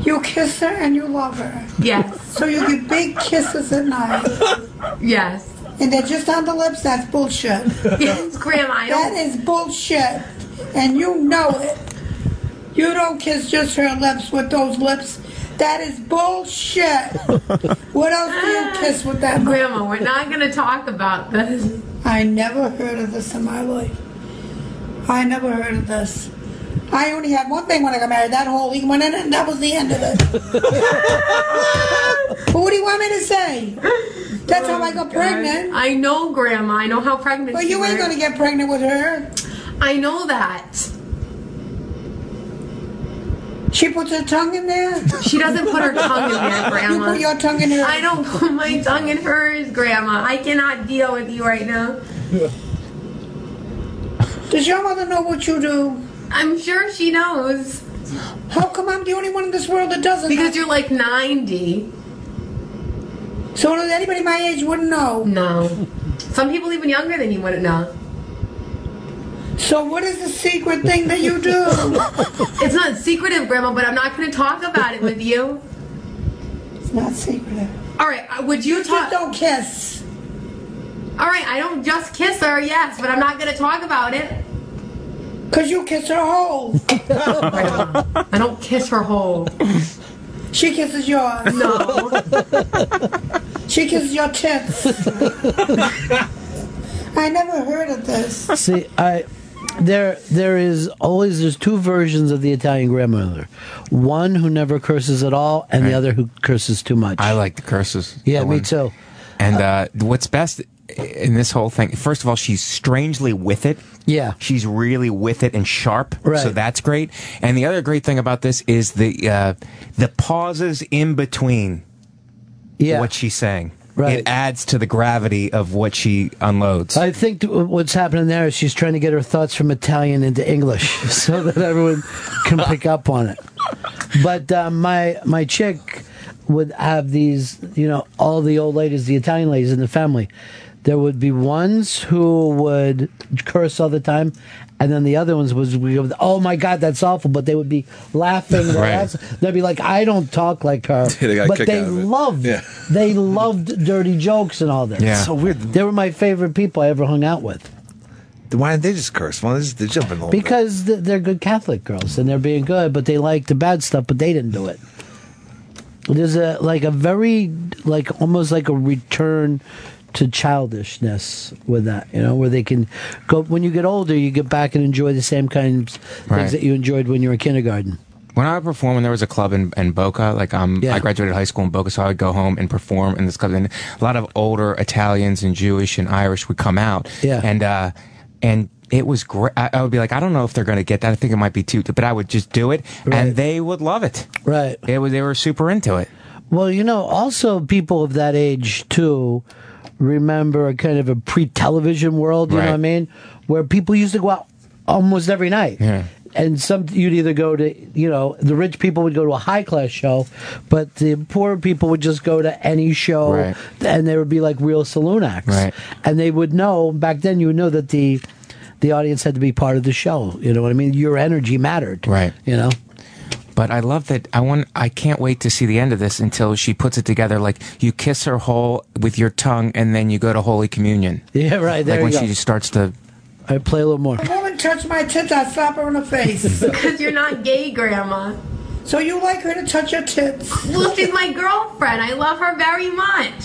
You kiss her and you love her.
Yes.
So you give big kisses at night.
Yes.
And they're just on the lips, that's bullshit.
Yes, Grandma. I
That
don't.
is bullshit. And you know it. You don't kiss just her lips with those lips. That is bullshit. what else do you kiss with that mouth?
Grandma, we're not going to talk about this.
I never heard of this in my life. I never heard of this. I only had one thing when I got married. That hole he went in, and that was the end of it. but what do you want me to say? That's
Oh
how I got pregnant.
I know, Grandma. I know how pregnant.
Well, you ain't gonna get pregnant with her.
I know that.
She puts her tongue in there.
She doesn't put her tongue in there, Grandma.
You put your tongue in there.
I don't put my tongue in hers, Grandma. I cannot deal with you right now.
Does your mother know what you do?
I'm sure she knows.
How come I'm the only one in this world that doesn't?
Because you're like 90.
So anybody my age wouldn't know.
No. Some people even younger than you wouldn't know.
So what is the secret thing that you do?
It's not secretive, Grandma, but I'm not going to talk about it with you.
It's not secretive.
All right, uh, would you talk?
Don't kiss.
All right, I don't just kiss her, yes, but I'm not going to talk about it.
Cause you kiss her hole.
I don't kiss her whole.
She kisses yours.
No.
she kisses your tits. I never heard of this.
See, I there there is always there's two versions of the Italian grandmother. One who never curses at all, and the other who curses too much.
I like the curses.
Yeah,
The
me
one-
too.
And uh, what's best in this whole thing? First of all, she's strangely with it.
Yeah,
she's really with it and sharp.
Right.
So that's great. And the other great thing about this is the uh, the pauses in between.
Yeah.
What she's saying.
Right.
It adds to the gravity of what she unloads.
I think th- what's happening there is she's trying to get her thoughts from Italian into English so that everyone can pick up on it. But uh, my my chick would have these, you know, all the old ladies, the Italian ladies in the family. There would be ones who would curse all the time, and then the other ones was we go, oh my god, that's awful. But they would be laughing. their
Right.
ass- They'd be like, I don't talk like her,
They got a
but
kick
they
out of it.
loved
Yeah.
they loved dirty jokes and all that.
Yeah. So
weird. They were my favorite people I ever hung out with
Why didn't they just curse? Why didn't they just jump in a little bit?
because th- they're good Catholic girls and they're being good, but they like the bad stuff, but they didn't do it. There's a like a very like almost like a return to childishness with that, you know, where they can go when you get older, you get back and enjoy the same kinds of
Right.
things that you enjoyed when you were in kindergarten.
When I would perform, when there was a club in, in Boca, like um, I graduated high school in Boca, so I would go home and perform in this club. And a lot of older Italians and Jewish and Irish would come out.
Yeah.
And, uh, and it was great. I, I would be like, I don't know if they're going to get that. I think it might be too, but I would just do it and they would love it.
Right.
It was, they were super into it.
Well, you know, also people of that age too remember a kind of a pre-television world. You know
Right.
what I mean? Where people used to go out almost every night.
Yeah.
And some you'd either go to you know the rich people would go to a high class show, but the poor people would just go to any show,
Right.
and they would be like real saloon acts,
Right.
and they would know back then you would know that the the audience had to be part of the show. You know what I mean? Your energy mattered,
Right.
You know.
But I love that. I want. I can't wait to see the end of this until she puts it together. Like you kiss her whole with your tongue, and then you go to Holy Communion.
Yeah, right. There
like when
you
she
go.
just starts to.
I play a little more.
A woman touched my tits, I slap her in the face.
Because you're not gay, Grandma.
So you like her to touch your tits?
Well, she's my girlfriend. I love her very much.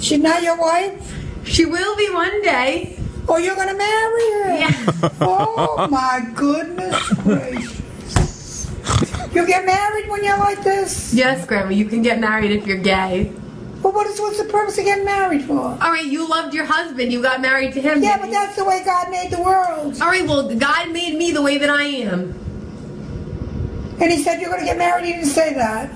She's not your wife?
She will be one day.
Oh, you're gonna marry her?
Yeah.
Oh my goodness gracious. You get married when you're like this?
Yes, Grandma, you can get married if you're gay.
Well, what is, what's the purpose of getting married for?
All right, you loved your husband. You got married to him.
Yeah, but that's the way God made the world.
All right, well, God made me the way that I am.
And he said you're gonna get married, he didn't say that.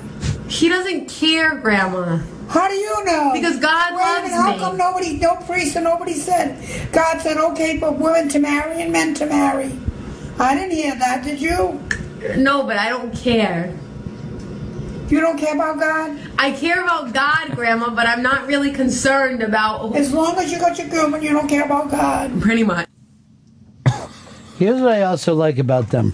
He doesn't care, Grandma.
How do you know?
Because God
Wait a
loves
minute, How
me.
come nobody, no priest or nobody said, God said, okay for women to marry and men to marry? I didn't hear that, did you?
No, but I don't care.
You don't care about God?
I care about God, Grandma, but I'm not really concerned about.
As long as you got your good one, you don't care about God.
Pretty much.
Here's what I also like about them.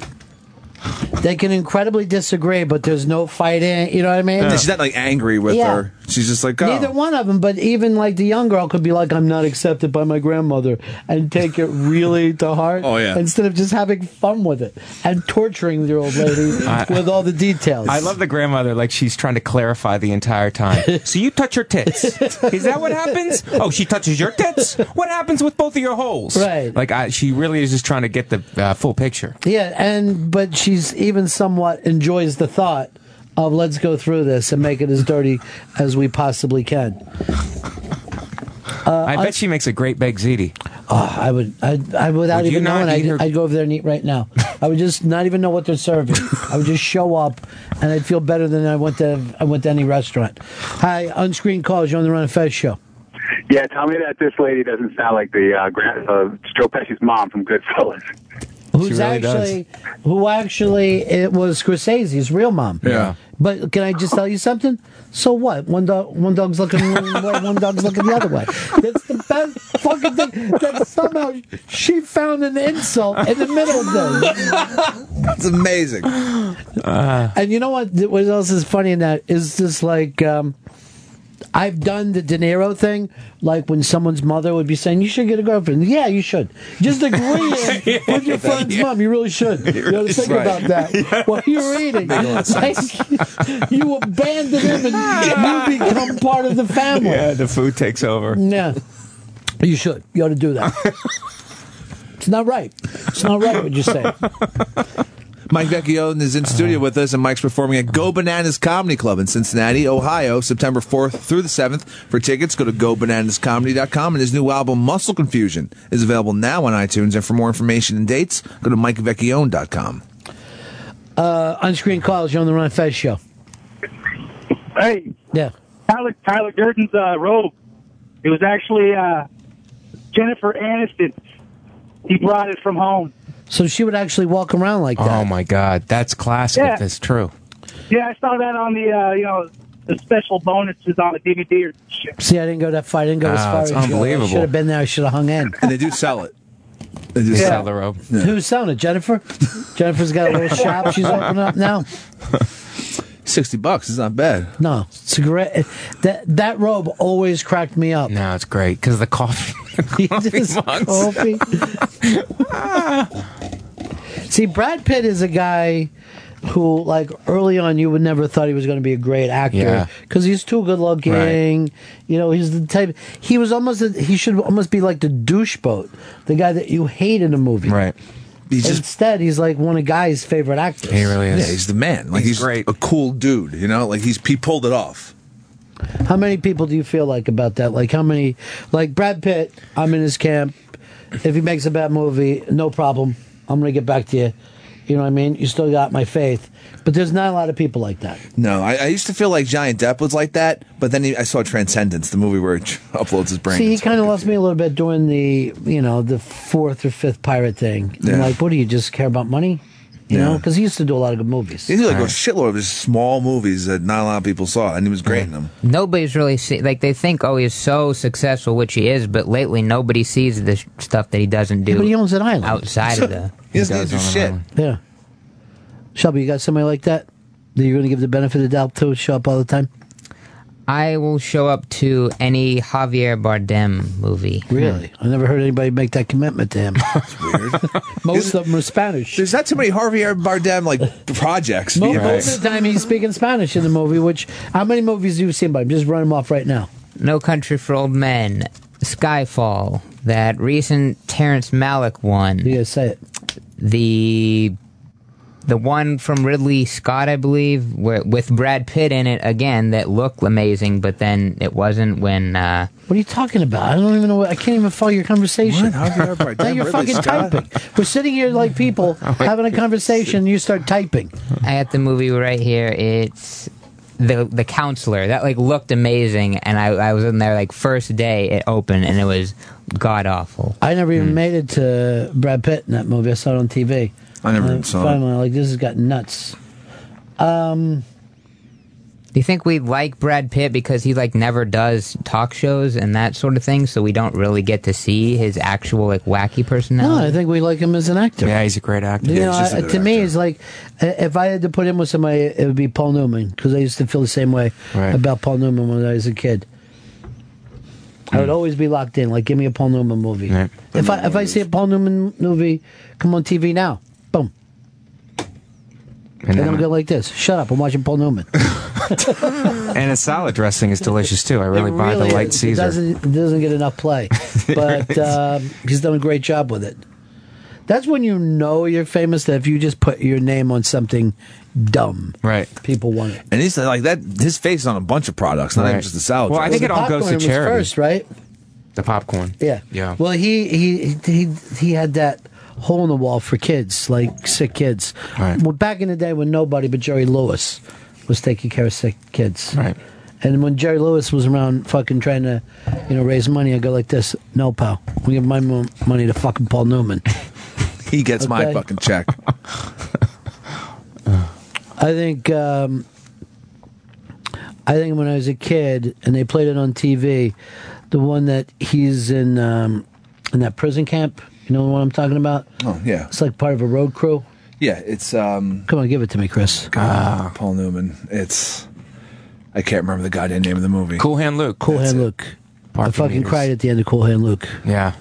They can incredibly disagree, but there's no fighting. You know what I mean?
She's not like angry with
Yeah.
her. She's just like, oh.
Neither one of them, but even like the young girl could be like, "I'm not accepted by my grandmother," and take it really to heart.
Oh, yeah.
Instead of just having fun with it and torturing the old lady
I-
with all the details.
I love the grandmother. Like she's trying to clarify the entire time. so you touch her tits. Is that what happens? Oh, she touches your tits. What happens with both of your holes?
Right.
Like I, she really is just trying to get the uh, full picture.
Yeah, and but she's even somewhat enjoys the thought of let's go through this and make it as dirty as we possibly can. Uh,
I bet she makes a great bag ziti.
Oh, I would, I, I without
Would you
even
not
knowing,
eat
I'd,
her-
I'd go over there and eat right now. I would just not even know what they're serving. I would just show up, and I'd feel better than I went to I went to any restaurant. Hi, unscreened calls. You're on the Run and Fez show.
Yeah, tell me that this lady doesn't sound like the uh, grand, uh, Joe Pesci's mom from Goodfellas.
Who's actually who actually it was Scorsese's real mom.
Yeah.
But can I just tell you something? So what? One dog, one dog's looking one way, one dog's looking the other way. That's the best fucking thing. That somehow she found an insult in the middle of this.
That's amazing. Uh,
And you know what? th- What else is funny in that is just like um, I've done the De Niro thing, like when someone's mother would be saying, "You should get a girlfriend." Yeah, you should. Just agree in with your friend's mom. You really should. You know,
really
think
should.
about that while you're eating.
Make a lot of
Like, you abandon him and you become part of the family.
the food takes over.
Yeah. You should. You ought to do that. It's not right. It's not right what you say.
Mike Vecchione is in studio with us, and Mike's performing at Go Bananas Comedy Club in Cincinnati, Ohio, September 4th through the 7th. For tickets, go to gobananascomedy.com, and his new album, Muscle Confusion, is available now on iTunes. And for more information and dates, go to mikevecchione.com.
Uh, on screen calls, you're on the Ron Fez show.
Hey,
Yeah.
Tyler, Tyler Durden's uh, robe. It was actually uh, Jennifer Aniston. He brought it from home.
So she would actually walk around like that.
Oh my God, that's classic.
Yeah.
If it's true.
Yeah, I saw that on the uh, you know the special bonuses on the DVD. Or shit.
See, I didn't go that far. I didn't go as
Ah,
far
it's
as you.
unbelievable.
I should have been there. I should have hung in.
And they do sell it. They
do sell the robe.
Who's selling it? Jennifer? Jennifer's got a little shop she's opening up now.
60 bucks is not bad.
No, it's a great. That, that robe always cracked me up.
No, it's great because the coffee. mugs.
coffee. See, Brad Pitt is a guy who, like, early on, you would never thought he was going to be a great
Yeah.
actor because he's too good looking. You know, he's the type. He was almost. A, he should almost be like the douche boat, the guy that you hate in a movie.
Right.
Instead, he's like one of Guy's favorite actors.
He really is. Yeah, he's the man. Like he's, great. a cool dude, you know? Like he's he pulled it off.
How many people do you feel like about that? Like how many? Like Brad Pitt, I'm in his camp. If he makes a bad movie, no problem. I'm gonna get back to you. You know what I mean? You still got my faith. But there's not a lot of people like that.
No, I, I used to feel like Giant Depp was like that, but then he, I saw Transcendence, the movie where he uploads his brain.
See, he kind of lost me a little bit doing the you know the fourth or fifth pirate thing. I'm
Yeah.
like, what do you just care about money? You know,
Yeah.
because he used to do a lot of good movies.
He did like a shitload of just small movies that not a lot of people saw, and he was great in them.
Nobody's really see like they think oh he's so successful which he is but lately nobody sees the sh- stuff that he doesn't do.
But he owns an island
outside of the.
He doesn't need to do
does own an
shit.
island.
Yeah. Shelby, you got somebody like that that you're gonna give the benefit of the doubt to show up all the time?
I will show up to any Javier Bardem movie.
Really? I never heard anybody make that commitment to him. Most of them are Spanish.
There's not too many Harvey Bardem like projects.
Mo-
you know?
Most of the time, he's speaking Spanish in the movie. Which how many movies you've seen by him? Just run them off right now.
No Country for Old Men, Skyfall, that recent Terrence Malick one.
Yeah, say it.
The the one from Ridley Scott, I believe, where, with Brad Pitt in it again, that looked amazing, but then it wasn't when. Uh,
What are you talking about? I don't even know. What, I can't even follow your conversation.
Javier Bardem,
now you're
Ridley
fucking
Scott?
typing. We're sitting here like people
Oh
having a conversation. and You start typing.
I got the movie right here. It's the the counselor that like looked amazing, and I I was in there like first day it opened, and it was god awful.
I never
Hmm.
even made it to Brad Pitt in that movie. I saw it on TV.
I never
And
saw it.
Finally, like this has got nuts. Um,
Do you think we like Brad Pitt because he like never does talk shows and that sort of thing, so we don't really get to see his actual like wacky
no,
personality?
I think we like him as an actor.
Yeah, he's a great actor.
You know, I- to me, it's like uh, if I had to put him with somebody, it would be Paul Newman because I used to feel the same way
Right.
about Paul Newman when I was a kid. I
Hmm.
would always be locked in. Like, give me a Paul Newman movie. If I if I see a Paul Newman movie come on TV now, boom,
And,
and, I'm
uh,
go like this. Shut up! I'm watching Paul Newman.
and his salad dressing is delicious too. I really buy the light
is. It
Caesar.
doesn't it doesn't get enough play, but um, he's done a great job with it. That's when you know you're famous. That if you just put your name on something dumb,
right?
People want it.
And he's like that. His face is on a bunch of products, not even
Right.
just the salad.
Well, I think
dressing.
it all goes
Popcorn
to
was
charity.
first, right?
The popcorn.
Yeah.
Yeah.
Well, he he he he had that hole in the wall for kids, like sick kids.
Right.
Well, back in the day when nobody but Jerry Lewis was taking care of sick kids.
Right.
And when Jerry Lewis was around, fucking trying to, you know, raise money, I go like this: No, pal, we give my mo- money to fucking Paul Newman.
he gets my
Okay.
fucking check.
I think um, I think when I was a kid and they played it on TV, the one that he's in um, in that prison camp. You know what I'm talking about?
Oh, yeah.
It's like part of a road crew.
yeah, it's um.
Come on, give it to me, Chris.
Ah, Paul Newman. It's I can't remember the goddamn name of the movie.
Cool Hand Luke.
Cool Hand Luke. I fucking
meters.
cried at the end of Cool Hand Luke.
Yeah.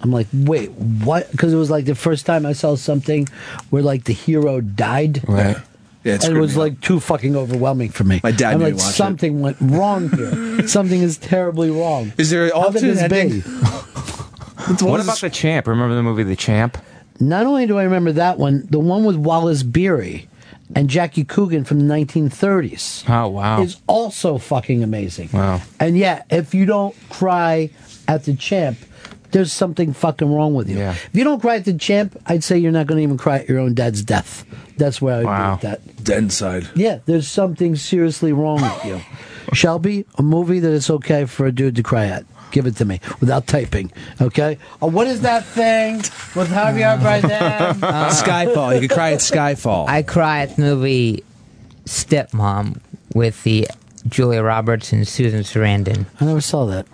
I'm like, wait, what? Because it was like the first time I saw something where like the hero died.
Right.
Yeah, it
and
screwed
it was
me up.
like too fucking overwhelming for me.
My dad
I'm
made me
like,
watch it.
something went wrong here. something is terribly wrong.
Is there an
How could
alternate
this be?
ending?
What about the champ? Remember the movie The Champ?
Not only do I remember that one, the one with Wallace Beery and Jackie Coogan from the 1930s
Oh wow!
is also fucking amazing.
Wow.
And yeah, if you don't cry at the champ, there's something fucking wrong with you. If you don't cry at the champ, I'd say you're not going to even cry at your own dad's death. That's where I would be with that.
Dead inside.
Yeah, there's something seriously wrong with you. Shelby, a movie that it's okay for a dude to cry at. Give it to me without typing, okay? Uh, what is that thing with
Uh.
Javier Bardem?
Skyfall. You could cry at Skyfall.
I cry at the movie Stepmom with the Julia Roberts and Susan Sarandon. Mm.
I never saw that.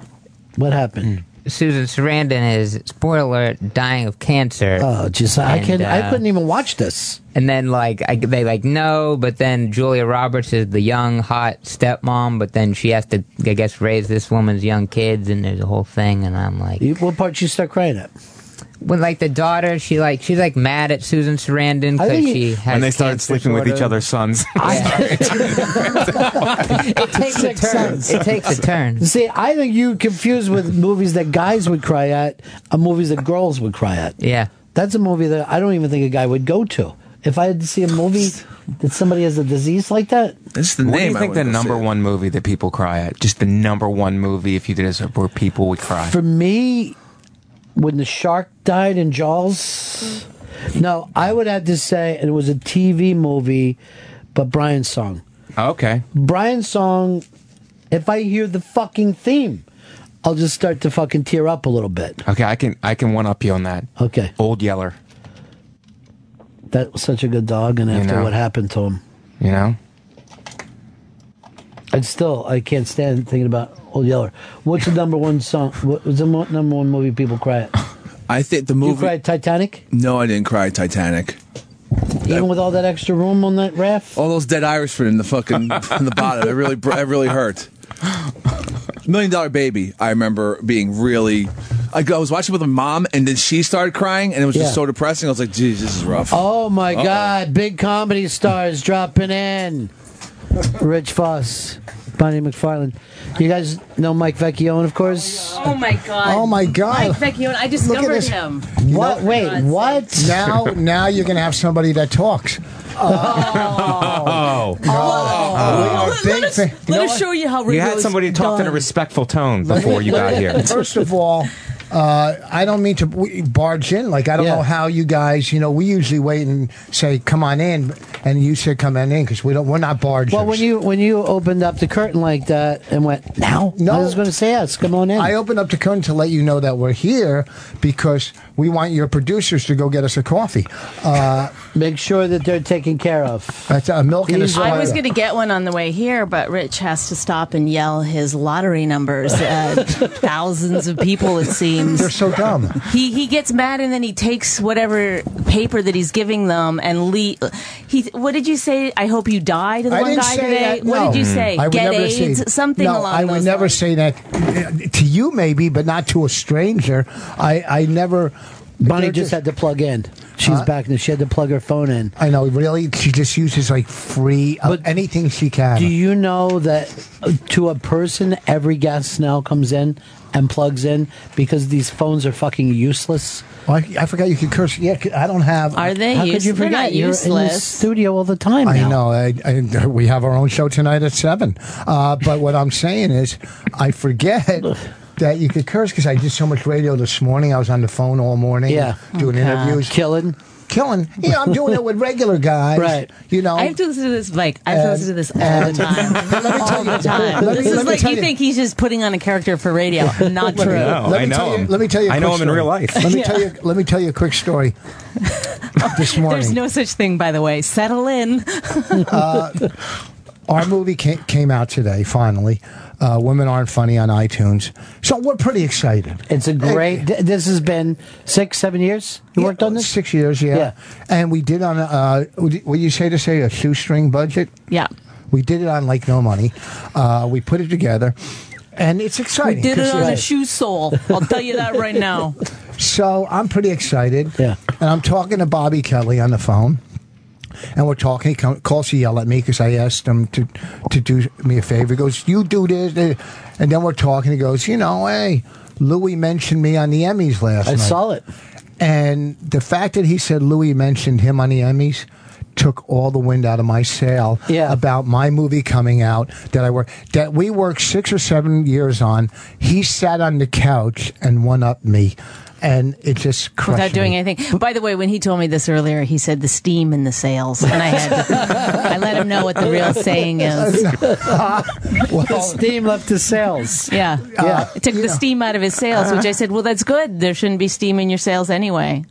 What happened?
Susan Sarandon is spoiler alert, dying of cancer. uh,
Oh, jeez, I can- I couldn't even watch this.
And then like I, they like no, but then Julia Roberts is the young hot stepmom, but then she has to I guess raise this woman's young kids, and there's a whole thing, and I'm like,
You- what part you start crying at?
when like the daughter, she like she's like mad at Susan Sarandon
I
because
think
she
it-
has
when they started
cancer,
sleeping with
sort
each
of.
other's sons.
it takes a turn. It takes a turn.
See, I think you confuse with movies that guys would cry at and movies that girls would cry at.
Yeah.
That's a movie that I don't even think a guy would go to. If I had to see a movie that somebody has a disease like that,
It's the
what do
name
you
I
think the
would go
number one movie that people cry at? Just the number one movie if you did it where people would cry.
for me, when the shark died in Jaws, no, I would have to say, and it was a TV movie, but Brian's song.
Oh, Okay.
Brian's song, if I hear the fucking theme, I'll just start to fucking tear up a little bit.
Okay, I can I can one up you on that.
Okay.
Old Yeller.
That was such a good dog, and
You
after
know.
what happened to him,
You know?
and still I can't stand thinking about Old Yeller. What's the number one song? What was the mo- number one movie people cry at?
I think the
You
movie.
cried Titanic,
No, I didn't cry at Titanic.
even with all that extra room on that raft.
All those dead Irishmen in the fucking in the bottom. It really, it really hurt. Million Dollar Baby. I remember being really. I go- I was watching with my mom, and then she started crying, and it was
Yeah.
just so depressing. I was like, "Geez, this is rough."
Oh my
Uh-oh.
God! Big comedy stars dropping in. Rich Foss, Bonnie McFarlane. You guys know Mike Vecchione, of course.
Oh my god.
Oh, my God.
Mike Vecchione, I
Look at
discovered
this.
him.
What?
Wait, God's
what? Now, now you're going to have somebody that talks.
Oh.
We are big fan- You
Let
know
us
what?
show you how
Uh, You
Ringo
had somebody
is
talk in a
done.
respectful tone
Let me-
before you got here.
First of all, uh, I don't mean to w- barge in. Like I don't know how you guys. You know, we usually wait and say, "Come on in," and you said, "Come on in," because we don't. We're not barging.
Well, when you when you opened up the curtain like that and went now, no, I was going to say yes. Come on in.
I opened up the curtain to let you know that we're here because we want your producers to go get us a coffee. Uh,
Make sure that they're taken care of.
That's a milk and a soda.
I was going to get one on the way here, but Rich has to stop and yell his lottery numbers at thousands of people, it seems.
They're so dumb.
He, he gets mad and then he takes whatever paper that he's giving them and le- he what did you say? I hope you die to the
I
one
didn't
guy
say
today.
that,
What
no. Mm-hmm. Mm.
did you say?
I would
Get
never say-
AIDS? something
no,
along
I would
those
never say that uh, to you, maybe, but not to a stranger. I, I never.
Bonnie just had to plug in. She's back now. She had to plug her phone in.
I know. Really, she just uses like free uh, anything she can.
Do you know that uh, to a person, every guest now comes in and plugs in because these phones are fucking useless?
Oh, I, I forgot you could curse. Yeah, I don't have.
Are they
How could
use-
you
they're
forget?
not
You're in the
useless.
studio all the time.
I
now.
know. I, I, we have our own show tonight at seven. Uh, but what I'm saying is, I forget that you could curse because I did so much radio this morning. I was on the phone all morning,
Yeah.
doing
Okay.
interviews,
killing,
killing. Yeah, I'm doing it with regular guys,
Right.
You know,
I have to listen to this, Mike. I have to
And-
listen to this all the
and-
time. all the time.
let me-
this
let
is
me
like
tell
you
you-
think he's just putting on a character for radio. Not true.
Let me tell you- Let me tell you. a
I know
quick
him in
story.
real life.
Let me
Yeah.
tell you. Let me tell you a quick story. this morning,
There's no such thing, by the way. Settle in.
Uh, our movie came, came out today. Finally, uh, women aren't funny on iTunes, so we're pretty excited.
It's a great. th- this has been six, seven years. You worked on this
six years, yeah. And we did on a, uh, what you say to say a shoestring budget.
Yeah.
We did it on like no money. Uh, we put it together, and it's
We
exciting.
did it
'cause
on a
it's-
shoe sole. I'll tell you that right now.
So I'm pretty excited. Yeah. And I'm talking to Bobby Kelly on the phone. and we're talking. He come, calls to yell at me because I asked him to to do me a favor. He goes, "You do this," eh," and then we're talking. He goes, "You know, hey, Louis mentioned me on the Emmys last
I
night."
saw it.
And the fact that he said Louis mentioned him on the Emmys took all the wind out of my sail about my movie coming out that I work that we worked six or seven years on. He sat on the couch and one up me, and it just crushed
Without doing
me.
anything. By the way, when he told me this earlier, he said the steam in the sails, and I had I let him know what the real saying is.
the steam left the sails.
Yeah,
Yeah.
It took the steam out of his sails, which I said, well, that's good. There shouldn't be steam in your sails anyway.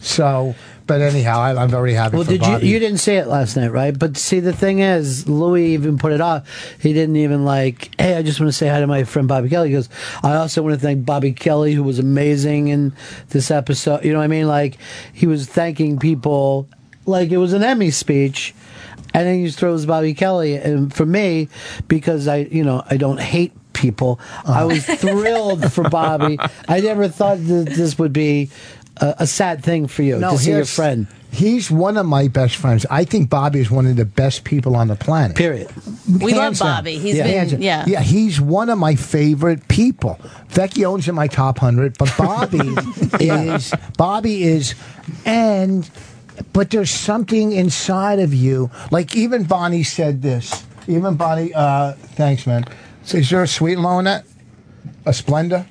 So, but anyhow, I, I'm very happy.
Well,
for
did
Bobby.
you? You didn't say it last night, right? But see, the thing is, Louis even put it off. He didn't even like. Hey, I just want to say hi to my friend Bobby Kelly. He goes, I also want to thank Bobby Kelly, who was amazing in this episode. You know what I mean? Like he was thanking people, like it was an Emmy speech. And then he just throws Bobby Kelly, and for me, because I, you know, I don't hate people,
Oh.
I was thrilled for Bobby. I never thought that this would be a, a sad thing for you to see your
here's-
friend.
He's one of my best friends. I think Bobby is one of the best people on the planet.
Period.
We love
Hands down.
Bobby. He's been-
Hands down.
yeah.
Yeah, he's one of my favorite people. Vecchione's in my top 100, but Bobby is Bobby is and but there's something inside of you. Like even Bonnie said this. Even Bonnie uh thanks man. Is there a sweet and low in that? A Splenda?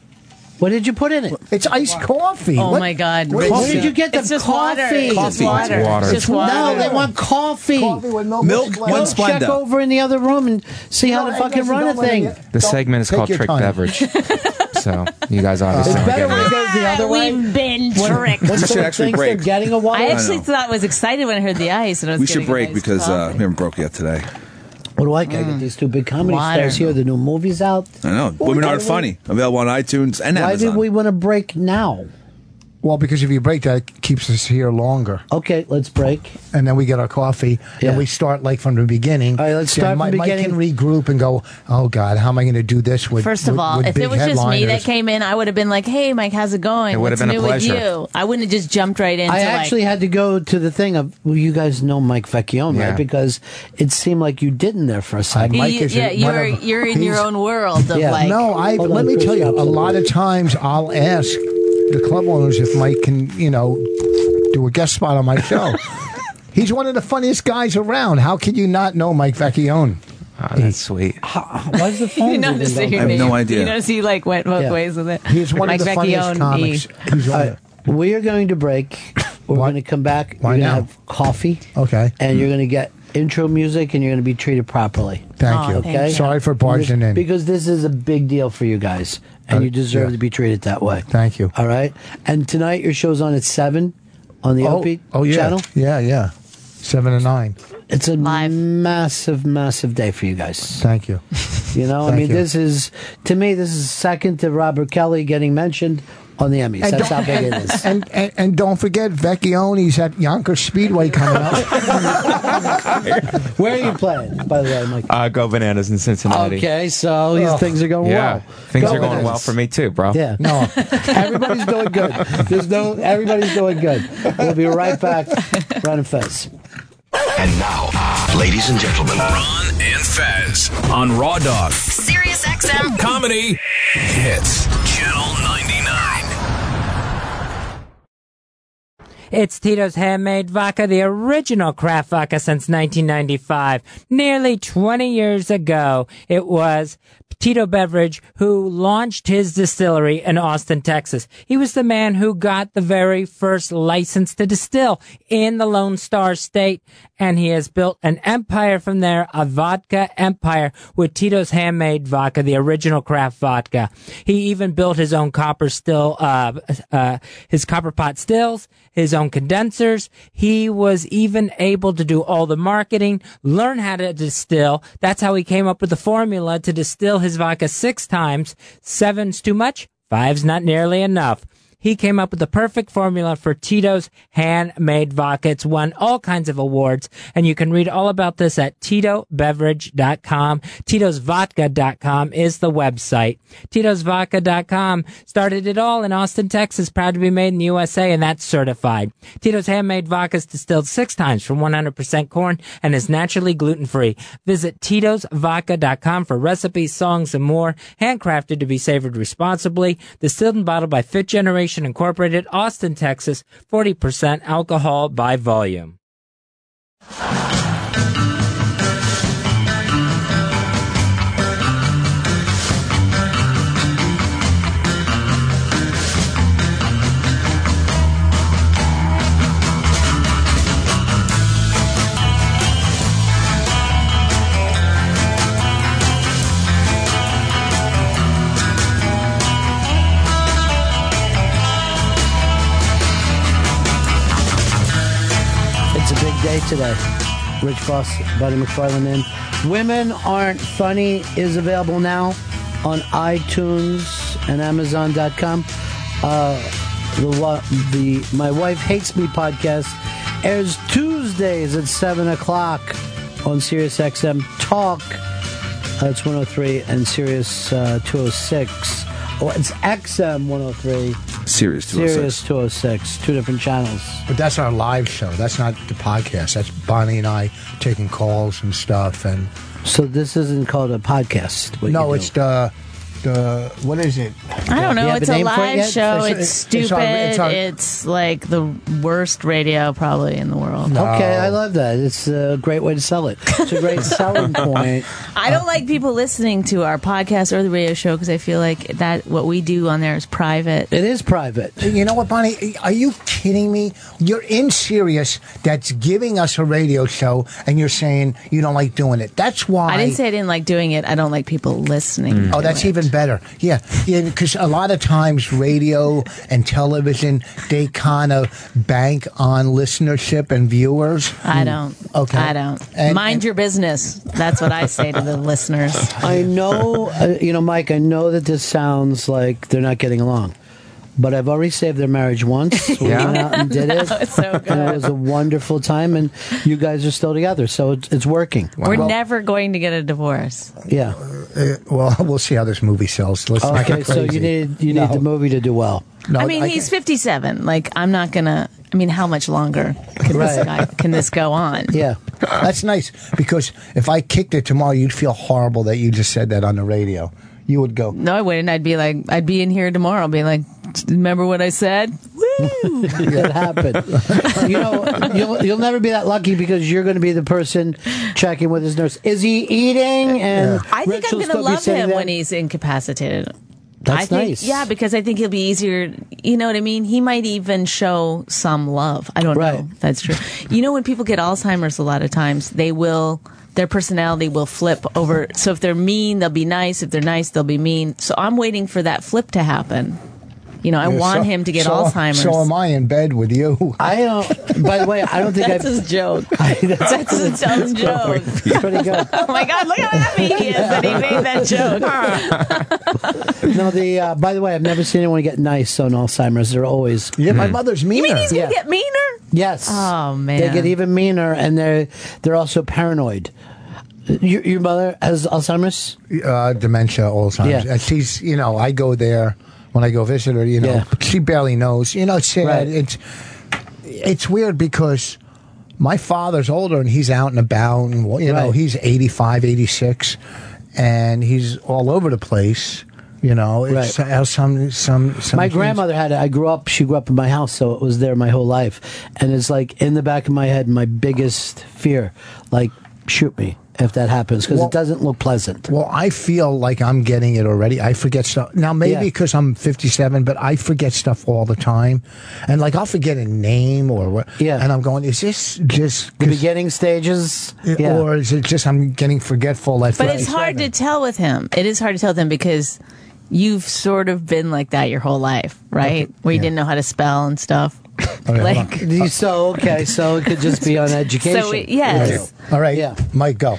What did you put in it?
It's iced coffee.
Oh
What-
my God!
what is
Where
it?
did you get the
It's just
coffee?
water. It's just Coffee. water. It's water. It's just
No,
water.
they want coffee.
Coffee with milk,
Milk, one
Go
Splenda.
Check over in the other room and see how to
hey,
fucking
listen,
run a
don't let
thing.
it
The segment is
take
called
your
Trick
time.
Beverage. so you guys obviously aren't getting it.
goes the other way. We've
Ah, been tricked.
We should actually
thinks
break.
They're getting a water.
I actually thought I was excited when I heard the ice, and I was
We should
getting
break
ice
because
coffee.
uh, we haven't broke yet today.
What do I get? Get these two big comedy
Mm. Water.
stars here. The new movies out.
I know.
Well,
Women
why
are
did we-
funny. Available on iTunes and
Why
Amazon.
did we want to break now?
Well, because if you break that, it keeps us here longer.
Okay, let's break.
And then we get our coffee,
Yeah.
and we start like from the beginning. All right,
let's start from
Mike,
the
Mike can regroup and go. Oh God, how am I going to do this with?
First of
with-
all,
with
if it
big
was just me that
headliners?"
came in, I would have been like, "Hey, Mike, how's it going?
It would
What's
have been a
new with
pleasure.
you?" I wouldn't have just jumped right into.
I actually
like,
had to go to the thing of well, you guys know Mike Vecchione,
Yeah.
right? Because it seemed like you didn't there for a second.
You- yeah, you're you're in your own world of
Yeah.
like.
no, I
Hold
let
on.
me tell you. A lot of times, I'll ask the club owners if Mike can, you know, do a guest spot on my show. He's one of the funniest guys around. How can you not know Mike Vecchione?
Ah, that's sweet.
Why's the
you notice that
I
you're
have no
being-
idea.
You notice he like went both
Yeah.
ways with it.
He's one
Mike
of the funniest
Vecchione,
comics.
E.
He's one of the-
Uh, We are going to break. We're going to come back.
Why
you're going
now?
to have coffee.
Okay.
And you're going to get intro music and you're going to be treated properly.
Thank Aw, you. thank
Okay.
you. Sorry for barging in.
Because this is a big deal for you guys and
Uh,
you deserve
yeah.
to be treated that way.
Thank you.
All right. And tonight your show's on at 7 on the
oh,
Opie
oh, yeah.
channel.
Yeah, yeah. Seven and nine.
It's a massive, massive day for you guys.
Thank you.
You know, I
Thank
mean,
you.
this is, to me, this is second to Robert Kelly getting mentioned on the Emmys. That's how big it is.
And, and, and don't forget, Vecchione's at Yonkers Speedway coming up.
Where are you playing, by the way, Mike?
Uh, go bananas in Cincinnati.
Okay, so these things are going
yeah.
well.
Things
Go
are going
Bananas.
well for me too, bro.
Yeah. No. everybody's doing good. There's no everybody's doing good. We'll be right back. Ron and Fez.
And now, ladies and gentlemen, Ron and Fez on Raw Dog.
Sirius XM.
Comedy hits. Channel 99.
It's Tito's Handmade Vodka, the original craft vodka since 1995. Nearly 20 years ago, it was Tito Beverage who launched his distillery in Austin, Texas. He was the man who got the very first license to distill in the Lone Star State, and he has built an empire from there, a vodka empire with Tito's Handmade Vodka, the original craft vodka. He even built his own copper still, uh, uh, his copper pot stills, his own condensers. He was even able to do all the marketing, learn how to distill. That's how he came up with the formula to distill his vodka six times. Seven's too much, five's not nearly enough. He came up with the perfect formula for Tito's handmade vodka. It's won all kinds of awards, and you can read all about this at titobeverage.com. Titosvodka.com is the website. Titosvodka.com started it all in Austin, Texas, proud to be made in the USA, and that's certified. Tito's handmade vodka is distilled six times from 100% corn and is naturally gluten free. Visit Tito'sVodka.com for recipes, songs, and more, handcrafted to be savored responsibly. Distilled and bottled by Fifth Generation Incorporated, Austin, Texas, 40% alcohol by volume.
It's a big day today. Rich Boss, Buddy McFarland in. Women Aren't Funny is available now on iTunes and Amazon.com. Uh, the, wa- the My Wife Hates Me podcast airs Tuesdays at 7 o'clock on SiriusXM Talk. Uh, it's 103 and Sirius uh, 206. Oh, it's XM 103.
Sirius 206.
Sirius 206. Two different channels.
But that's our live show. That's not the podcast. That's Bonnie and I taking calls and stuff. And
so this isn't called a podcast. what
no,
you do.
it's the the what is it?
I don't know. it's a live show. It's, stupid. It's,
our- it's our-
like the worst radio probably in the world.
Okay, I love that. It's a great way to sell it. It's a great selling point.
I don't like people listening to our podcast or the radio show because I feel like that what we do on there is private.
It is private.
You know what, Bonnie? Are you kidding me? You're in Sirius that's giving us a radio show, and you're saying you don't like doing it. That's why
I didn't say I didn't like doing it. I don't like people listening.
Hmm.
Oh,
to
that's
it.
even better. Yeah, yeah. Because a lot of times, radio and television, they kind of bank on listenership and viewers. Hmm.
I don't.
Okay.
I don't.
And-
Mind your business. That's what I say to the listeners.
I know, uh, you know, Mike, I know that this sounds like they're not getting along, but I've already saved their marriage once. We
Yeah.
went out and did it.
No, it's so
And it was a wonderful time, and you guys are still together, so it's, it's working.
We're never going to get a divorce.
Yeah.
Uh, well, we'll see how this movie sells. Let's not
Okay,
get
so
crazy.
you need you need
No.
the movie to do well.
No,
I mean,
I-
he's 57. Like, I'm not gonna. I mean, how much longer can this
Right.
guy, can this go on?
Yeah.
That's nice because if I kicked it tomorrow, you'd feel horrible that you just said that on the radio. You would go.
No, I wouldn't. I'd be like, I'd be in here tomorrow, being like, remember what I said? Woo!
it happened. you know, you'll, you'll never be that lucky because you're going to be the person checking with his nurse. Is he eating? And
I think
Rich
I'm
will
going to
still be
love
sitting
him
there.
when he's incapacitated.
That's
I think,
nice.
Yeah, because I think he'll be easier. You know what I mean? He might even show some love. I don't know. That's true. You know, when people get Alzheimer's, a lot of times they will, their personality will flip over. So if they're mean, they'll be nice. If they're nice, they'll be mean. So I'm waiting for that flip to happen. You know, I
Yeah,
want
so-
him to get
so-
Alzheimer's.
So am I in bed with you.
I uh, don't. By the way, I don't think
That's
I've.
his joke.
I,
That's his dumb joke.
It's pretty good.
Oh my God! Look how happy he is that he made that joke.
No, the. Uh, by the way, I've never seen anyone get nice on Alzheimer's. They're always. Hmm.
Yeah, my mother's meaner.
He's gonna get meaner.
Yes.
Oh man.
They get even meaner, and they're they're also paranoid. Your, your mother has Alzheimer's.
uh, dementia, Alzheimer's.
Yeah.
And she's, you know, I go there when I go visit her. You know, she barely knows. You know, it's sad.
Right.
It's it's weird because my father's older and he's out and about, and you know,
Right.
he's 85, 86, and he's all over the place. You know, it's
Right.
how some some. some
my
kids-
grandmother had it. I grew up. She grew up in my house, so it was there my whole life. And it's like in the back of my head, my biggest fear, like shoot me if that happens because
Well-
it doesn't look pleasant.
Well, I feel like I'm getting it already. I forget stuff. Now, maybe
Yeah.
because I'm 57, but I forget stuff all the time. And like, I'll forget a name or what. Yeah. And I'm going, is this just.
The beginning stages? Yeah.
Or is it just I'm getting forgetful at
But it's
57?
hard to tell with him. It is hard to tell with him because you've sort of been like that your whole life, right? Where you didn't know how to spell and stuff.
Like so, okay, so it could just be on education.
So it- yes.
All right, Mike, go.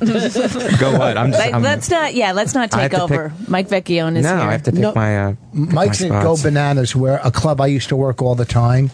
Go what? I'm just.
Like,
I'm,
let's not. Yeah, let's not
I have
take
to pick-
over. Mike Vecchione is
no,
here.
I have to pick my. Uh, pick my
Mike's in Go
spots.
Bananas, where a club I used to work all the time.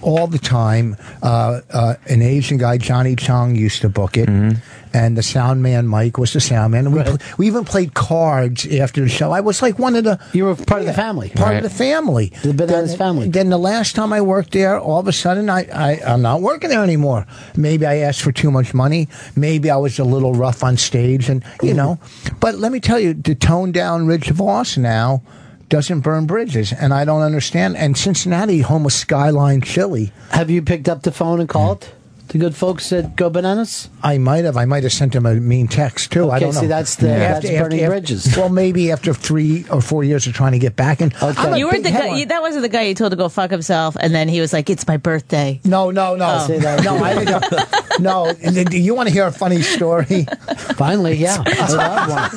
All the time, uh, uh, an Asian guy, Johnny Chong, used to book it,
Mm-hmm.
and the sound man, Mike, was the sound man. And we, pl- we even played cards after the show. I was like one of the. You were part of the family. Part
Right.
of the family. The bananas family. Then the last time I worked there, all of a sudden, I, I, I'm not working there anymore. Maybe I asked for too much money. Maybe I was a little rough on stage, and, you know. But let me tell you, the toned down Ridge Voss now doesn't burn bridges, and I don't understand. And Cincinnati, home of Skyline Chili.
Have you picked up the phone and called the good folks at Go Bananas?
I might have. I might have sent him a mean text too. I
Okay,
don't know.
see, that's the- that's burning bridges.
Well, maybe after three or four years of trying to get back in. I'm a
You were
big
the guy.
headline-
you- That wasn't the guy you told to go fuck himself, and then he was like, "It's my birthday."
No, no, no.
Oh. Say that.
No, I didn't. no, do you want to hear a funny story?
Finally, yeah.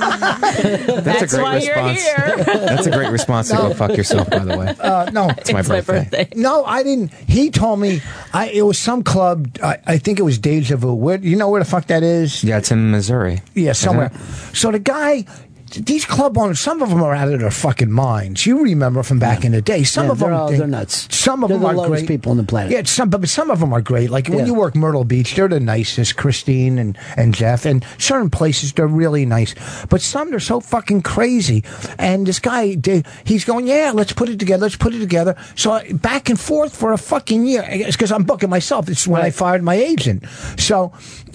That's, a great response. That's a great response to
No.
go fuck yourself. By the way.
Uh, no,
It's my It's my birthday.
No, I didn't. He told me I, it was some club. I, I think it was Deja Vu. Where you know where the fuck that is?
Yeah, it's in Missouri.
Yeah,
Isn't
somewhere.
it?
So the guy, these club owners, some of them are out of their fucking minds. You remember from back in the day. Some
Yeah,
of them,
they're all-
think-
they're nuts.
Some of
They're
them
the
are
lowest
great
people on the planet.
Yeah, some but some of them are great. Like when you work Myrtle Beach, they're the nicest. Christine and and Jeff and certain places they're really nice. But some they're so fucking crazy. And this guy, they- he's going, yeah, let's put it together. Let's put it together. So I- back and forth for a fucking year. It's because I'm booking myself. It's when I fired my agent. So.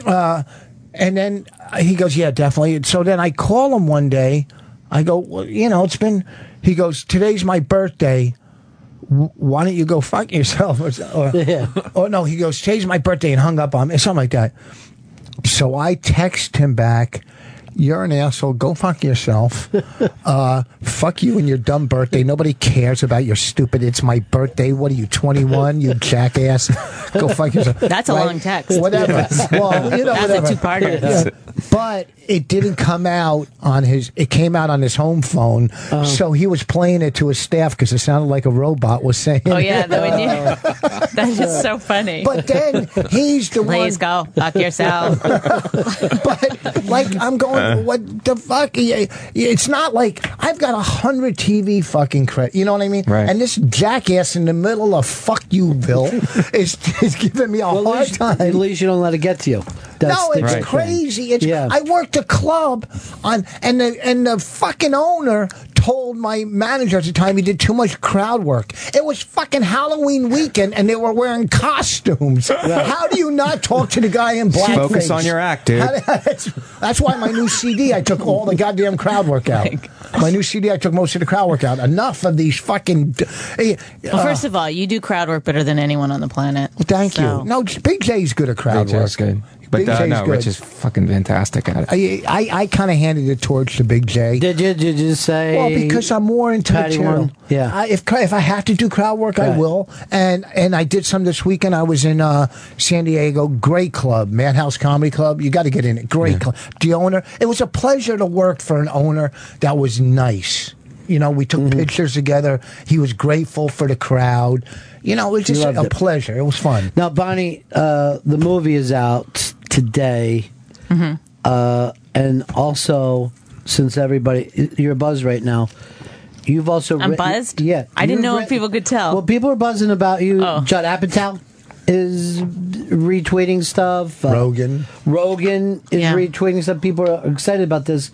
uh and then uh, he goes, yeah, definitely. And So then I call him one day. I go, well, you know, it's been. He goes, today's my birthday. W- Why don't you go fuck yourself? Or, so- or, or no, he goes, today's my birthday and hung up on me, something like that. So I text him back. You're an asshole. Go fuck yourself. Uh, fuck you and your dumb birthday. Nobody cares about your stupid. It's my birthday. What are you, 21? You jackass. Go fuck yourself.
That's a long text.
Whatever. Well, you know,
That's a
whatever.
two-parter.
Yeah. But it didn't come out on his. It came out on his home phone. So he was playing it to his staff because it sounded like a robot was saying.
Oh yeah, that when you, that is so funny.
But then he's the one.
Please go fuck yourself.
like I'm going,
Uh.
what the fuck? Yeah, It's not like I've got a hundred TV fucking credit. You know what I mean?
Right.
And this jackass in the middle of fuck you, Bill, is, is giving me a hard time. At
least you don't let it get to you. That's
no,
the
it's
big
crazy. It's
Yeah.
I worked a club on, and the and the fucking owner told my manager at the time he did too much crowd work. It was fucking Halloween weekend, and they were wearing costumes. How do you not talk to the guy in blackface?
Focus on your act, dude.
How do- that's, that's why my new CD, I took all the goddamn crowd work out. My new CD, I took most of the crowd work out. Enough of these fucking. d- eh,
Well,
uh,
first of all, you do crowd work better than anyone on the planet.
thank you. No, Big J's good at crowd
Big J's
work.
good. But
Big
uh,
J's
no,
good.
Rich is fucking fantastic at it.
I I, I kind of handed the torch to Big J.
Did you did you say?
Well, because I'm more into
Patty
material.
one? Yeah.
I, if if I have to do crowd work, I
Right.
will. And and I did some this weekend. I was in uh, San Diego, great club, Madhouse Comedy Club. You got to get in it. Great club. The owner. It was a pleasure to work for an owner that was nice. You know, we took
Mm-hmm.
pictures together. He was grateful for the crowd. You know, it was
You
just
loved
a
it.
pleasure. It was fun.
Now, Bonnie, uh, the movie is out today,
Mm-hmm.
uh, and also since everybody, you're buzz right now. You've also
I'm
written-
buzzed?
Yeah,
I didn't
you've
know if
written-
people could tell.
Well, people are buzzing about you. Judd Apatow is retweeting stuff. Uh,
Rogan.
Rogan is
Yeah.
retweeting stuff. People are excited about this.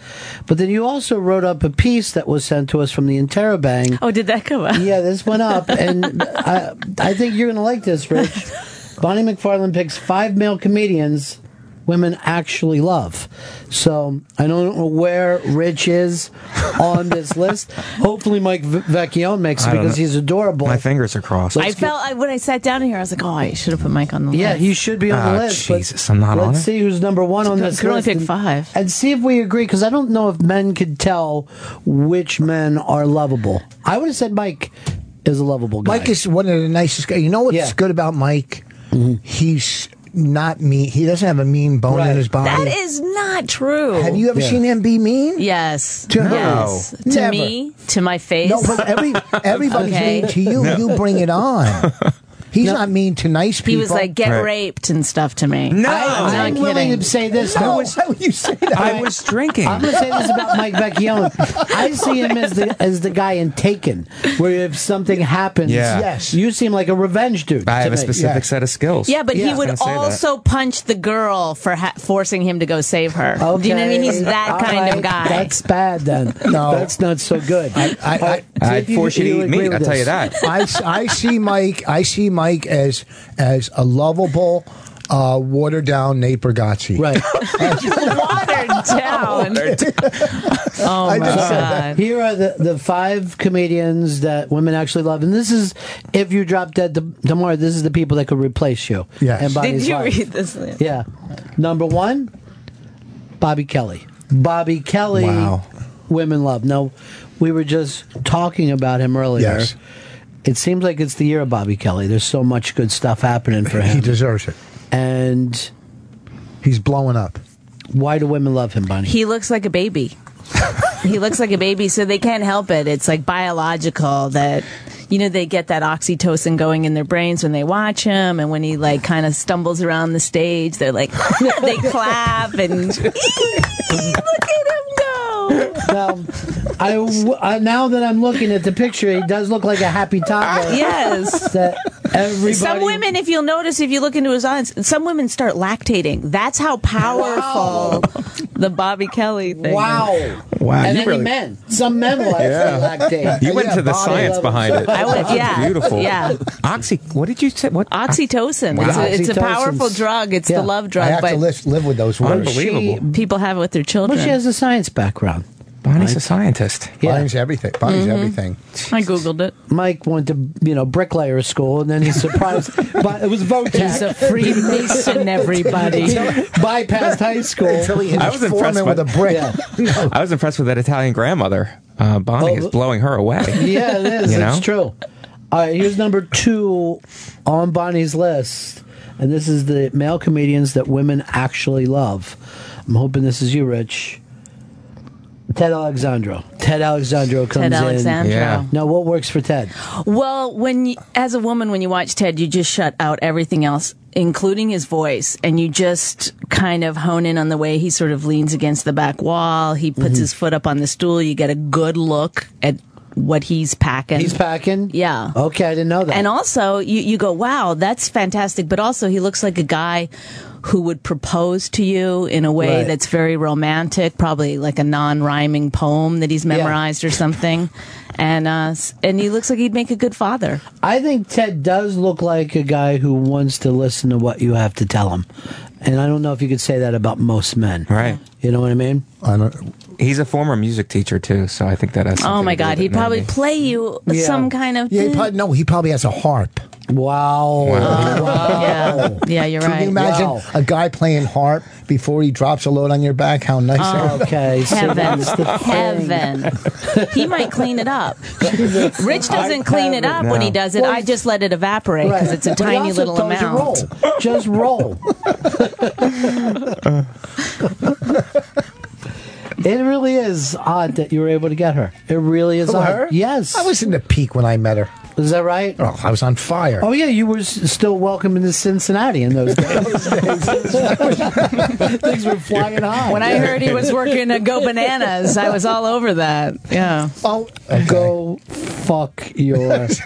But then you also wrote up a piece that was sent to us from the Interrobang.
Oh, did that come up?
Yeah, this went up, and I, I think you're going to like this, Rich. Bonnie McFarland picks five male comedians women actually love. So I don't know where Rich is on this list. Hopefully, Mike v- Vecchione makes it
I don't
because
know.
he's adorable.
My fingers are crossed.
I felt I, when I sat down here, I was like, oh, I should have put Mike on the
Yeah,
list.
he should be on the
Ah,
list. but
Jesus, I'm not
let's
on it.
see who's number one on
You
this
could only
list.
pick
and-
five.
And see if we agree, because I don't know if men could tell which men are lovable. I would have said Mike is a lovable guy.
Mm-hmm.
Mike is one of the nicest guys. You know what's good about Mike? He's not mean. He doesn't have a mean bone in his body.
That is not true. Have
you ever seen him be mean?
Yes.
To who?
Yes.
No.
To
Never.
me, to my face.
No, but every everybody's
Okay.
mean to you. You bring it on. He's not mean to nice people.
He was like, get raped and stuff to me.
No.
I,
I'm
am not
willing
kidding.
to say this. No, I was- how would you say that?
I was
drinking.
I'm going to say this about Mike Vecchione. I see him as the as the guy in Taken, where if something happens,
Yeah.
yes, you seem like a revenge dude.
I have a
to me.
specific set of skills.
Yeah, but
I
he
was gonna
would
say that.
also punch the girl for ha- forcing him to go save her. Do you know what I mean? He's that
All
kind of
right.
guy.
That's bad. Then no, that's not so good. I,
I,
I'd force you to eat meat, I'll tell you that.
I, s- I see Mike. I see Mike as as a lovable, uh, watered down Nate Bargatze. Right.
Watered down.
Oh
my God.
Here are the, the five comedians that women actually love, and this is if you drop dead to- tomorrow, this is the people that could replace you.
Yes.
And Bobby
Did you
Flay.
read this?
Yeah. Number one, Bobby Kelly. Bobby Kelly.
Wow.
Women love. Now, we were just talking about him earlier.
Yes.
It seems like it's the year of Bobby Kelly. There's so much good stuff happening for him.
He deserves it.
And
he's blowing up.
Why do women love him, Bonnie?
He looks like a baby. he looks like a baby, so they can't help it. It's like biological that you know they get that oxytocin going in their brains when they watch him, and when he like kind of stumbles around the stage, they're like they clap and
now, I w- I- now that I'm looking at the picture, he does look like a happy toddler.
Yes.
That everybody.
Some women, if you'll notice, if you look into his eyes, some women start lactating. That's how powerful the Bobby Kelly thing.
Wow.
Is.
Wow,
And
you
any
really-
men. Some men will actually lactate.
You went
Yeah,
to the
body
science
levels.
behind it.
I went-
That's
yeah,
Beautiful.
yeah.
Oxy. What did you say? What?
Oxytocin.
Wow.
It's, a, it's a
Oxytocin's-
powerful drug. It's
Yeah.
the love drug.
I have
but
to live, live with those words.
Unbelievable.
people have it with their children.
Well, she has a science background.
Bonnie's a scientist.
Binds everything. Binds
Mm-hmm.
Mhm.
everything.
I googled it.
Mike went to you know bricklayer school, and then he's surprised. but it was vote.
He's a Freemason, everybody.
bypassed high school.
Until he hit
I
his
was impressed
foreman with a
by-
brick.
I was impressed with that Italian grandmother. Uh, Bonnie is blowing her away.
yeah, it is.
You know?
It's true. All right, here's number two on Bonnie's list, and this is the male comedians that women actually love. I'm hoping this is you, Rich. Ted Alexandro. Ted Alexandro comes
Alexandro.
in.
Yeah.
Now, what works for Ted?
Well, when you, as a woman, when you watch Ted, you just shut out everything else, including his voice, and you just kind of hone in on the way he sort of leans against the back wall. He puts
Mhm.
his foot up on the stool. You get a good look at what he's packing.
He's packing.
Yeah.
Okay, I didn't know that.
And also, you, you go, wow, that's fantastic. But also, he looks like a guy who would propose to you in a way
Right.
that's very romantic, probably like a non rhyming poem that he's memorized or something. And uh, s- and he looks like he'd make a good father.
I think Ted does look like a guy who wants to listen to what you have to tell him, and I don't know if you could say that about most men. Right. You know what I mean?
I don't.
He's a former music teacher too, so I think that has.
Oh
something
my
to do
God,
with
he'd
it, maybe.
probably play you
Yeah.
some kind of.
Yeah, he probably, no, he probably has a harp.
Wow.
yeah. yeah, you're
Can
right.
you imagine
Wow.
a guy playing harp before he drops a load on your back? How nice.
Oh,
that-
okay.
Heaven, heaven. He might clean it up. Rich doesn't clean it up when he does it.
Well,
I just let it evaporate because it's a
But he
tiny
also
little
told you
amount.
roll. Just roll. it really is odd that you were able to get her. It really is
Who,
odd.
her?
Yes.
I was in the peak when I met her.
Is that right?
Oh, I was on fire.
Oh yeah, you were s- still welcome into Cincinnati in those days. Things were flying high.
When I heard he was working at Go Bananas, I was all over that. Yeah.
Oh,
Go fuck yourself.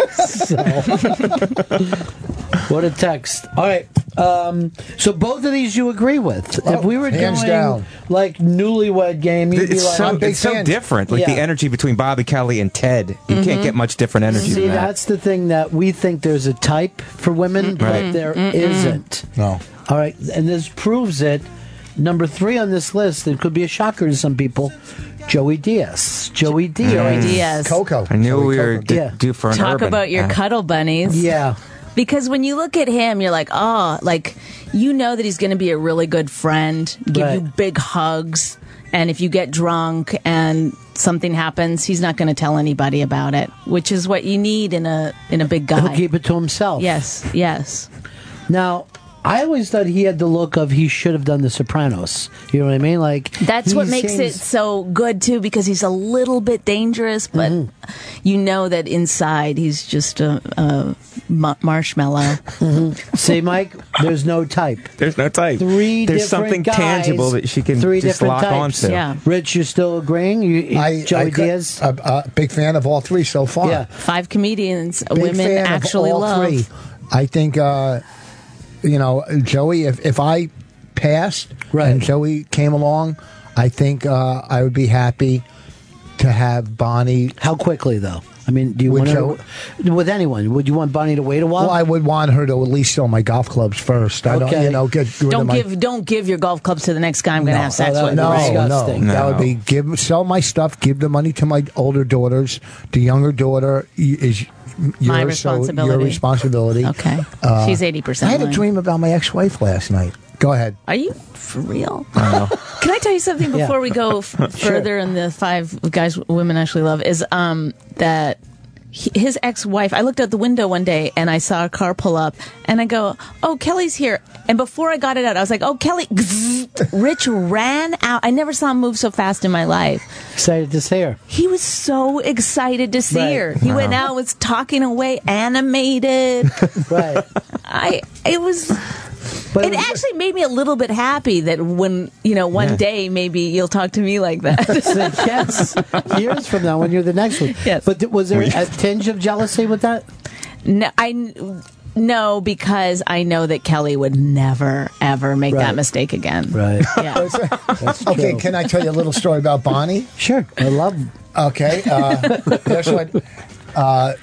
what a text. All right. Um, so both of these you agree with. if we were
hands
doing
down.
like newlywed game, you'd be
It's
like,
so
I'm big
it's so
fan.
different. Like
Yeah.
the energy between Bobby Kelly and Ted, you
Mhm.
can't get much different energy
See,
than that. Mm-hmm.
that's the thing that we think there's a type for women, but
Right.
there
Mm-mm.
not
No.
All right, and this proves it. Number three on this list, it could be a shocker to some people. Joey Diaz. Joey Diaz.
Joey Diaz. Coco.
I knew we were d-
Yeah.
due for an
Talk
urban.
about your
act.
cuddle bunnies.
Yeah.
Because when you look at him, you're like, oh, like, you know that he's going to be a really good friend, give you
Right.
big hugs. And if you get drunk and something happens, he's not going to tell anybody about it, which is what you need in a in a big guy.
He'll keep it to himself.
Yes, yes.
Now, I always thought he had the look of he should have done The Sopranos. You know what I mean? Like
That's
he
what makes it
seems-
so good too, because he's a little bit dangerous, but
Mm-hmm.
you know that inside he's just a, a ma- marshmallow.
Mm-hmm. See, Mike, there's no type.
There's no type.
Three
There's
different
something
guys,
tangible that she can
three
just lock
different types.
onto.
Rich, you're still agreeing? You, Joey
could-
Diaz?
A, a big fan of all three so far.
Yeah.
Five comedians
Big
women
fan of
actually
all
love.
three. I think, uh, you know, Joey. If if I passed and Joey came along, I think uh, I would be happy to have Bonnie.
How quickly though? I mean, do you
with
want
Joey-
to, with anyone? Would you want Bonnie to wait a while?
Well, I would want her to at least sell my golf clubs first. I don't,
Okay.
you know, get rid of
Don't
my.
give don't give your golf clubs to the next guy I'm going to have sex with.
no,
Right.
no, that would be give sell my stuff, give the money to my older daughters. The younger daughter y- is yours,
My
So
responsibility.
your responsibility. Okay,
She's 80%
I had a
mine.
dream about my ex-wife last night. Go ahead.
Are you for real? Can I tell you something before we go f-
Sure.
further in the five guys women actually love is um that he- his ex-wife I looked out the window one day and I saw a car pull up and I go, "Oh, Kelly's here." And before I got it out, I was like, "Oh, Kelly." Rich ran out. I never saw him move so fast in my life.
Excited to see her.
He was so excited to see
Right.
her. He went
Wow.
out, was talking away, animated.
right.
I it was
But
it, actually made me a little bit happy that when you know one
Yeah.
day maybe you'll talk to me like that.
yes, years from now when you're the next one. Yes. But th- was there a tinge of jealousy with that?
No, I no because I know that Kelly would never ever make that mistake again.
Right.
Yeah.
okay,
true.
can I tell you a little story about Bonnie?
Sure, I love.
Okay, uh, guess what? Uh,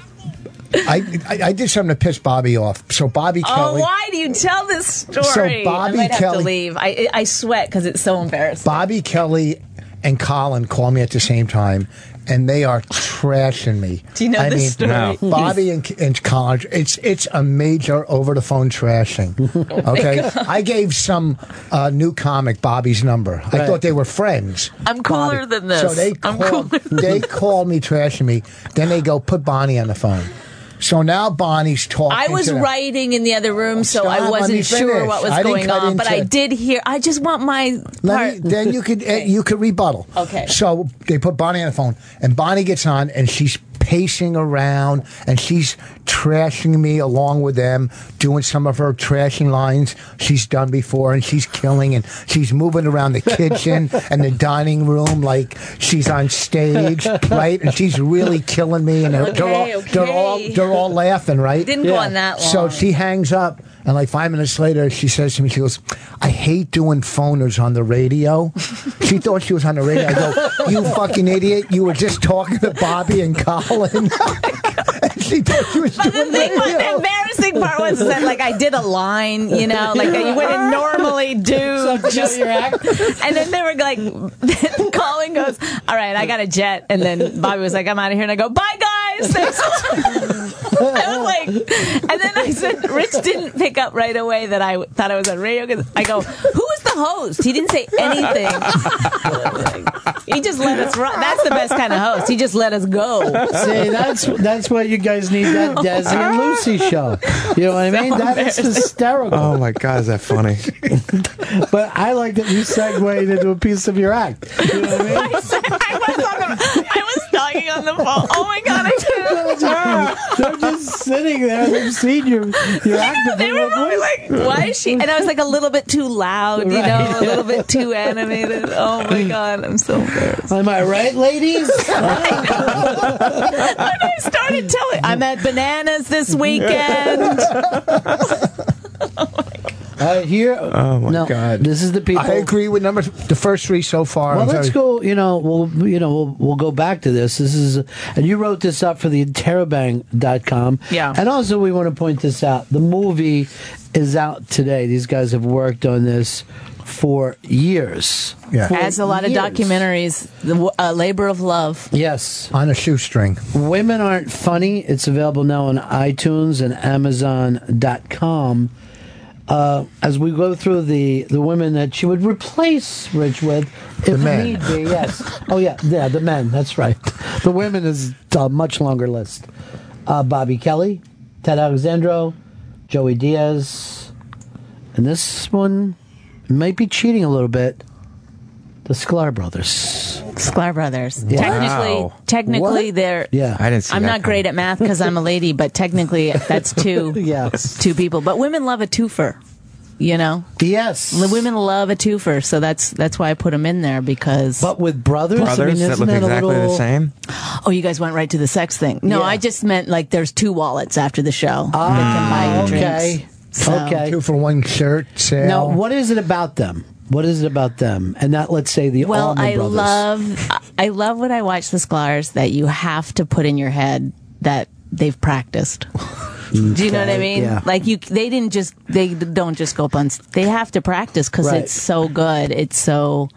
I, I I did something to piss Bobby off. So Bobby
Oh,
Kelly.
why do you tell this story?
So Bobby
I might have
Kelly-
to leave. I I sweat because it's so embarrassing.
Bobby Kelly and Colin call me at the same time, and they are trashing me.
Do you know
I
this
mean,
story? No.
Bobby and, and Colin, it's it's a major over the phone trashing.
Oh my
Okay,
God.
I gave some uh, new comic Bobby's number. I
Right.
thought they were friends.
I'm cooler
Bobby.
than this.
So they
I'm
called, they called me trashing me. Then they go put Bonnie on the phone. So now Bonnie's talking.
I was
to them.
writing in the other room, so
Stop,
I
let me
wasn't sure
finish.
what was
I didn't
going
cut
on, but
into
I
it.
did hear. I just want my
Let me,
part.
then you could uh, you could rebuttal.
Okay.
So they put Bonnie on the phone, and Bonnie gets on, and she's pacing around, and she's trashing me along with them, doing some of her trashing lines she's done before, and she's killing, and she's moving around the kitchen and the dining room like she's on stage, right? And she's really killing me, and they're, they're all
Okay,
they're all
okay.
they're all laughing, right?
Didn't go on that
So
long.
she hangs up, and like five minutes later, she says to me, she goes, I hate doing phoners on the radio. she thought she was on the radio. I go, you fucking idiot, you were just talking to Bobby and Colin.
Oh
and she thought she was
But the
doing
thing was, the
radio.
embarrassing part was that like I did a line, you know, like that you wouldn't normally do.
Something
Just,
out of your act.
and then they were like, Colin goes, "All right, I got a jet," and then Bobby was like, "I'm out of here," and I go, "Bye, guys." Thanks. I was like, and then I said, Rich didn't pick up right away that I thought I was on radio. 'cause I go, "Who was the host?" He didn't say anything. he just let us run. That's the best kind of host. He just let us go.
See, that's that's why you guys need that Desi and Lucy show. You know what I mean? That is hysterical.
Oh my god, is that funny?
But I like that you segued into a piece of your act. You know what I mean?
I was talking on the phone. Oh my god, I
They're
did.
just, they're just sitting there. They've seen you. You're actively
like,
like,
Why is she? And I was like a little bit too loud, you know, a little bit too animated. Oh my god, I'm so embarrassed.
Am I right, ladies?
when I started telling, I'm at bananas this weekend.
I hear.
Oh my
God! Uh, This is the people.
I agree with number the first three so far.
Well,
I'm
let's
very-
go. You know, we'll you know we'll, we'll go back to this. This is and you wrote this up for the interrobang.com.
Yeah.
And also, we want to point this out. The movie is out today. These guys have worked on this for years. For
As a lot of
years.
documentaries, the uh, labor of love.
Yes.
on a shoestring.
Women Aren't Funny. It's available now on iTunes and Amazon.com. Uh, as we go through the, the women that she would replace Rich with, if
men.
need be, yes. oh, yeah, yeah, the men, that's right. The women is a much longer list. Uh, Bobby Kelly, Ted Alexandro, Joey Diaz, And this one might be cheating a little bit. The Sklar brothers.
Sklar brothers.
Yeah.
Technically,
Wow.
technically,
What?
they're.
Yeah. I didn't see
I'm
that
not great at math because I'm a lady, but technically, that's two.
yes.
Two people, but women love a twofer. You know.
Yes.
The women love a twofer, so that's that's why I put them in there because.
But with brothers,
Brothers that look exactly the same.
Oh, you guys went right to the sex thing. No, I just meant like there's two wallets after the show. Ah,
okay. Okay.
Two for one shirt sale.
Now, what is it about them? What is it about them? And not, let's say, the
Well,
Allman
I
Brothers.
love I love when I watch the Sklars that you have to put in your head that they've practiced. Do you know what I
Okay,
mean?
yeah.
Like you, they didn't just they don't just go up on. s- They have to practice because
Right.
it's so good. It's so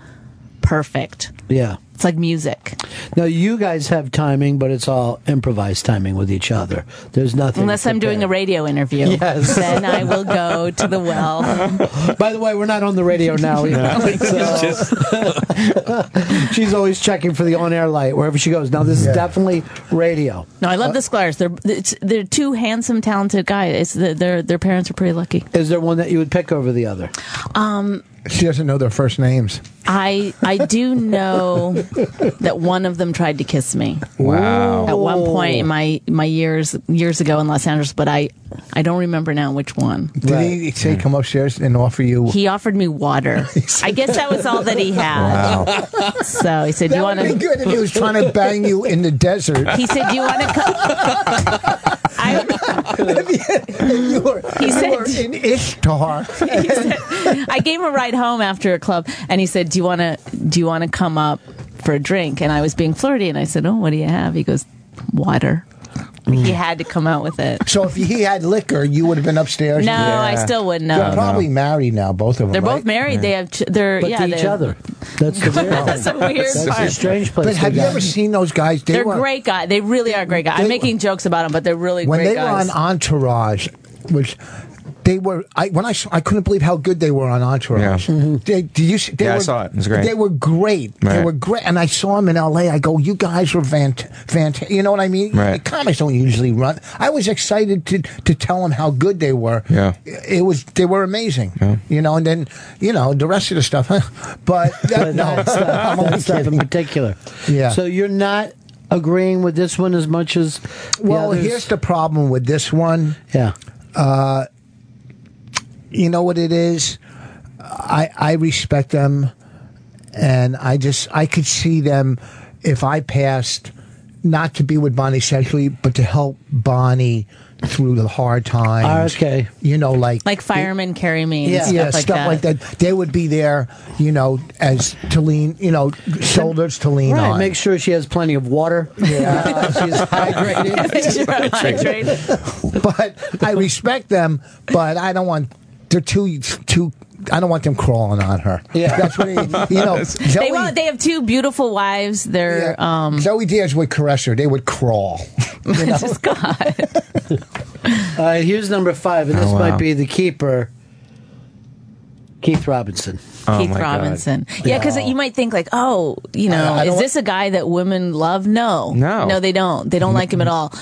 perfect.
Yeah.
It's like music,
Now, you guys have timing, but it's all improvised timing with each other. There's nothing.
unless I'm doing a radio interview.
Yes.
then I will go to the well.
By the way, we're not on the radio now. Either, so- She's always checking for the on-air light wherever she goes. Now, this is definitely radio.
No, I love the Sklars. They're it's, they're two handsome, talented guys. It's the, their their parents are pretty lucky.
Is there one that you would pick over the other?
Um,
She doesn't know their first names.
I I do know that one of them tried to kiss me.
Wow.
At one point in my my years years ago in Los Angeles, but I I don't remember now which one.
Did he say come upstairs and offer you?
He offered me water. I guess that was all that he had. So he said, "You
that
want
would be good if he was trying to bang you in the desert.
He said, "You want to come?"
you were,
He
you
said-
were in Ishtar.
I gave him a ride home after a club, and he said, "Do you want to? Do you want to come up for a drink?" And I was being flirty, and I said, "Oh, what do you have?" He goes, "Water."
Mm.
He had to come out with it.
So if he had liquor, you would have been upstairs.
No, I still wouldn't have.
They're probably married now, both of them.
They're both
right?
married. They have. Ch- they're
But
yeah.
to each
they have-
other.
That's the weird
That's a weird part.
But have you ever seen those guys? They
They are
were,
great guys. They really are great guys. I'm making jokes about them, but they're really
when
great
they
guys.
were on Entourage, which they were. I when I saw, I couldn't believe how good they were on Entourage.
Yeah.
They, did you? see- They
Yeah, I
were,
saw it. It was great.
They were great. They
Right.
were great. And I saw them in L.A. I go, you guys were fant, fant. You know what I mean?
Right.
Comics don't usually run. I was excited to to tell them how good they were.
Yeah.
It was they were amazing. You know, and then you know the rest of the stuff. Huh? But that,
But uh,
no,
that stuff-
I'm only
that stuff in
kidding.
particular.
Yeah.
So you're not agreeing with this one as much as the
Well,
others?
here's the problem with this one.
Yeah.
Uh, you know what it is? I I respect them, and I just I could see them if I passed, not to be with Bonnie sexually, but to help Bonnie through the hard times.
Ah, okay.
You know, like
like firemen carry me. and stuff like that.
They would be there, you know, as to lean, you know, shoulders to lean
Right.
on.
Make sure she has plenty of water. Yeah. She's hydrated.
but I respect them, but I don't want they're too too. I don't want them crawling on her.
Yeah.
that's what he, you know. Zoe,
They want. They have two beautiful wives. They're um.
Zoe Diaz would caress her. They would crawl.
just God.
All right, here's number five, and this
Oh, wow.
might be the keeper. Keith Robinson.
Oh,
Keith Robinson. Yeah, because you might think like, oh, you know,
I- I don't
is
wa-
this a guy that women love? No,
No.
no, they don't. They don't like him at all.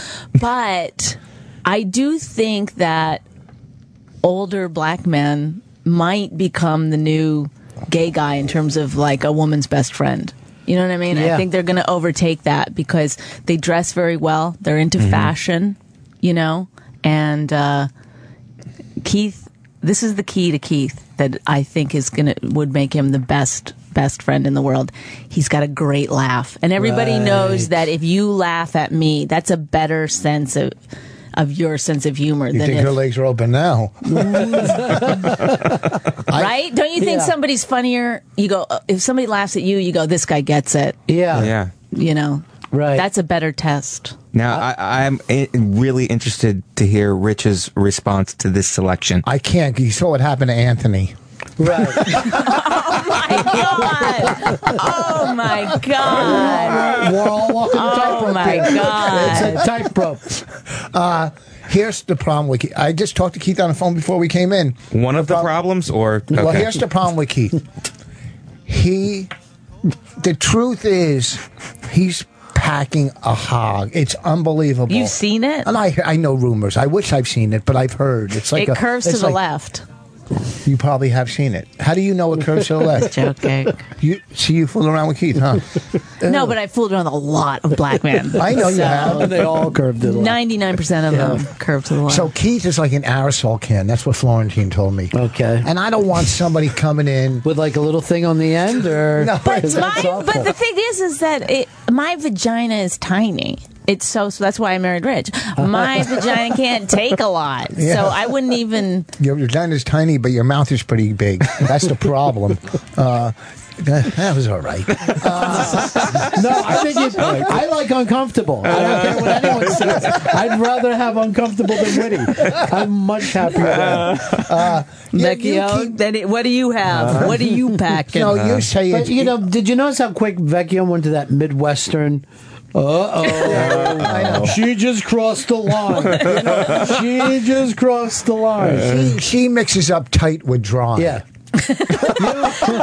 But I do think that older black men might become the new gay guy in terms of like a woman's best friend. You know what I mean? I
Yeah.
think they're going to overtake that because they dress very well. They're into fashion, you know, and uh, Keith. This is the key to Keith that I think is gonna would make him the best best friend in the world. He's got a great laugh, and everybody
Right.
knows that if you laugh at me, that's a better sense of of your sense of humor
You
than
think
if
her legs are open now?
Mm.
right? Don't you think
Yeah.
somebody's funnier? You go uh, if somebody laughs at you, you go, "This guy gets it."
Yeah,
Yeah.
you know,
right?
That's a better test.
Now
Uh,
I, I'm i- really interested to hear Rich's response to this selection.
I can't. You saw what happened to Anthony.
Oh my god!
We're all walking
Oh
tightrope
my
here.
god!
tightrope. Uh, here's the problem with Keith. I just talked to Keith on the phone before we came in.
One of the problems, or
Well,
okay.
here's the problem with Keith. He, the truth is, he's packing a hog. It's unbelievable.
You've seen it?
And I, I know rumors. I wish I've seen it, but I've heard it's like
it
a,
curves to
it's
the
like-
left.
You probably have seen it. How do you know it curves to the left?
Joke cake.
You see, you fooled around with Keith, huh?
No, but I fooled around with a lot of black men.
uh, I know you
So-
have. curved
Ninety-nine percent of them curved to the left.
So Keith is like an aerosol can. That's what Florentine told me. Okay. And I don't want somebody coming in
with like a little thing on the end, or
no,
But
that's
my,
awful.
but the thing is, is that it, my vagina is tiny. It's so, so that's why I married Rich. My vagina can't take a lot,
Yeah.
so I wouldn't even.
Your vagina is tiny, but your mouth is pretty big. That's the problem. uh, that that was all right.
no, I think it, I like uncomfortable. I don't care what
Uh,
anyone says. I'd rather have uncomfortable than witty. I'm much happier. with uh,
Vecchio, then it, what do you
Uh-huh.
have? what do you pack?
No, you say Uh-huh. but, You know, did you notice how quick Vecchio went to that Midwestern? Uh oh. she just crossed the line. You know, she just crossed the line.
she, she mixes up tight with dry.
Uh, Yeah.
Okay,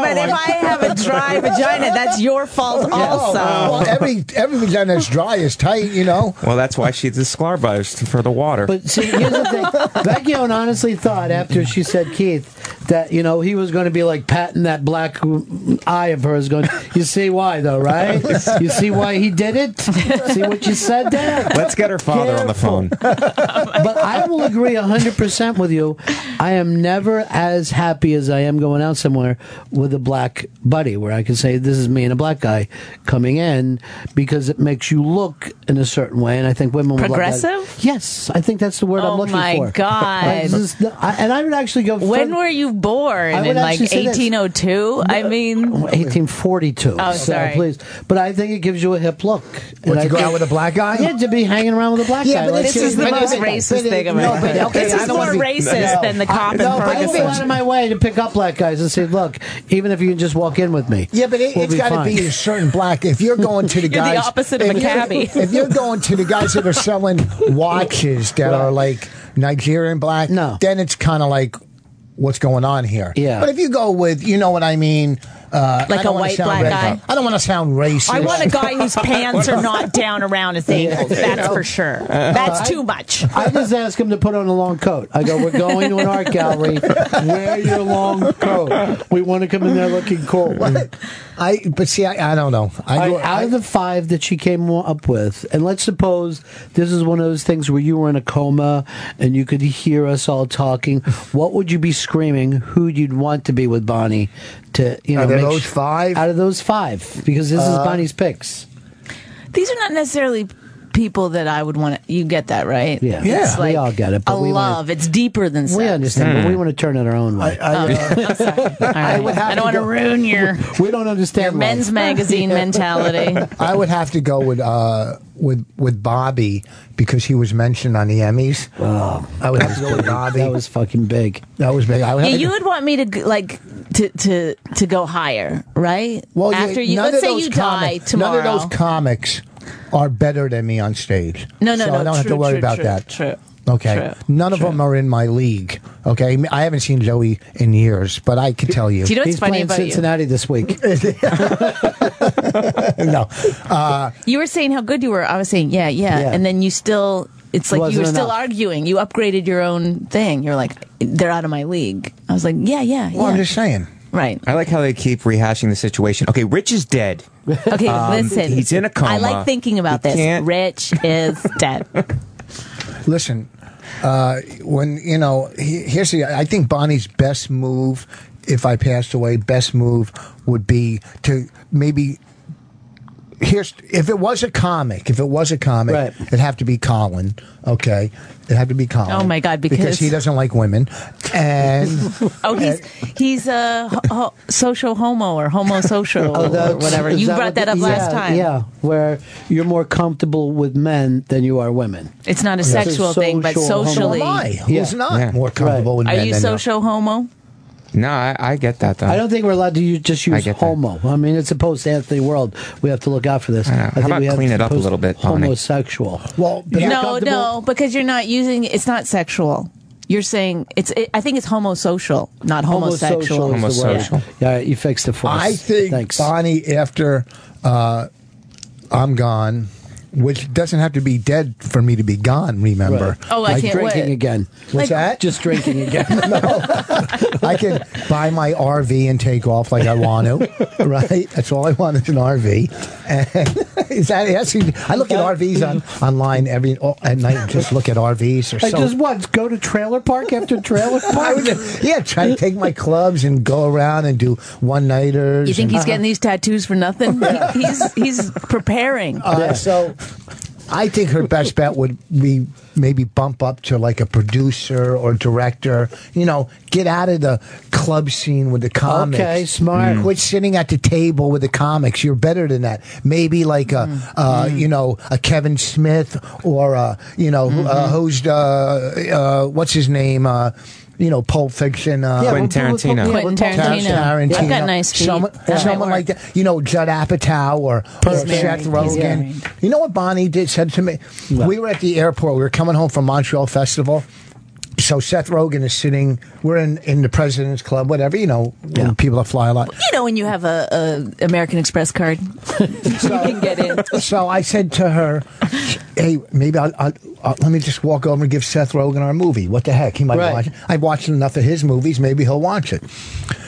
but
Oh,
if I have a dry vagina, that's your fault also.
Oh, well, every every vagina is dry is tight, you know.
Well, that's why she's the sklarbized for the water.
But see, here's the thing. Vecchione honestly thought after she said Keith that, you know, he was going to be like patting that black eye of hers going, you see why though, right? You see why he did it? See what you said there?
Let's get her father on the phone.
but I will agree 100% with you. I am never as happy as I am going out somewhere with a black buddy where I can say, This is me and a black guy coming in because it makes you look in a certain way. And I think women would Love
Progressive?
that. Yes, I think that's the word I'm
Oh
looking
my
for.
God.
I just- I- and I would actually go.
When were you born? In like 1802? I mean,
1842.
Oh,
so
sorry.
please. But I think it gives you a hip look.
What,
I
to go
think-
out with a black guy?
Yeah, to be hanging around with a black guy. like- no, but I will go out of my way to pick up black guys and say, "Look, even if you can just walk in with me."
Yeah, but it,
we'll
it's got to
fine."
be a certain black. If you're going to the
You're the
guys,
opposite of
if
a
you're-
cabbie.
If you're going to the guys that are selling watches that are like Nigerian black, no. then it's kind of like what's going on here.
Yeah.
But if you go with, you know what I mean, uh,
Like
I
a
don't wanna
white
sound
black
ra-
guy?
I don't want to sound racist.
I want a guy whose pants are not down around his ankles. That's for sure. That's too much.
Uh, I just ask him to put on a long coat. I go, "We're going to an art gallery. Wear your long coat. We want to come in there looking cool."
I but see, I, I don't know. I,
All right, out of the five that she came up with, and let's suppose this is one of those things where you were in a coma and you could hear us all talking. What would you be screaming? Who you'd want to be with Bonnie? To you know,
Out of
make
those
sh-
five?
out of those five, because this is
Uh,
Bonnie's picks.
These are not necessarily people that I would want to. You get that, right?
Yeah,
It's like
we all get it.
a
But we wanna-
love. It's deeper than sex.
we understand,
Hmm.
but we want to turn it our own way.
uh,
I, don't want to ruin your
we don't understand
your men's magazine mentality.
I would have to go with uh, with with Bobby because he was mentioned on the Emmys. I would have to go with Bobby. That was
fucking big.
That was big. I would
Yeah,
have to
you
go-
would want me to g- like to to to go higher, right?
Well, you-
after you,
oh, none
let's
of
say
those
you die
comic-
tomorrow.
None of those comics are better than me on stage.
No, no,
so
no,
I don't have to
true,
worry
true,
about
true,
that.
true,
Okay.
true,
None of them are in my league. Okay. I haven't seen Joey in years, but I could tell you.
Do you know what's He's funny playing about you?
Cincinnati this week.
no. Uh,
you were saying how good you were. I was saying, yeah, yeah,
Yeah.
and then you still. It's like you
Wasn't
were still
enough.
arguing. You upgraded your own thing. You're like, they're out of my league. I was like, yeah, yeah, yeah.
Well, I'm
just saying.
Right.
I like how they keep rehashing the situation. Okay, Rich is dead.
Okay,
Um,
listen.
He's in a coma.
I like thinking about
He
this.
can't-
Rich is dead.
Oh, Listen, uh, when you know, he, here's the. I think Bonnie's best move, if I passed away, best move would be to maybe. Here's if it was a comic. If it was a comic, it'd have to be Colin. Okay, it'd have to be Colin.
Oh, my God, because-
he doesn't like women, and
Oh, he's he's a ho- ho- social homo or homosocial or whatever.
Oh, is
You
that
brought
what
that
the-
up last
yeah,
time.
Yeah, where you're more comfortable with men than you are women.
It's not a
Yeah.
sexual thing, but
Social homo-
socially.
Who am I? Who's Yeah. not Oh, Yeah. more comfortable with
Are
men
you
than-
social homo?
No, I, I get that though.
I don't think we're allowed to use, just use homo. I mean, it's a post Anthony world. We have to look out for this. I think
about
we have
clean
to
it up a
post
little bit, Bonnie?
Homosexual. Well,
No, no, because you're not using. It's not sexual. You're saying it's. It, I think it's homosocial, not homosexual.
Homosocial. Yeah, all right, you fixed it for us.
I think Bonnie after uh, I'm gone which doesn't have to be dead for me to be gone. Remember?
Right. Oh, I
Like-
can't wait. Drinking again.
What's
Like-
that?
Just drinking again.
I can buy my RV and take off like I want to. Right? That's all I want is an RV. And is that actually? I look at RVs on online every all- at night. And just look at RVs or
I
so.
just want to go to trailer park after trailer
I
park.
would just- yeah, try to take my clubs and go around and do one nighters.
You think he's getting these tattoos for nothing? He- he's he's preparing.
Uh, So I think her best bet would be maybe bump up to like a producer or director. You know, get out of the club scene with the comics.
Okay, smart.
Quit sitting at the table with the comics. You're better than that. Maybe like a, uh, you know, a Kevin Smith or a, you know, uh, who's uh, uh, what's his name? Uh, you know, Pulp Fiction. Uh,
Yeah, Quentin well, Tarantino. yeah, well, Quentin Tarantino.
Tarantino.
I've got nice feet.
Someone,
That might
someone like that. You know, Judd Apatow or, or
He's married.
Seth
He's
Rogen.
married.
You know what Bonnie did said to me? We were at the airport. We were coming home from Montreal Festival. So Seth Rogen is sitting. We're in, in the President's Club, whatever you know. People that fly a lot.
You know when you have a, a American Express card, you can get in.
so I said to her, "Hey, maybe I'll, I'll, I'll let me just walk over and give Seth Rogen our movie. What the heck? He might
Right.
watch. I've watched enough of his movies. Maybe he'll watch it."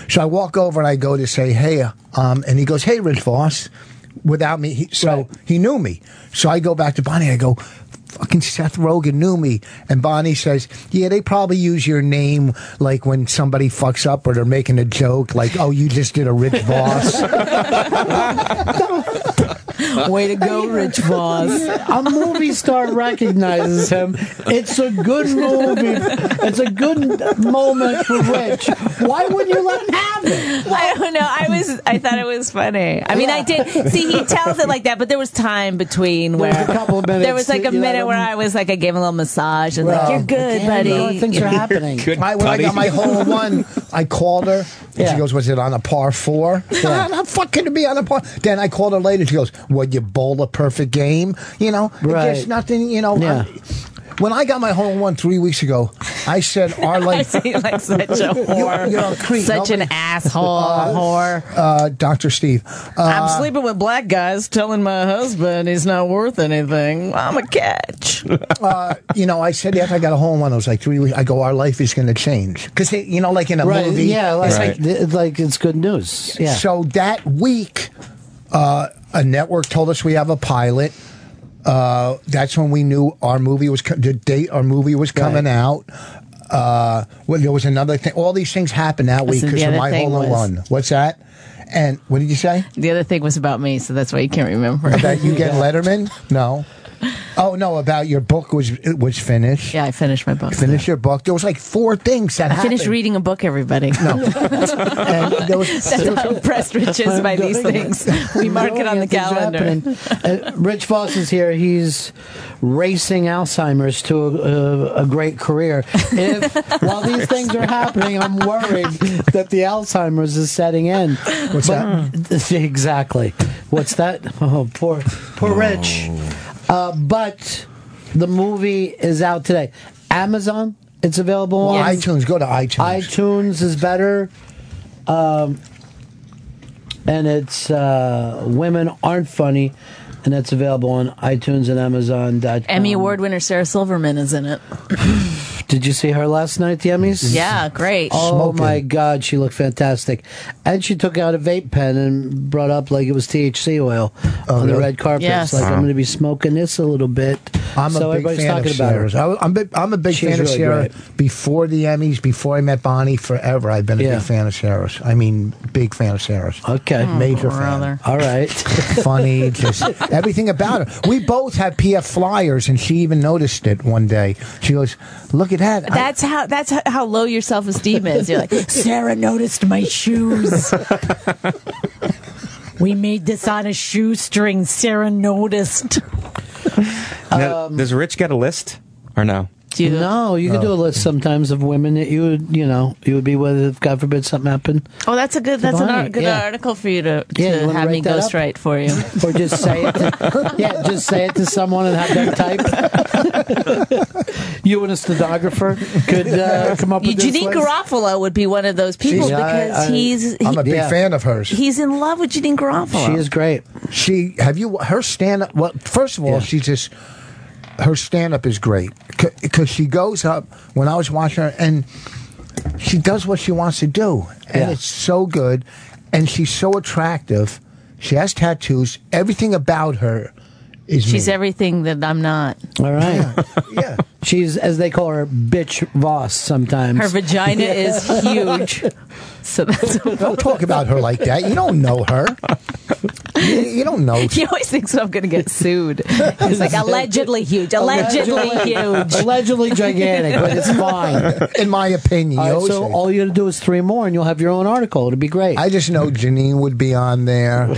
So I walk over and I go to say, "Hey," um, and he goes, "Hey, Rich Voss." Without me, he, so he knew me. So I go back to Bonnie. I go. Fucking Seth Rogen knew me, and Bonnie says, "Yeah, they probably use your name like when somebody fucks up or they're making a joke, like, oh, you just did a Rich Voss.'
Way to go, Rich Voss.
a movie star recognizes him. It's a good movie. It's a good moment for Rich. Why would you let him have it?
I don't know. I was. I thought it was funny. I mean, I did see he tells it like that, but there was time between where
was a couple of minutes
there was like
that
a
you let
minute where
him-
I was like, I gave him a little massage and
um, Well,
like, you're good,
again,
buddy.
you know, things are happening.
Good
I, when I got my
buddy.
hole in one, I called her. And She goes, "Was it on a par four?
Yeah.
I'm fucking to be on a par." Then I called her later. She goes, "Well, you bowl a perfect game? You know,
Right.
there's nothing. You know."
Yeah.
I'm- when I got my hole in one three weeks ago, I said, "Our life."
I see, like such a whore,
You're, you're a creep.
such an asshole, a whore.
Uh, Doctor Steve. Uh,
I'm sleeping with black guys, telling my husband he's not worth anything. I'm a catch.
uh, you know, I said after I got a hole in one, I was like three weeks. I go, our life is going to change because you know, like in a
right?
movie,
Yeah, like,
it's like
th- like it's good news. Yeah.
So that week, uh, a network told us we have a pilot. Uh, that's when we knew our movie was co- the date our movie was coming out. Uh, well, there was another thing. All these things happened that week
Listen,
because
the
of
other
my
thing
hole in
was-
one. What's that? And what did you say?
The other thing was about me, so that's why you can't remember.
About you getting Letterman? No. Oh no! About your book was it was finished.
Yeah, I finished my book.
Finished your book. There was like four things that
I
happened.
finished reading a book, everybody.
No. and there was,
That's how impressed Rich is by these things. We mark it on the calendar.
Uh, Rich Voss is here. He's racing Alzheimer's to a, a, a great career. If while these things are happening, I'm worried that the Alzheimer's is setting in.
What's
that? Exactly. What's that? Oh, poor, poor Rich. Uh, but the movie is out today. Amazon. It's available
Well,
on
iTunes. Go to iTunes.
iTunes is better. Um, and it's uh, Women Aren't Funny, and that's available on iTunes and Amazon.
Emmy
Um,
Award winner Sarah Silverman is in it.
Did you see her last night at the Emmys?
Yeah, great.
Oh
Smoking.
my God, she looked fantastic. And she took out a vape pen and brought up like it was THC oil on the
Oh, really?
red carpet.
Yes.
Like,
Wow.
I'm going to be smoking this a little bit.
I'm
so
a big
everybody's
fan
talking
of
about
Sarah's.
her.
I, am I'm a big
She's
fan of
really
Sarah
great.
before the Emmys, before I met Bonnie. Forever, I've been a
Yeah.
big fan of Sarah's. I mean, big fan of Sarah's.
Okay,
Mm,
major fan.
brother. All right,
funny, just everything about her. We both had PF flyers, and she even noticed it one day. She goes, "Look at that." I-
That's how that's how- how low your self esteem is. You're like, Sarah noticed my shoes. we made this on a shoestring. Sarah noticed.
Now, does Rich get a list or no?
no, you can do a list sometimes of women that you would, you know, you would be with if God forbid something happened.
Oh, that's a good that's an ar- good
Yeah.
article for you to, to
Yeah, you wanna
have me
write that up?
ghostwrite for you.
Or just say it. To, yeah, just say it to someone and have them type. you and a stenographer could uh, come up with this
Janine
list.
Garofalo would be one of those people
She's- Yeah, I-
because
I-
he's.
I'm a big Yeah. fan
of hers.
He's in love with Janine Garofalo.
She is great.
She have you her stand up. Well, first of all, she's just her stand up is great because she goes up. When I was watching her, and she does what she wants to do, and
Yeah.
it's so good, and she's so attractive. She has tattoos. Everything about her is
She's
me.
everything that I'm not.
All right. Yeah. She's, as they call her, bitch boss sometimes.
Her vagina is huge. So that's
don't talk about her like that. You don't know her. You, you don't know.
He always thinks I'm going to get sued. He's like allegedly huge, allegedly huge,
Allegedly gigantic, but it's fine.
In my opinion.
All
you
right,
always
so
say-
all you got to do is three more and you'll have your own article. It'll be great.
I just know Janine would be on there.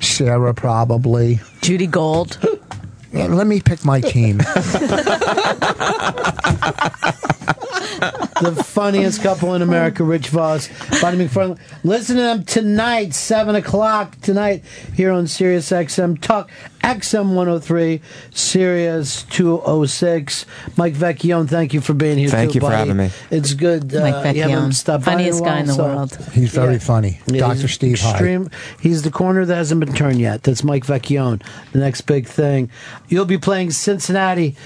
Sarah probably.
Judy Gold.
let me pick my team.
the funniest couple in America, Rich Voss, Bonnie McFarlane. Listen to them tonight, 7 o'clock tonight, here on Sirius XM Talk, XM 103, Sirius 206. Mike Vecchione, thank you for being here.
Thank
too,
you for
buddy.
having me.
It's good.
Mike
uh, you
Vecchione,
haven't stopped by
funniest
in a
guy in the
while, so-
world.
He's very funny. Dr.
he's
Steve Hyde.
extreme- He's the corner that hasn't been turned yet. That's Mike Vecchione, the next big thing. You'll be playing Cincinnati.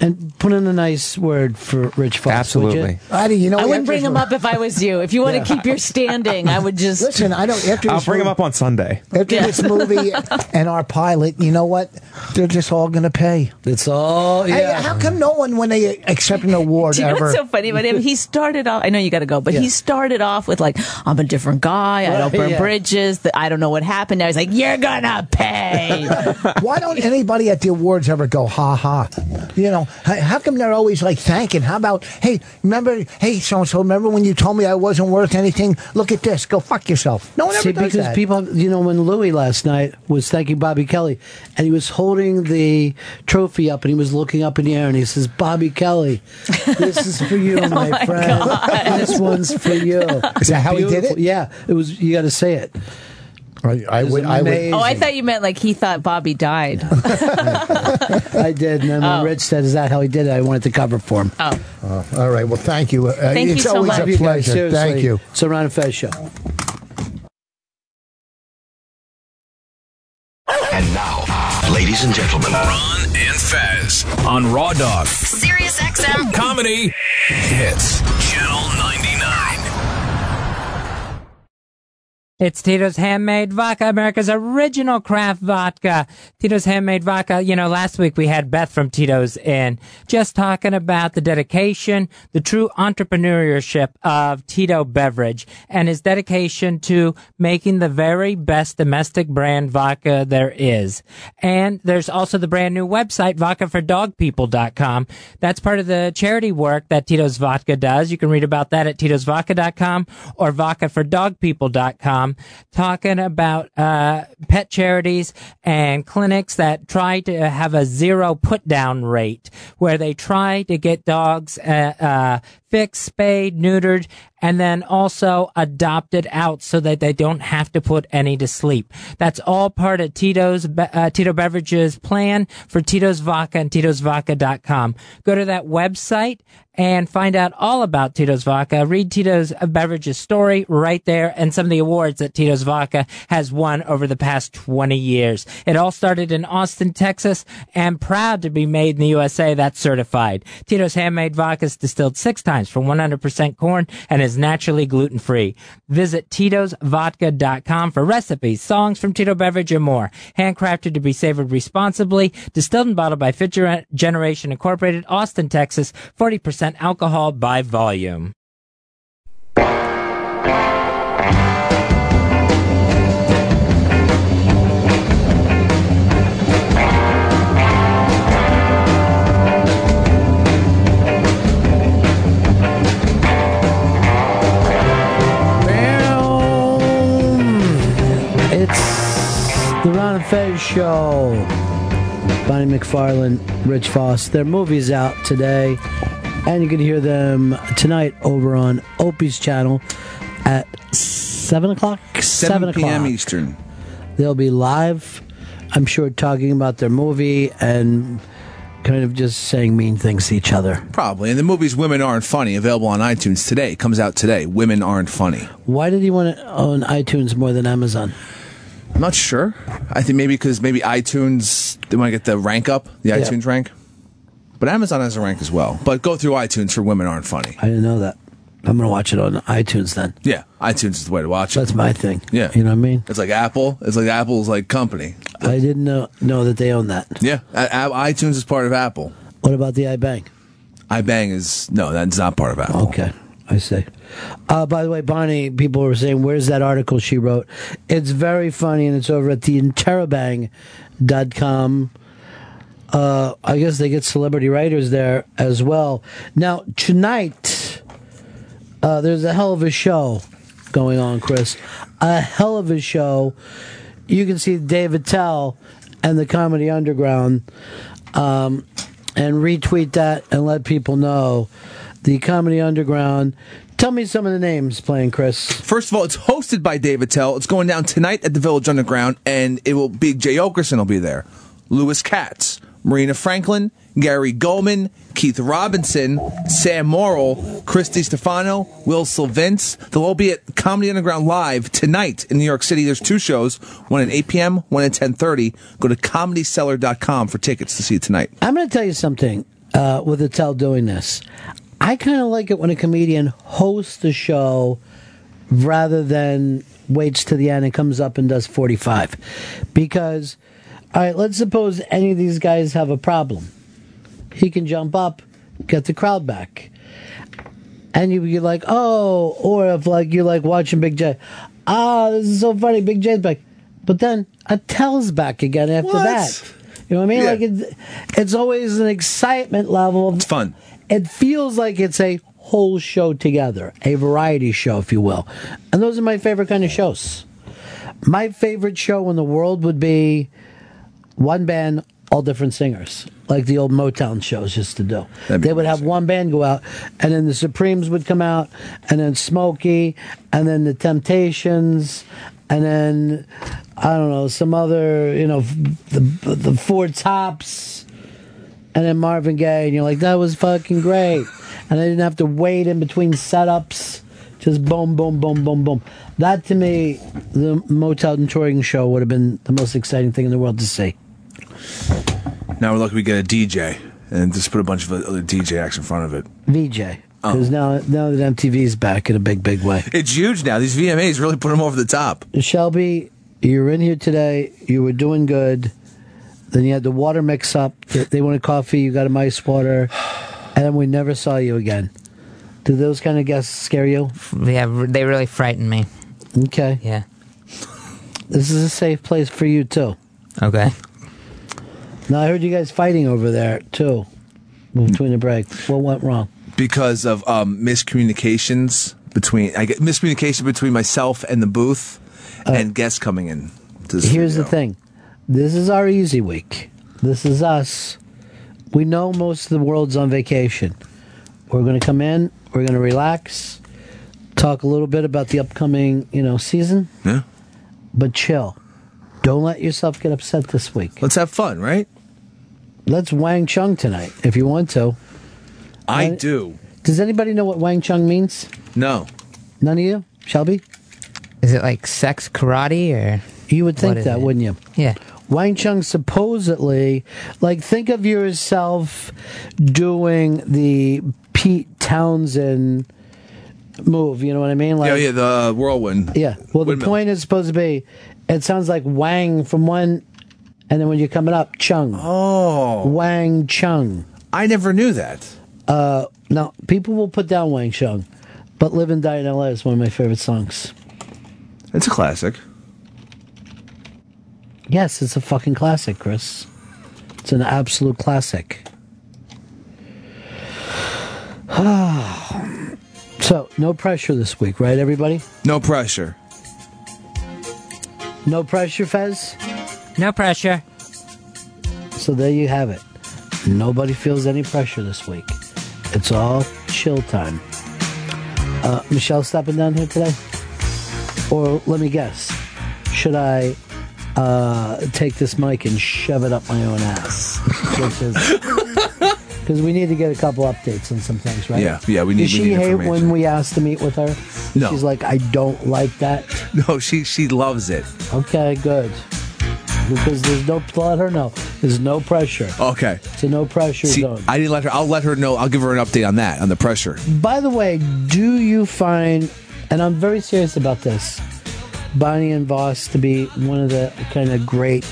And put in a nice word for Rich Fox. Would you?
Absolutely.
you know,
I wouldn't
after
bring
this
him up if I was you. If you want
Yeah.
to keep your standing, I would just
Listen, I don't. After
I'll
this
bring him
movie-
up on Sunday.
After
Yeah.
this movie and our pilot, you know what? They're just all going to pay.
It's all.
Hey,
yeah.
how come no one, when they accept an award,
Do you know
ever?
what's so funny about him? He started off. I know you got to go, but he started off with like, "I'm a different guy. I don't
Right,
burn
yeah.
bridges. That I don't know what happened." Now he's like, "You're gonna pay."
Why don't anybody at the awards ever go, ha ha? You know, h- how come they're always like thanking? How about, hey, remember, hey, so and so, remember when you told me I wasn't worth anything? Look at this. Go fuck yourself. No one ever
See,
does
because
that.
people, you know, when Louis last night was thanking Bobby Kelly, and he was holding the trophy up, and he was looking up in the air, and he says, "Bobby Kelly, this is for
Oh
you, my,
my
friend.
God.
This one's for you." Is
that how he did it?
Yeah, it was. You got to say it.
I, I
would.
I would-
oh, I thought you meant like he thought Bobby died.
I did, and then when Rich said, "Is that how he did it?" I wanted to cover for him.
Oh.
Oh, all right. Well, thank you. Uh,
Thank
it's
you so
always
much.
a
You guys,
pleasure.
seriously,
Thank you.
It's a Ron and Fez show.
And now, ladies and gentlemen, Ron and Fez on Raw Dog.
Sirius XM.
Comedy hits Channel 99.
It's Tito's Handmade Vodka, America's original craft vodka. Tito's Handmade Vodka, you know, last week we had Beth from Tito's in just talking about the dedication, the true entrepreneurship of Tito Beverage and his dedication to making the very best domestic brand vodka there is. And there's also the brand new website, vodkafordogpeople.com. That's part of the charity work that Tito's Vodka does. You can read about that at titosvodka.com or vodkafordogpeople.com, talking about uh, pet charities and clinics that try to have a zero put down rate, where they try to get dogs uh, uh, fixed, spayed, neutered, and then also adopted out so that they don't have to put any to sleep. That's all part of Tito's Be- uh, Tito Beverages plan for Tito's Vodka and Tito'sVodka.com. Go to that website and find out all about Tito's Vodka. Read Tito's Beverages story right there and some of the awards that Tito's Vodka has won over the past 20 years. It all started in Austin, Texas, and proud to be made in the USA that's certified. Tito's handmade vodka is distilled six times from 100% corn and is naturally gluten free. Visit Tito'sVodka.com for recipes, songs from Tito Beverage, and more. Handcrafted to be savored responsibly, distilled and bottled by Fit Gener- Generation Incorporated, Austin, Texas, 40% alcohol by volume.
It's the Ron and Fez show. Bonnie McFarlane, Rich Foss. Their movie's out today, and you can hear them tonight over on Opie's channel at seven o'clock.
7 p.m.
o'clock.
Eastern.
They'll be live, I'm sure, talking about their movie and kind of just saying mean things to each other.
Probably. And the movie's Women Aren't Funny, available on iTunes today. Comes out today. Women Aren't Funny.
Why did he want it on iTunes more than Amazon?
I'm not sure. I think maybe because maybe iTunes they want to get the rank up, the
Yeah.
iTunes rank. But Amazon has a rank as well. But go through iTunes for women aren't funny.
I didn't know that. I'm gonna watch it on iTunes then.
Yeah, iTunes is the way to watch it.
That's my thing.
Yeah,
you know what I mean.
It's like Apple. It's like Apple's like company.
I didn't know know that they own that.
Yeah, A- A- iTunes is part of Apple.
What about the iBang?
iBang is no, that's not part of Apple.
Okay, I see. Uh, by the way, Bonnie, people were saying, where's that article she wrote? It's very funny, and it's over at theinterrobang.com. Uh, I guess they get celebrity writers there as well. Now, tonight, uh, there's a hell of a show going on, Chris. A hell of a show. You can see Dave Attell and the Comedy Underground um, and retweet that and let people know the Comedy Underground. Tell me some of the names playing, Chris.
First of all, it's hosted by Dave Attell. It's going down tonight at the Village Underground, and it will be Jay Okerson will be there, Lewis Katz, Marina Franklin, Gary Goldman, Keith Robinson, Sam Morrill, Christy Stefano, Will Sylvince. They'll all be at Comedy Underground live tonight in New York City. There's two shows, one at 8 p.m., one at 10:30. Go to comedyseller.com for tickets to see it tonight.
I'm going to tell you something uh, with Attell doing this. I kind of like it when a comedian hosts the show rather than waits to the end and comes up and does 45. Because, all right, let's suppose any of these guys have a problem. He can jump up, get the crowd back. and you, you're like, oh, or if like you're like watching Big J, ah, this is so funny, Big J's back, but then Attell's back again after
What?
that. You know what I mean?
Yeah.
Like it's, it's always an excitement level. It's
fun.
It feels like it's a whole show together, a variety show, if you will, and those are my favorite kind of shows. My favorite show in the world would be one band, all different singers, like the old Motown shows used to do. They would have one band go out, and then the Supremes would come out, and then Smokey, and then the Temptations, and then I don't know some other, you know, f- the the Four Tops, and then Marvin Gaye, and you're like, that was fucking great, and I didn't have to wait in between setups. Just boom, boom, boom, boom, boom. That to me, the Motown touring show would have been the most exciting thing in the world to see.
Now we're lucky we get a DJ and just put a bunch of other DJ acts in front of it.
VJ. Because now, now that MTV's back in a big, big way.
It's huge now. These VMAs really put them over the top.
Shelby, you were in here today. You were doing good. Then you had the water mix up. They- They wanted coffee. You got them ice water. And then we never saw you again. Do those kind of guests scare you?
Yeah, they really frighten me.
Okay.
Yeah.
This is a safe place for you, too.
Okay.
Now, I heard you guys fighting over there, too, between the break. What went wrong?
because of um, miscommunications between I get miscommunication between myself and the booth
Uh,
and guests coming in. To the
Here's
studio.
the thing. This is our easy week. This is us. We know most of the world's on vacation. We're going to come in, we're going to relax, talk a little bit about the upcoming, you know, season,
Yeah.
but chill. Don't let yourself get upset this week.
Let's have fun, right?
Let's Wang Chung tonight if you want to.
I
Uh,
do.
Does anybody know what Wang Chung means?
No.
None of you? Shelby?
Is it like sex karate or?
You would
What
think
is
that,
it?
wouldn't you?
Yeah.
Wang Chung supposedly, like, think of yourself doing the Pete Townsend move. You know what I mean? Like,
yeah, yeah, the whirlwind.
yeah. Well, the
Windmill.
point is supposed to be, it sounds like Wang from one, and then when you're coming up, Chung.
Oh.
Wang Chung.
I never knew that.
Uh, now people will put down Wang Chung, but "Live and Die in L.A." is one of my favorite songs.
It's a classic.
Yes, it's a fucking classic, Chris. It's an absolute classic. so, no pressure this week, right, everybody?
No pressure.
No pressure, Fez?
No pressure.
So, there you have it. Nobody feels any pressure this week. It's all chill time. Uh, Michelle stopping down here today? Or let me guess, should I uh, take this mic and shove it up my own ass? Which is because we need to get a couple updates on some things, right?
Yeah, yeah, we need-
Did
we
she
need
hate when
information.
we asked to meet with her?
No.
she's like, I don't like that.
No, she she loves it.
Okay, good. Because there's no let her know. There's no pressure.
Okay.
It's a no pressure
See,
zone.
I didn't let her. I'll let her know. I'll give her an update on that on the pressure.
By the way, do you find, and I'm very serious about this, Bonnie and Voss to be one of the kind of great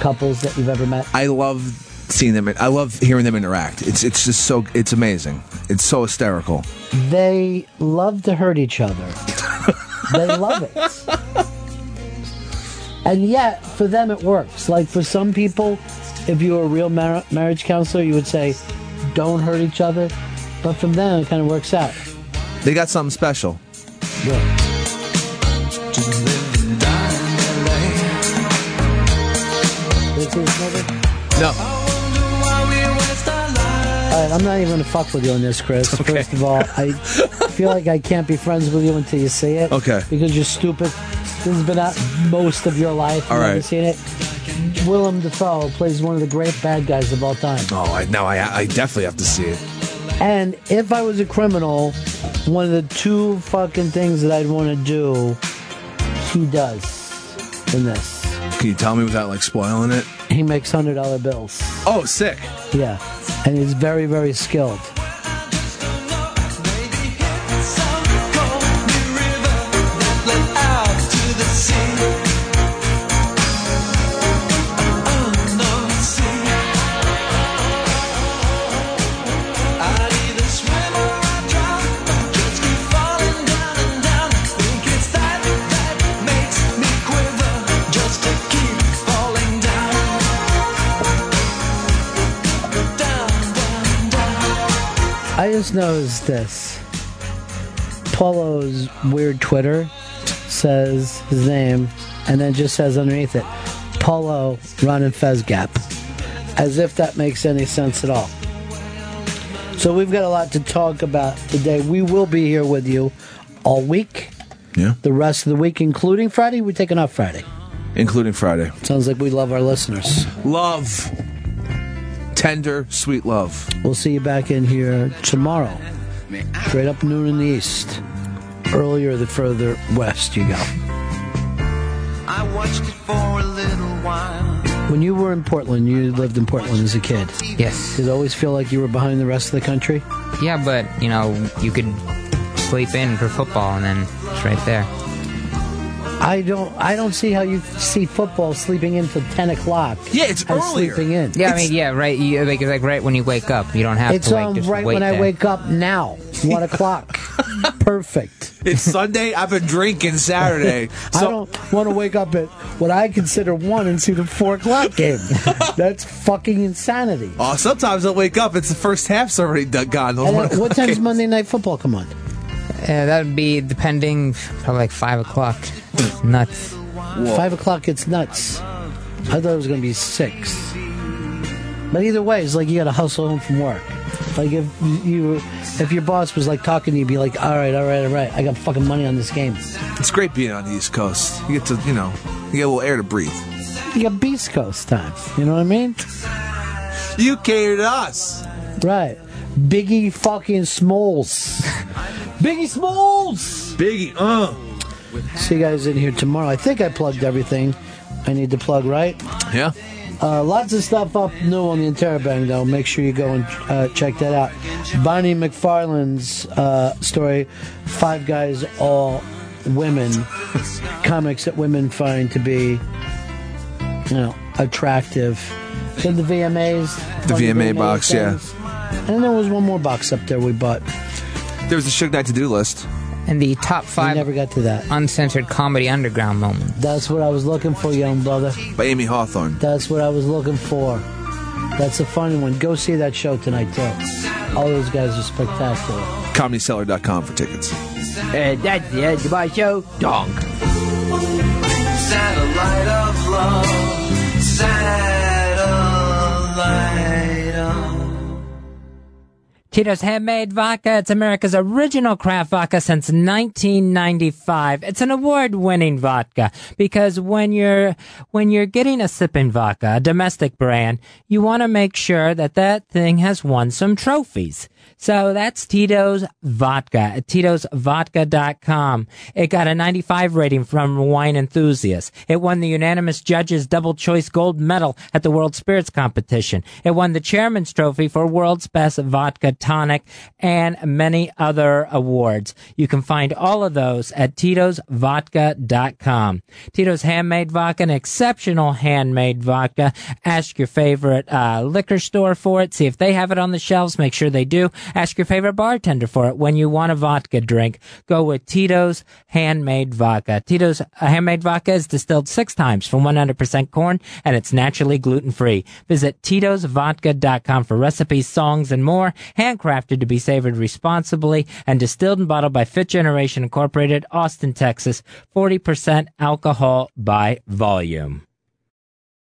couples that you've ever met?
I love seeing them. I love hearing them interact. It's it's just so it's amazing. It's so hysterical.
They love to hurt each other. they love it. And yet, for them, it works. Like for some people, if you were a real mar- marriage counselor, you would say, don't hurt each other. But from them, it kind of works out.
They got something special.
This is another-
No.
All right, I'm not even going to fuck with you on this, Chris. First of all, I feel like I can't be friends with you until you see it.
Okay.
Because you're stupid. This has been out most of your life.
All
You've never
right.
seen it. Willem Dafoe plays one of the great bad guys of all time.
Oh, I no, I I definitely have to see it.
And if I was a criminal, one of the two fucking things that I'd want to do, he does in this.
Can you tell me without like spoiling it?
He makes hundred dollar bills.
Oh, sick.
Yeah, and he's very, very skilled.
Just to keep falling down, down, down, down.
I just noticed this. Polo's weird Twitter says his name and then just says underneath it, Polo Ron and Fez Gap. As if that makes any sense at all. So we've got a lot to talk about today. We will be here with you all week.
Yeah.
The rest of the week, including Friday. We're taking off Friday.
Including Friday.
Sounds like we love our listeners.
Love. Tender, sweet love.
We'll see you back in here tomorrow. Straight up noon in the east. Earlier the further west you go.
I watched it for a little while.
When you were in Portland, you lived in Portland as a kid.
Yes.
Did it always feel like you were behind the rest of the country?
Yeah, but you know, you could sleep in for football, and then it's right there.
I don't. I don't see how you see football sleeping in till ten o'clock.
Yeah, it's
as Sleeping in.
Yeah, I mean, yeah, right. You, like, like right when you wake up, you don't have
it's
to like
um,
just
right
wait
when I
there.
wake up now, one o'clock. Perfect.
It's Sunday. I've been drinking Saturday.
I don't want to wake up at what I consider one and see the four o'clock game. That's fucking insanity.
Oh, sometimes I'll wake up. It's the first half's already done, gone.
And then what time does Monday Night Football come on?
Yeah, Uh, that would be depending, probably like five o'clock. Nuts.
Five o'clock, it's nuts. I thought it was going to be six. But either way, it's like you got to hustle home from work. Like if you, if your boss was like talking to you, be like, all right, all right, all right, I got fucking money on this game.
It's great being on the East Coast. You get to, you know, you get a little air to breathe.
You got Beast Coast time. You know what I mean?
You catered to us.
Right. Biggie fucking Smalls. Biggie Smalls!
Biggie, uh.
See you guys in here tomorrow. I think I plugged everything I need to plug, right?
Yeah.
Uh, lots of stuff up new on the Interrobang, though. Make sure you go and uh, check that out. Bonnie McFarland's uh, story, Five Guys All Women, comics that women find to be, you know, attractive. Then the VMAs.
The
one of
VMA box, yeah.
things. And there was one more box up there we bought.
There was a Suge Knight to do list.
And the top five.
never got to that.
Uncensored comedy underground moment.
That's what I was looking for, young brother.
By Amy Hawthorne.
That's what I was looking for. That's a funny one. Go see that show tonight, too. All those guys are spectacular.
ComedySeller.com for tickets.
And Uh, that's the end of my show.
Dong.
Satellite of love. Satellite of
Tito's Handmade Vodka. It's America's original craft vodka since 1995. It's an award-winning vodka because when you're when you're getting a sipping vodka, a domestic brand, you want to make sure that that thing has won some trophies. So that's Tito's Vodka at titosvodka.com. It got a 95 rating from wine enthusiasts. It won the unanimous judges double choice gold medal at the World Spirits Competition. It won the chairman's trophy for world's best vodka tonic and many other awards. You can find all of those at titosvodka.com. Tito's handmade vodka, an exceptional handmade vodka. Ask your favorite uh, liquor store for it. See if they have it on the shelves. Make sure they do. Ask your favorite bartender for it. When you want a vodka drink, go with Tito's handmade vodka. Tito's uh, handmade vodka is distilled six times from 100% corn and it's naturally gluten free. Visit Tito'sVodka.com for recipes, songs, and more, handcrafted to be savored responsibly and distilled and bottled by Fit Generation Incorporated, Austin, Texas, 40% alcohol by volume.